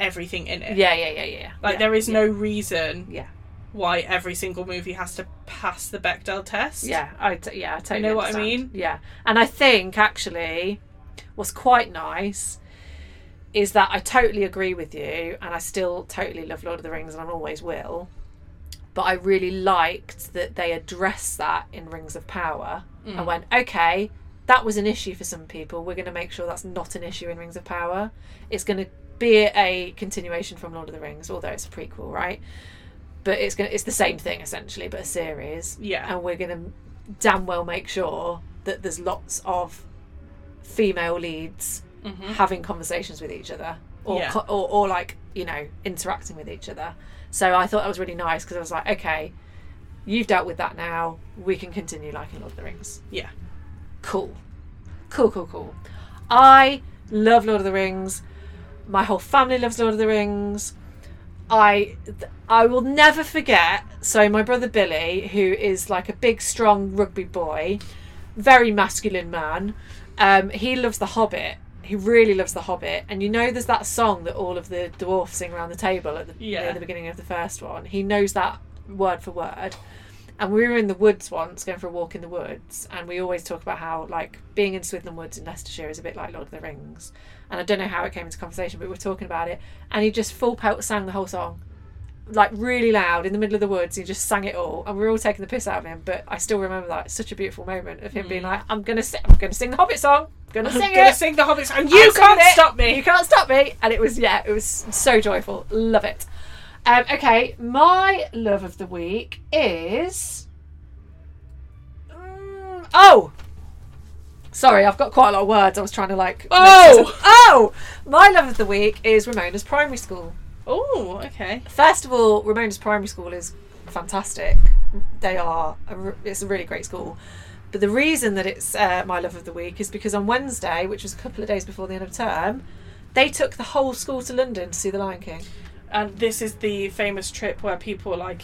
Speaker 1: everything in it.
Speaker 2: yeah yeah yeah yeah
Speaker 1: Like
Speaker 2: yeah,
Speaker 1: there is
Speaker 2: yeah,
Speaker 1: no reason
Speaker 2: yeah
Speaker 1: why every single movie has to pass the Bechdel test.
Speaker 2: Yeah, I t- yeah, I totally
Speaker 1: know what I
Speaker 2: understand.
Speaker 1: mean?
Speaker 2: Yeah, and I think actually, what's quite nice is that I totally agree with you, and I still totally love Lord of the Rings, and I always will. But I really liked that they addressed that in Rings of Power.
Speaker 1: Mm.
Speaker 2: I went, okay, that was an issue for some people. We're going to make sure that's not an issue in Rings of Power. It's going to be a continuation from Lord of the Rings, although it's a prequel, right? But it's going to, it's the same thing essentially, but a series
Speaker 1: Yeah.
Speaker 2: and we're going to damn well make sure that there's lots of female leads
Speaker 1: Mhm.
Speaker 2: having conversations with each other or,
Speaker 1: Yeah.
Speaker 2: co- or or like you know interacting with each other so i thought that was really nice because i was like okay You've dealt with that now. We can continue liking Lord of the Rings.
Speaker 1: Yeah.
Speaker 2: Cool. Cool, cool, cool. I love Lord of the Rings. My whole family loves Lord of the Rings. I th- I will never forget. So my brother Billy, who is like a big, strong rugby boy, very masculine man, um, he loves The Hobbit. He really loves The Hobbit. And you know, there's that song that all of the dwarfs sing around the table at the,
Speaker 1: Yeah.
Speaker 2: near the beginning of the first one. He knows that word for word. And we were in the woods once, going for a walk in the woods, and we always talk about how like being in Swithin Woods in Leicestershire is a bit like Lord of the Rings. And I don't know how it came into conversation, but we were talking about it, and he just full pelt sang the whole song, like really loud in the middle of the woods. He just sang it all, and we were all taking the piss out of him. But I still remember that it's such a beautiful moment of him being like, "I'm gonna, si- I'm gonna sing the Hobbit song,
Speaker 1: [laughs] [laughs]
Speaker 2: gonna
Speaker 1: I'm
Speaker 2: sing
Speaker 1: gonna
Speaker 2: it."
Speaker 1: sing the Hobbits, and
Speaker 2: I'm
Speaker 1: you
Speaker 2: singing
Speaker 1: can't
Speaker 2: it.
Speaker 1: stop
Speaker 2: You
Speaker 1: me.
Speaker 2: can't stop me. And it was yeah, it was so joyful. Love it. Um, okay, my love of the week is. Mm, oh. Sorry, I've got quite a lot of words. I was trying to like. make
Speaker 1: Oh.
Speaker 2: sense of- oh! My love of the week is Ramona's primary school.
Speaker 1: Oh, okay.
Speaker 2: First of all, Ramona's primary school is fantastic. They are, a r it's a really great school. But the reason that it's uh, my love of the week is because on Wednesday, which was a couple of days before the end of term, they took the whole school to London to see The Lion King.
Speaker 1: And this is the famous trip where people are like,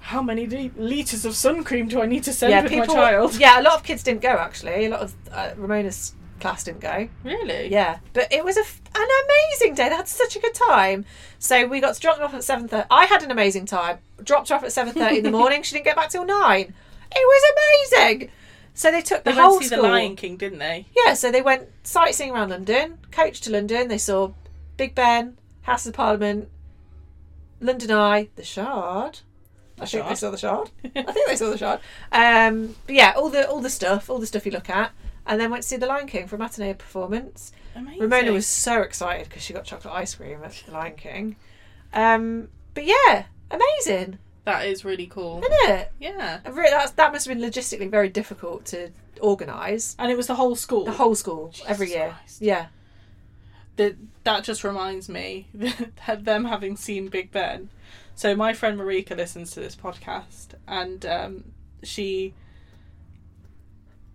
Speaker 1: how many li- liters of sun cream do I need to send with my child?
Speaker 2: [laughs] Yeah, a lot of kids didn't go actually. A lot of uh, Ramona's class didn't go.
Speaker 1: Really?
Speaker 2: Yeah, but it was a f an amazing day. They had such a good time. So we got dropped off at seven thirty. I had an amazing time. Dropped her off at seven thirty in [laughs] the morning. She didn't get back till nine. It was amazing. So they took
Speaker 1: They
Speaker 2: the
Speaker 1: went
Speaker 2: whole
Speaker 1: to see
Speaker 2: school.
Speaker 1: the Lion King, didn't they?
Speaker 2: Yeah, so they went sightseeing around London, coach to London. They saw Big Ben, House of Parliament, London Eye, the Shard. I think they
Speaker 1: Shard.
Speaker 2: saw the [laughs] Shard. I think they saw the Shard. Um, but yeah, all the all the stuff, all the stuff you look at, and then went to see the Lion King for a matinee performance.
Speaker 1: Amazing.
Speaker 2: Ramona was so excited because she got chocolate ice cream at the Lion King. Um, but yeah, amazing,
Speaker 1: That is really cool.
Speaker 2: isn't it?
Speaker 1: Yeah.
Speaker 2: I Really, that's, that must have been logistically very difficult to organise.
Speaker 1: And it was the whole school.
Speaker 2: The whole school every
Speaker 1: Oh, Jesus
Speaker 2: year.
Speaker 1: Christ.
Speaker 2: Yeah.
Speaker 1: that that just reminds me [laughs] that them having seen Big Ben. So my friend Marika listens to this podcast, and um, she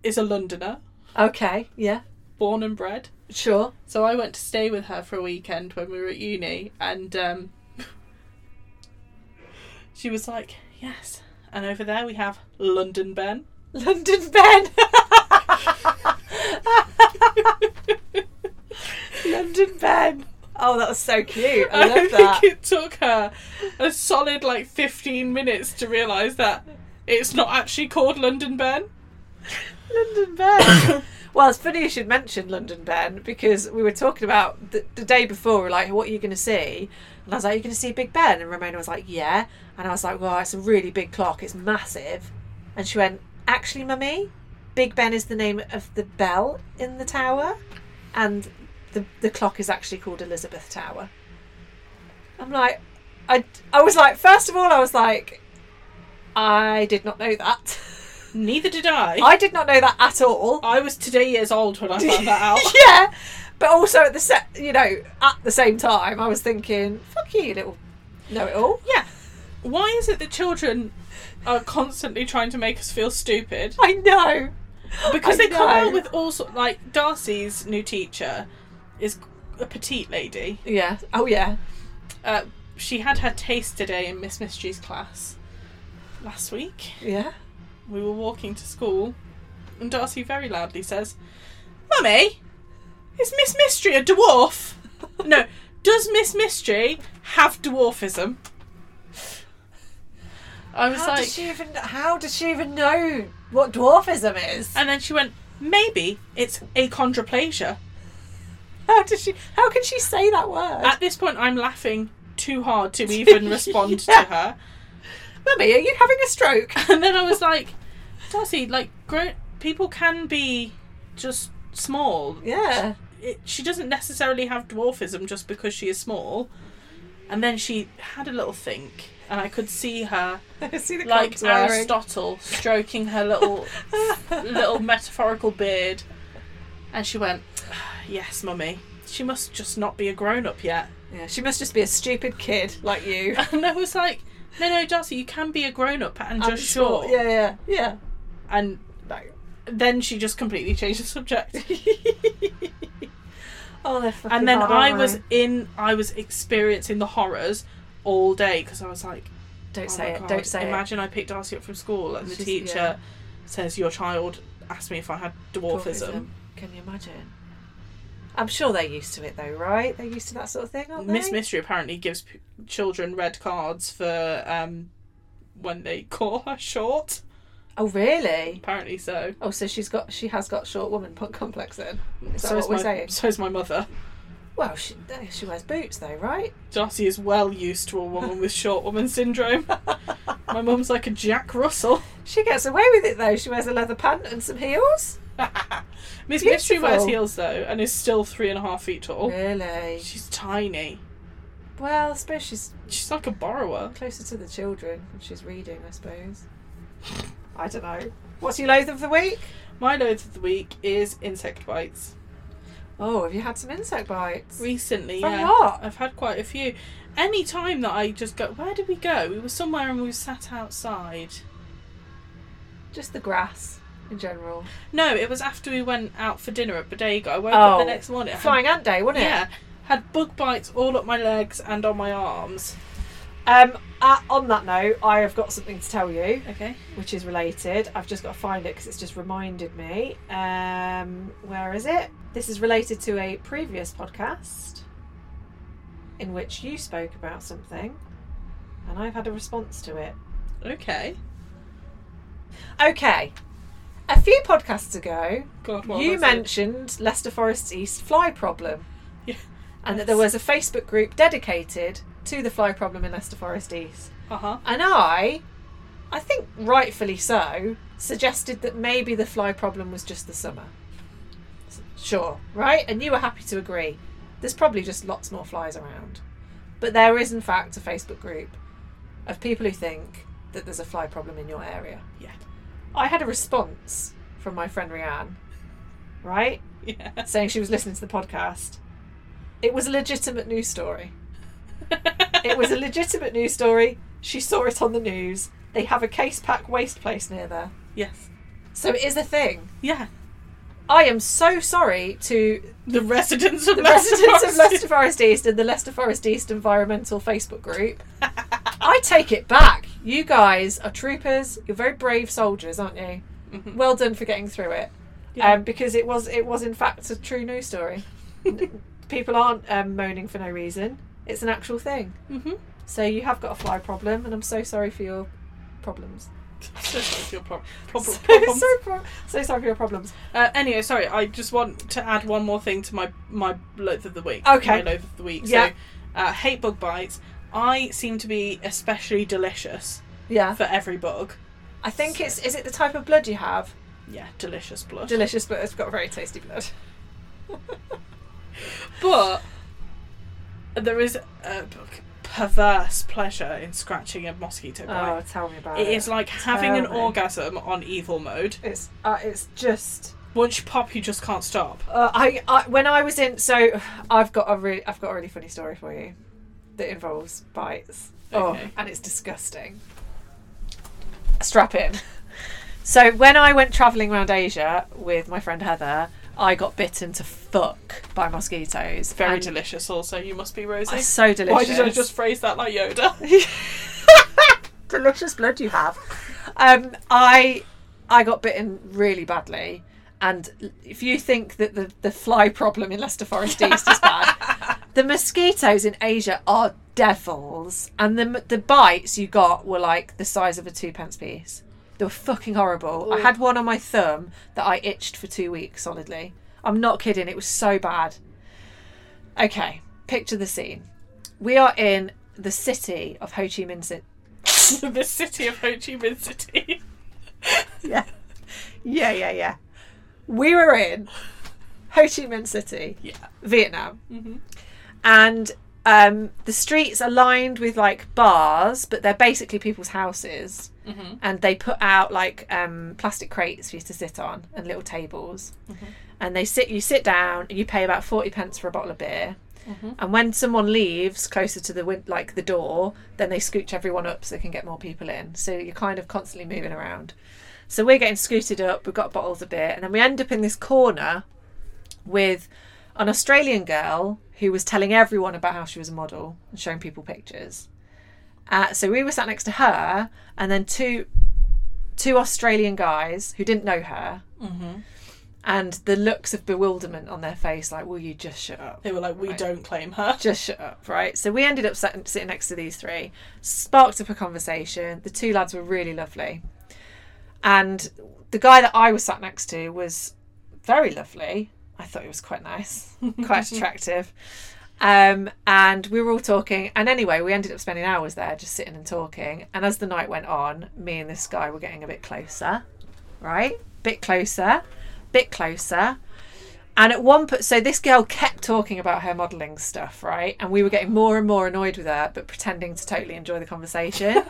Speaker 1: is a Londoner,
Speaker 2: Okay. Yeah.
Speaker 1: born and bred.
Speaker 2: Sure.
Speaker 1: So I went to stay with her for a weekend when we were at uni, and um, [laughs] she was like, "Yes." And over there we have London Ben.
Speaker 2: London Ben. [laughs] London Ben. Oh, that was so cute. I
Speaker 1: [laughs]
Speaker 2: love that.
Speaker 1: think it took her a solid like 15 minutes to realise that it's not actually called London Ben.
Speaker 2: London Ben. [coughs] well, it's funny you should mention London Ben because we were talking about the, the day before, we were like, what are you going to see? And I was like, you're going to see Big Ben? And Ramona was like, yeah. And I was like, well, it's a really big clock. It's massive. And she went, actually, mummy, Big Ben is the name of the bell in the tower. And the, the clock is actually called Elizabeth Tower. I'm like, I, I was like, first of all, I was like, I did not know that. [laughs]
Speaker 1: Neither did I. I.
Speaker 2: I did not know that at all.
Speaker 1: was today years old when I found that out.
Speaker 2: [laughs] yeah, but also at the set, you know, at the same time, I was thinking, "Fuck you, little know-it-all."
Speaker 1: yeah. Why is it that children are constantly trying to make us feel
Speaker 2: [gasps]
Speaker 1: stupid?
Speaker 2: I know
Speaker 1: Because
Speaker 2: I
Speaker 1: they come
Speaker 2: know.
Speaker 1: out with all sorts. Like Darcy's new teacher is a petite lady.
Speaker 2: Yeah. Oh yeah.
Speaker 1: Uh, she had her taste today in Miss Mystery's class last week.
Speaker 2: Yeah.
Speaker 1: We were walking to school, and Darcy very loudly says, "Mummy, is Miss Mystery a dwarf?" [laughs] no, does Miss Mystery have dwarfism? I was
Speaker 2: How
Speaker 1: like,
Speaker 2: does she even? How does she even know what dwarfism is?
Speaker 1: and then she went, "Maybe it's achondroplasia."
Speaker 2: How does she? How can she say that word?
Speaker 1: At this point, I'm laughing too hard
Speaker 2: [laughs]
Speaker 1: to even respond
Speaker 2: Yeah.
Speaker 1: to her.
Speaker 2: Mummy, are you having
Speaker 1: [laughs]
Speaker 2: a stroke?
Speaker 1: And then I was like, Darcy, like grown people can be just small.
Speaker 2: yeah.
Speaker 1: it, she doesn't necessarily have dwarfism just because she is small. And then she had a little think, and I could see her
Speaker 2: [laughs] See the
Speaker 1: like
Speaker 2: cogs whirring.
Speaker 1: Aristotle stroking her
Speaker 2: [laughs]
Speaker 1: little little metaphorical beard, and she went, [sighs] "Yes, mummy." She must just not be a grown up yet. [laughs]
Speaker 2: Yeah, she must just be a stupid kid like you.
Speaker 1: And I was like, No, no, Darcy, you can be a grown up [laughs] and
Speaker 2: And
Speaker 1: just
Speaker 2: it's
Speaker 1: short.
Speaker 2: all- Yeah, yeah, yeah.
Speaker 1: And
Speaker 2: No.
Speaker 1: then she just completely changed the subject.
Speaker 2: oh, they're fucking
Speaker 1: and then
Speaker 2: hard,
Speaker 1: I
Speaker 2: aren't
Speaker 1: was
Speaker 2: they?
Speaker 1: in, I was experiencing the horrors all day because I was like,
Speaker 2: Don't
Speaker 1: oh
Speaker 2: say
Speaker 1: my
Speaker 2: it.
Speaker 1: God,
Speaker 2: Don't say it.
Speaker 1: Imagine I picked Darcy up from school and the
Speaker 2: She's-
Speaker 1: teacher
Speaker 2: yeah.
Speaker 1: says, Your child asked me if I had dwarfism.
Speaker 2: Can you imagine? I'm sure they're used to it though, right? They're used to that sort of thing, aren't they?
Speaker 1: Miss Mystery apparently gives p- children red cards for um, when they [laughs] call her short.
Speaker 2: Oh, really?
Speaker 1: Apparently so.
Speaker 2: Oh, so she's got she has got short woman punk complex in. Is that
Speaker 1: so
Speaker 2: what
Speaker 1: is
Speaker 2: we're
Speaker 1: my,
Speaker 2: saying?
Speaker 1: So is my mother.
Speaker 2: Well, she eh, she wears boots though, right? [laughs]
Speaker 1: Darcy is well used to a woman with short woman syndrome. My mum's like a Jack Russell. [laughs]
Speaker 2: She gets away with it though. She wears a leather pant and some heels.
Speaker 1: Miss Mystery wears
Speaker 2: Beautiful.
Speaker 1: heels though and is still three and a half feet tall.
Speaker 2: Really?
Speaker 1: She's tiny.
Speaker 2: Well, I suppose she's
Speaker 1: She's like a borrower.
Speaker 2: closer to the children when she's reading. I suppose. I don't know. What's your loath of the week?
Speaker 1: My loath of the week is insect bites.
Speaker 2: Oh, have you had some insect bites?
Speaker 1: Recently,
Speaker 2: From
Speaker 1: yeah,
Speaker 2: what?
Speaker 1: I've had quite a few. Any time that I just go, where did we go? We were somewhere and we sat outside.
Speaker 2: Just the grass in general.
Speaker 1: No, it was after we went out for dinner at Bodega. I woke
Speaker 2: Oh,
Speaker 1: up the next morning. I had-
Speaker 2: Flying ant day, wasn't it?
Speaker 1: Um, yeah, had bug bites all up my legs and on my arms.
Speaker 2: Um, uh, on that note, I have got something to tell you,
Speaker 1: Okay.
Speaker 2: which is related. I've just got to find it because it's just reminded me. Um, where is it? This is related to a previous podcast in which you spoke about something, and I've had a response to it.
Speaker 1: Okay.
Speaker 2: Okay, a few podcasts ago,
Speaker 1: God, what
Speaker 2: you
Speaker 1: was
Speaker 2: mentioned Leicester Forest's East fly problem,
Speaker 1: [laughs] Yeah.
Speaker 2: and that there was a Facebook group dedicated to the fly problem in Leicester Forest East.
Speaker 1: Uh huh.
Speaker 2: And I, I think rightfully so, suggested that maybe the fly problem was just the summer. S- Sure, right? And you were happy to agree. There's probably just lots more flies around. But there is, in fact, a Facebook group of people who think that there's a fly problem in your area.
Speaker 1: Yeah. [laughs]
Speaker 2: I had a response from my friend Rianne, right?
Speaker 1: Yeah.
Speaker 2: Saying she was listening to the podcast. It was a legitimate news story it was a legitimate news story. She saw it on the news. They have a case pack waste place near there.
Speaker 1: [laughs] yes.
Speaker 2: So it is a thing.
Speaker 1: Yeah.
Speaker 2: I am so sorry to
Speaker 1: The residents of
Speaker 2: the
Speaker 1: Leicester
Speaker 2: residents of
Speaker 1: Forest.
Speaker 2: Leicester Forest East and the Leicester Forest East Environmental Facebook group.
Speaker 1: [laughs]
Speaker 2: I take it back. You guys are troopers. You're very brave soldiers, aren't you?
Speaker 1: Mhm.
Speaker 2: Well done for getting through it.
Speaker 1: Yeah.
Speaker 2: Um, because it was it was in fact a true news story.
Speaker 1: Mm-hmm.
Speaker 2: People aren't um, moaning for no reason. It's an actual thing.
Speaker 1: Mhm.
Speaker 2: So you have got a fly problem, and I'm so sorry for your problems.
Speaker 1: So sorry for your [laughs] prob- prob-
Speaker 2: So,
Speaker 1: problems.
Speaker 2: so pro- so sorry for your problems.
Speaker 1: Uh, anyway, sorry, I just want to add one more thing to my my loath of the week.
Speaker 2: Okay.
Speaker 1: My loath of the week.
Speaker 2: Yeah.
Speaker 1: So, uh, hate bug bites. I seem to be especially delicious
Speaker 2: Yeah,
Speaker 1: for every bug.
Speaker 2: I think it's is it the type of blood you have?
Speaker 1: Yeah, delicious blood.
Speaker 2: Delicious blood. It's got very
Speaker 1: [laughs]
Speaker 2: tasty blood. Oh,
Speaker 1: but there is a p- perverse pleasure in scratching a mosquito
Speaker 2: Oh,
Speaker 1: bite.
Speaker 2: tell me about
Speaker 1: it
Speaker 2: it.
Speaker 1: is like having an
Speaker 2: tell me.
Speaker 1: orgasm on evil mode.
Speaker 2: It's uh, it's just
Speaker 1: Once you pop, you just can't stop.
Speaker 2: uh, I, I when I was in so I've got a really I've got a really funny story for you that involves bites. Oh,
Speaker 1: Okay.
Speaker 2: and it's disgusting. Strap in. So when I went travelling around Asia with my friend Heather, I got bitten to fuck by mosquitoes.
Speaker 1: Very
Speaker 2: And
Speaker 1: delicious, also. You must be
Speaker 2: it's
Speaker 1: Rosie.
Speaker 2: So delicious.
Speaker 1: Why did I just phrase that like Yoda? [laughs]
Speaker 2: delicious blood you have. Um, I I got bitten really badly, and if you think that the the fly problem in Leicester Forest East is [laughs] bad, the mosquitoes in Asia are devils, and the the bites you got were like the size of a two pence piece. They were fucking horrible. I had one on my thumb that I itched for two weeks solidly. I'm not kidding. It was so bad. Okay, picture the scene. We are in the city of Ho Chi Minh City.
Speaker 1: the city of Ho Chi Minh City.
Speaker 2: yeah. Yeah, yeah, yeah. We were in Ho Chi Minh City,
Speaker 1: Yeah.
Speaker 2: Vietnam.
Speaker 1: Mm-hmm.
Speaker 2: And um, the streets are lined with like bars, but they're basically people's houses.
Speaker 1: Mm-hmm.
Speaker 2: And they put out like um, plastic crates for you to sit on and little tables. And they sit, you sit down, and you pay about 40 pence for a bottle of beer. And when someone leaves closer to the win- like the door, then they scooch everyone up so they can get more people in. So you're kind of constantly moving around. So we're getting scooted up. We've got bottles a bit, and then we end up in this corner with an Australian girl who was telling everyone about how she was a model and showing people pictures. Uh, so we were sat next to her, and then two two Australian guys who didn't know her,
Speaker 1: Mm-hmm.
Speaker 2: and the looks of bewilderment on their face, like, "Will you just shut up?"
Speaker 1: They were like, we don't claim her.
Speaker 2: just shut up, right? So we ended up sat- sitting next to these three, sparked up a conversation. The two lads were really lovely. And the guy that I was sat next to was very lovely. I thought he was quite nice, quite attractive. Um, and we were all talking. And anyway, we ended up spending hours there just sitting and talking. And as the night went on, me and this guy were getting a bit closer, right? Bit closer, bit closer. And at one point, so this girl kept talking about her modelling stuff, right? And we were getting more and more annoyed with her, but pretending to totally enjoy the conversation.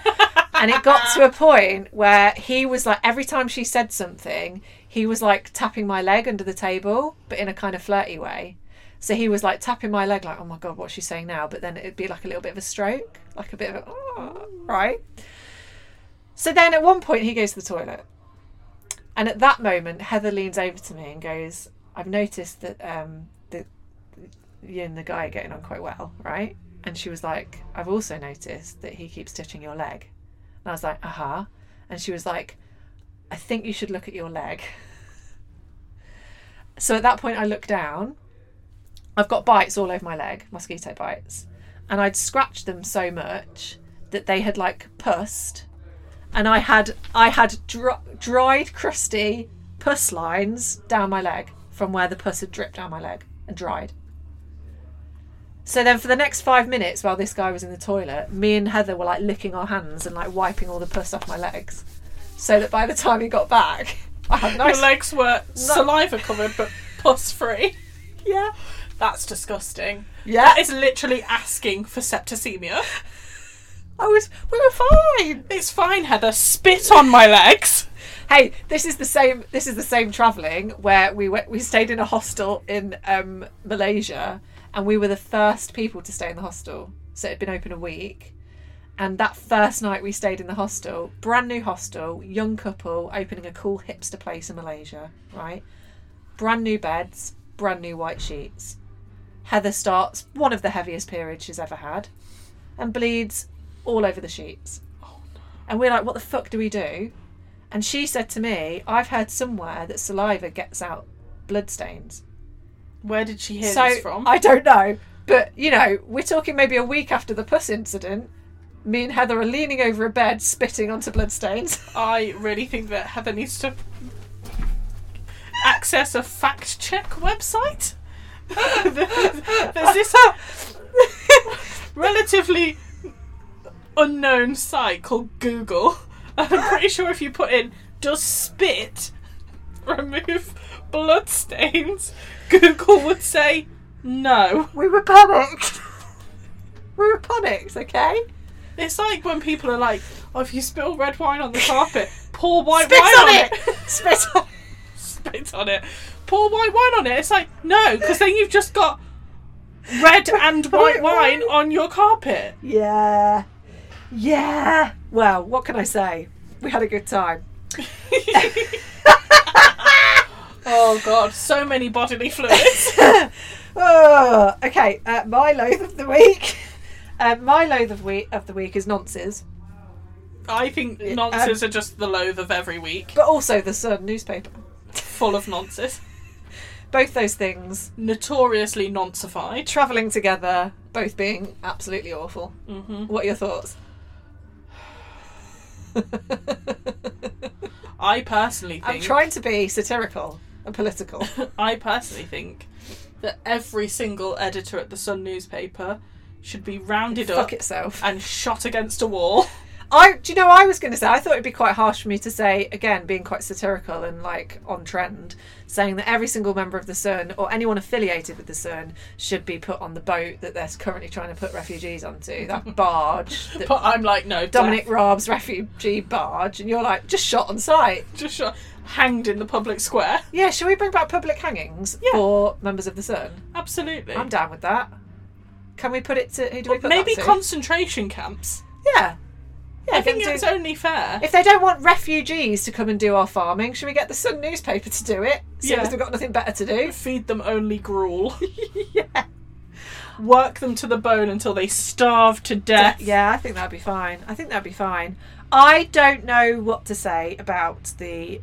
Speaker 2: and it got to a point where he was like, every time she said something, he was like tapping my leg under the table, but in a kind of flirty way. So he was like tapping my leg, like, oh my God, what's she saying now? But then it'd be like a little bit of a stroke, like a bit of a, "Oh," right? So then at one point, he goes to the toilet. And at that moment, Heather leans over to me and goes, I've noticed that um, that you and the guy are getting on quite well, right? And she was like, I've also noticed that he keeps touching your leg. And I was like, uh huh. And she was like, I think you should look at your leg. so at that point, I look down. I've got bites all over my leg, mosquito bites. And I'd scratched them so much that they had like pussed and I had I had dr- dried, crusty pus lines down my leg from where the pus had dripped down my leg and dried. So then, for the next five minutes, while this guy was in the toilet, me and Heather were like licking our hands and like wiping all the pus off my legs, so that by the time he got back, [laughs] I
Speaker 1: [laughs]
Speaker 2: had
Speaker 1: Her
Speaker 2: nice
Speaker 1: legs were saliva covered but pus free.
Speaker 2: yeah
Speaker 1: That's disgusting.
Speaker 2: yeah.
Speaker 1: That is literally asking for septicemia.
Speaker 2: I was we were fine.
Speaker 1: It's fine, Heather. Spit on my legs.
Speaker 2: hey this is the same this is the same traveling where we went we stayed in a hostel in um, malaysia and we were the first people to stay in the hostel so it had been open a week and that first night we stayed in the hostel brand new hostel young couple opening a cool hipster place in malaysia right brand new beds brand new white sheets heather starts one of the heaviest periods she's ever had and bleeds all over the sheets and we're like what the fuck do we do and she said to me, I've heard somewhere that saliva gets out bloodstains.
Speaker 1: Where did she hear
Speaker 2: So
Speaker 1: this from?
Speaker 2: I don't know. But, you know, we're talking maybe a week after the pus incident. Me and Heather are leaning over a bed, spitting onto bloodstains. [laughs]
Speaker 1: I really think that Heather needs to access a fact check website. [laughs] There's this relatively unknown site called Google, and I'm pretty sure if you put in "does spit remove bloodstains," Google would say no.
Speaker 2: we
Speaker 1: [laughs]
Speaker 2: were panicked. we were panicked, okay?
Speaker 1: It's like when people are like, "Oh, if you spill red wine on the carpet, pour white
Speaker 2: Spit
Speaker 1: wine
Speaker 2: on,
Speaker 1: on
Speaker 2: it! [laughs] Spit on it!
Speaker 1: spit on it. Pour white wine on it. It's like, no, because then you've just got
Speaker 2: [laughs]
Speaker 1: red and white
Speaker 2: White
Speaker 1: wine
Speaker 2: wine.
Speaker 1: on your
Speaker 2: [laughs]
Speaker 1: carpet.
Speaker 2: Yeah. Yeah. Well, what can I say? We had a good time.
Speaker 1: Oh, God. So many bodily fluids.
Speaker 2: [laughs] oh, okay, uh, my loathe of the week. [laughs] Uh, my loathe of, we- of the week is nonsense,
Speaker 1: I think
Speaker 2: um,
Speaker 1: nonces are just the loathe of every week.
Speaker 2: but also the Sun newspaper.
Speaker 1: Full of nonces.
Speaker 2: Both those things
Speaker 1: Notoriously nonsified.
Speaker 2: travelling together, both being absolutely awful. Mm-hmm. What are your thoughts?
Speaker 1: I personally
Speaker 2: I'm
Speaker 1: think.
Speaker 2: trying to be satirical and political.
Speaker 1: [laughs] I personally think that every single editor at the Sun newspaper should be rounded up
Speaker 2: Fuck itself.
Speaker 1: and shot against a wall. [laughs]
Speaker 2: I do you know I was going to say I thought it'd be quite harsh for me to say again being quite satirical and like on trend saying that every single member of the Sun or anyone affiliated with the Sun should be put on the boat that they're currently trying to put refugees
Speaker 1: [laughs]
Speaker 2: onto that barge that
Speaker 1: But I'm like, no,
Speaker 2: Dominic Raab's refugee barge and you're like just shot on sight
Speaker 1: death. just shot, hanged in the public square.
Speaker 2: yeah shall we bring back public hangings
Speaker 1: Yeah.
Speaker 2: for members of the Sun
Speaker 1: Absolutely.
Speaker 2: I'm down with that Can we put it to who do we put
Speaker 1: Maybe
Speaker 2: that to?
Speaker 1: concentration camps.
Speaker 2: yeah, yeah.
Speaker 1: I
Speaker 2: get
Speaker 1: think
Speaker 2: them
Speaker 1: it's
Speaker 2: to-
Speaker 1: only fair.
Speaker 2: if they don't want refugees to come and do our farming, should we get the Sun newspaper to do it? Seeing
Speaker 1: Yeah.
Speaker 2: as we've got nothing better to
Speaker 1: [laughs]
Speaker 2: do.
Speaker 1: Feed them only gruel.
Speaker 2: [laughs] yeah,
Speaker 1: Work them to the bone until they starve to death.
Speaker 2: yeah. I think that'd be fine. I think that'd be fine. I don't know what to say about the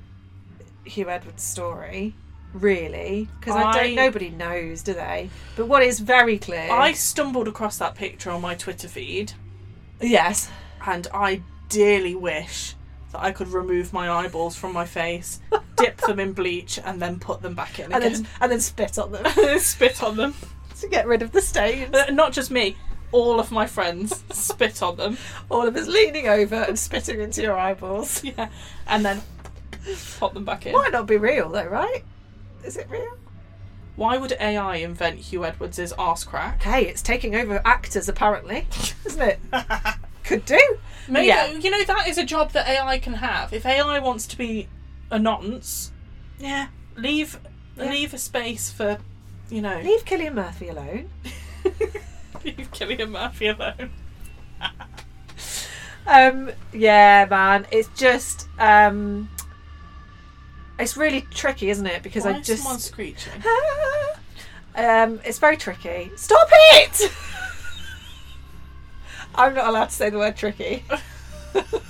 Speaker 2: Hugh Edwards story, really, because I,
Speaker 1: I-
Speaker 2: don't. Nobody knows, do they? But what is very clear,
Speaker 1: I stumbled across that picture on my Twitter feed,
Speaker 2: yes,
Speaker 1: and I dearly wish that I could remove my eyeballs from my
Speaker 2: [laughs]
Speaker 1: face, [laughs] dip them in bleach, and then put them back in
Speaker 2: and
Speaker 1: again.
Speaker 2: then and then spit on them
Speaker 1: [laughs]
Speaker 2: [laughs]
Speaker 1: spit on them.
Speaker 2: to get rid of the
Speaker 1: [laughs]
Speaker 2: stains.
Speaker 1: Uh, Not just me, all of my friends spit on them.
Speaker 2: All of us leaning over and spitting into your
Speaker 1: [laughs]
Speaker 2: eyeballs.
Speaker 1: Yeah, and then pop them back in.
Speaker 2: Might not be real though, right? Is it real?
Speaker 1: Why would AI invent Hugh Edwards' arse
Speaker 2: [laughs]
Speaker 1: crack?
Speaker 2: Hey, it's taking over actors apparently, [laughs] isn't it? Could do.
Speaker 1: Maybe
Speaker 2: Yeah.
Speaker 1: you know that is a job that AI can have. If AI wants to be a nonce,
Speaker 2: Yeah.
Speaker 1: leave
Speaker 2: Yeah.
Speaker 1: leave a space for you know
Speaker 2: Leave Killian Murphy alone.
Speaker 1: [laughs] leave Killian Murphy alone.
Speaker 2: Um, yeah, man. It's just um it's really tricky, isn't it? Because
Speaker 1: Why
Speaker 2: I
Speaker 1: is
Speaker 2: just [laughs]
Speaker 1: someone screeching? [laughs]
Speaker 2: um, it's very tricky. Stop it! [laughs] I'm not allowed to say the word tricky. [laughs]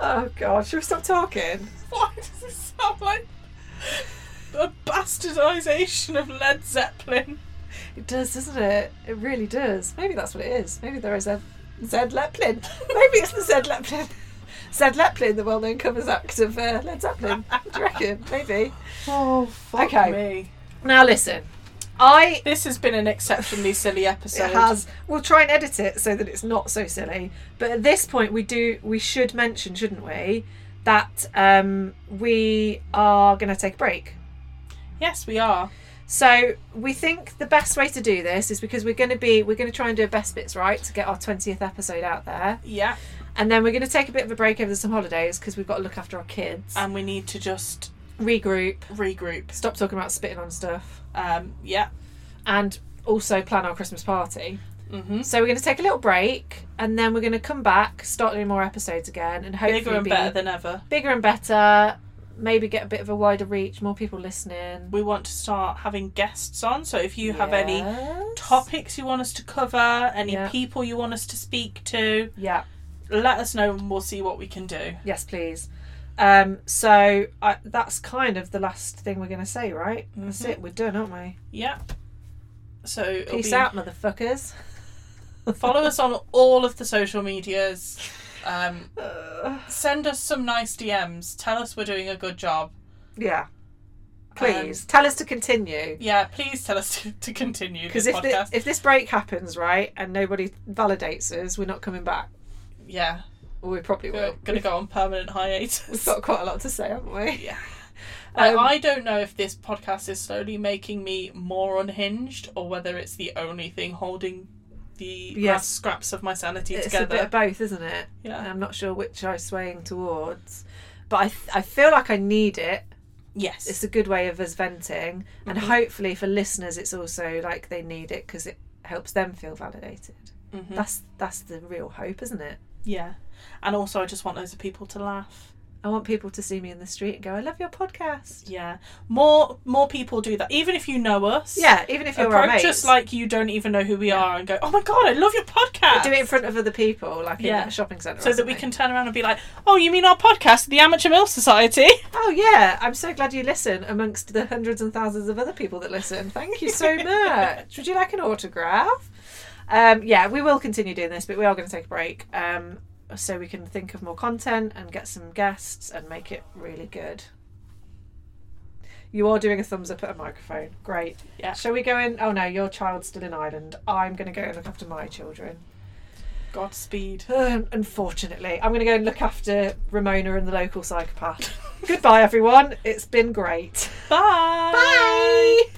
Speaker 2: oh god, should we stop talking?
Speaker 1: Why does it sound like a bastardization of Led Zeppelin?
Speaker 2: It does, doesn't it? It really does. Maybe that's what it is. Maybe there is a Zed Leplin. [laughs] Maybe it's the Zed Leplin. [laughs] Zed Leplin, the well-known covers act of uh, Led Zeppelin. Do you reckon? Maybe.
Speaker 1: Oh, fuck
Speaker 2: Okay.
Speaker 1: me.
Speaker 2: Now listen, I
Speaker 1: This has been an exceptionally silly episode.
Speaker 2: It has. We'll try and edit it so that it's not so silly. But at this point, we do we should mention, shouldn't we, that um, we are going to take a break.
Speaker 1: Yes, we are.
Speaker 2: So we think the best way to do this is because we're going to be we're going to try and do a best bits right to get our twentieth episode out there,
Speaker 1: Yeah.
Speaker 2: and then we're going to take a bit of a break over the some holidays because we've got to look after our kids,
Speaker 1: And we need to just
Speaker 2: regroup,
Speaker 1: regroup.
Speaker 2: stop talking about spitting on stuff,
Speaker 1: Um, yeah.
Speaker 2: and also plan our Christmas party.
Speaker 1: Mm-hmm.
Speaker 2: So we're going to take a little break, and then we're going to come back, start doing more episodes again, and hopefully
Speaker 1: Bigger and
Speaker 2: be
Speaker 1: better than ever.
Speaker 2: bigger and better. Maybe get a bit of a wider reach, more people listening.
Speaker 1: We want to start having guests on. So if you have any
Speaker 2: Yes.
Speaker 1: topics you want us to cover, any
Speaker 2: Yeah.
Speaker 1: people you want us to speak to,
Speaker 2: Yeah.
Speaker 1: let us know and we'll see what we can do.
Speaker 2: Yes, please. Um, so I, that's kind of the last thing we're going to say, right? That's
Speaker 1: Mhm.
Speaker 2: it. We're done, aren't we?
Speaker 1: Yeah. So it'll
Speaker 2: Peace
Speaker 1: be-
Speaker 2: out, motherfuckers.
Speaker 1: Follow us on all of the social medias. Um,
Speaker 2: Uh,
Speaker 1: send us some nice DMs. Tell us we're doing a good job.
Speaker 2: yeah. Please tell us to continue.
Speaker 1: Um, Yeah, please tell us [laughs] to, to continue
Speaker 2: Because
Speaker 1: this
Speaker 2: if, thi-
Speaker 1: podcast.
Speaker 2: if this break happens, right, and nobody validates us, we're not coming back.
Speaker 1: yeah,
Speaker 2: Well, we probably
Speaker 1: we're
Speaker 2: will.
Speaker 1: going to go on permanent
Speaker 2: We've
Speaker 1: hiatus.
Speaker 2: got quite a lot to say, haven't we?
Speaker 1: Yeah.
Speaker 2: Um,
Speaker 1: I don't know if this podcast is slowly making me more unhinged or whether it's the only thing holding the
Speaker 2: Yes.
Speaker 1: last scraps of my sanity
Speaker 2: it's a
Speaker 1: together.
Speaker 2: bit of both, isn't it? And
Speaker 1: yeah.
Speaker 2: I'm not sure which I'm swaying towards, but I th- I feel like I need it.
Speaker 1: Yes.
Speaker 2: It's a good way of us venting, and
Speaker 1: Mm-hmm.
Speaker 2: hopefully for listeners, it's also like they need it because it helps them feel validated.
Speaker 1: Mhm.
Speaker 2: That's that's the real hope, isn't it?
Speaker 1: yeah. And also, I just want loads of people to laugh.
Speaker 2: I want people to see me in the street and go, "I love your podcast."
Speaker 1: Yeah. More more people do that. Even if you know us.
Speaker 2: Yeah, even if you're our
Speaker 1: approach
Speaker 2: mates,
Speaker 1: us like you don't even know who we are and go, oh my god, I love your podcast.
Speaker 2: do it in front of other people, like
Speaker 1: Yeah.
Speaker 2: in a shopping centre,
Speaker 1: so
Speaker 2: or
Speaker 1: that we
Speaker 2: something.
Speaker 1: can turn around and be like, oh, you mean our podcast, The Amateur Mill Society?
Speaker 2: Oh yeah, I'm so glad you listen amongst the hundreds and thousands of other people that listen. Thank you so much. Would you like an autograph? Um, yeah, we will continue doing this, but we are going to take a break um, so we can think of more content and get some guests and make it really good. You are doing a thumbs up at a microphone. Great.
Speaker 1: Yeah.
Speaker 2: Shall we go in? Oh no, your child's still in Ireland. I'm going to go and look after my children.
Speaker 1: Godspeed.
Speaker 2: Um, unfortunately, I'm going to go and look after [laughs] Ramona and the local psychopath. Goodbye, everyone. It's been great.
Speaker 1: Bye.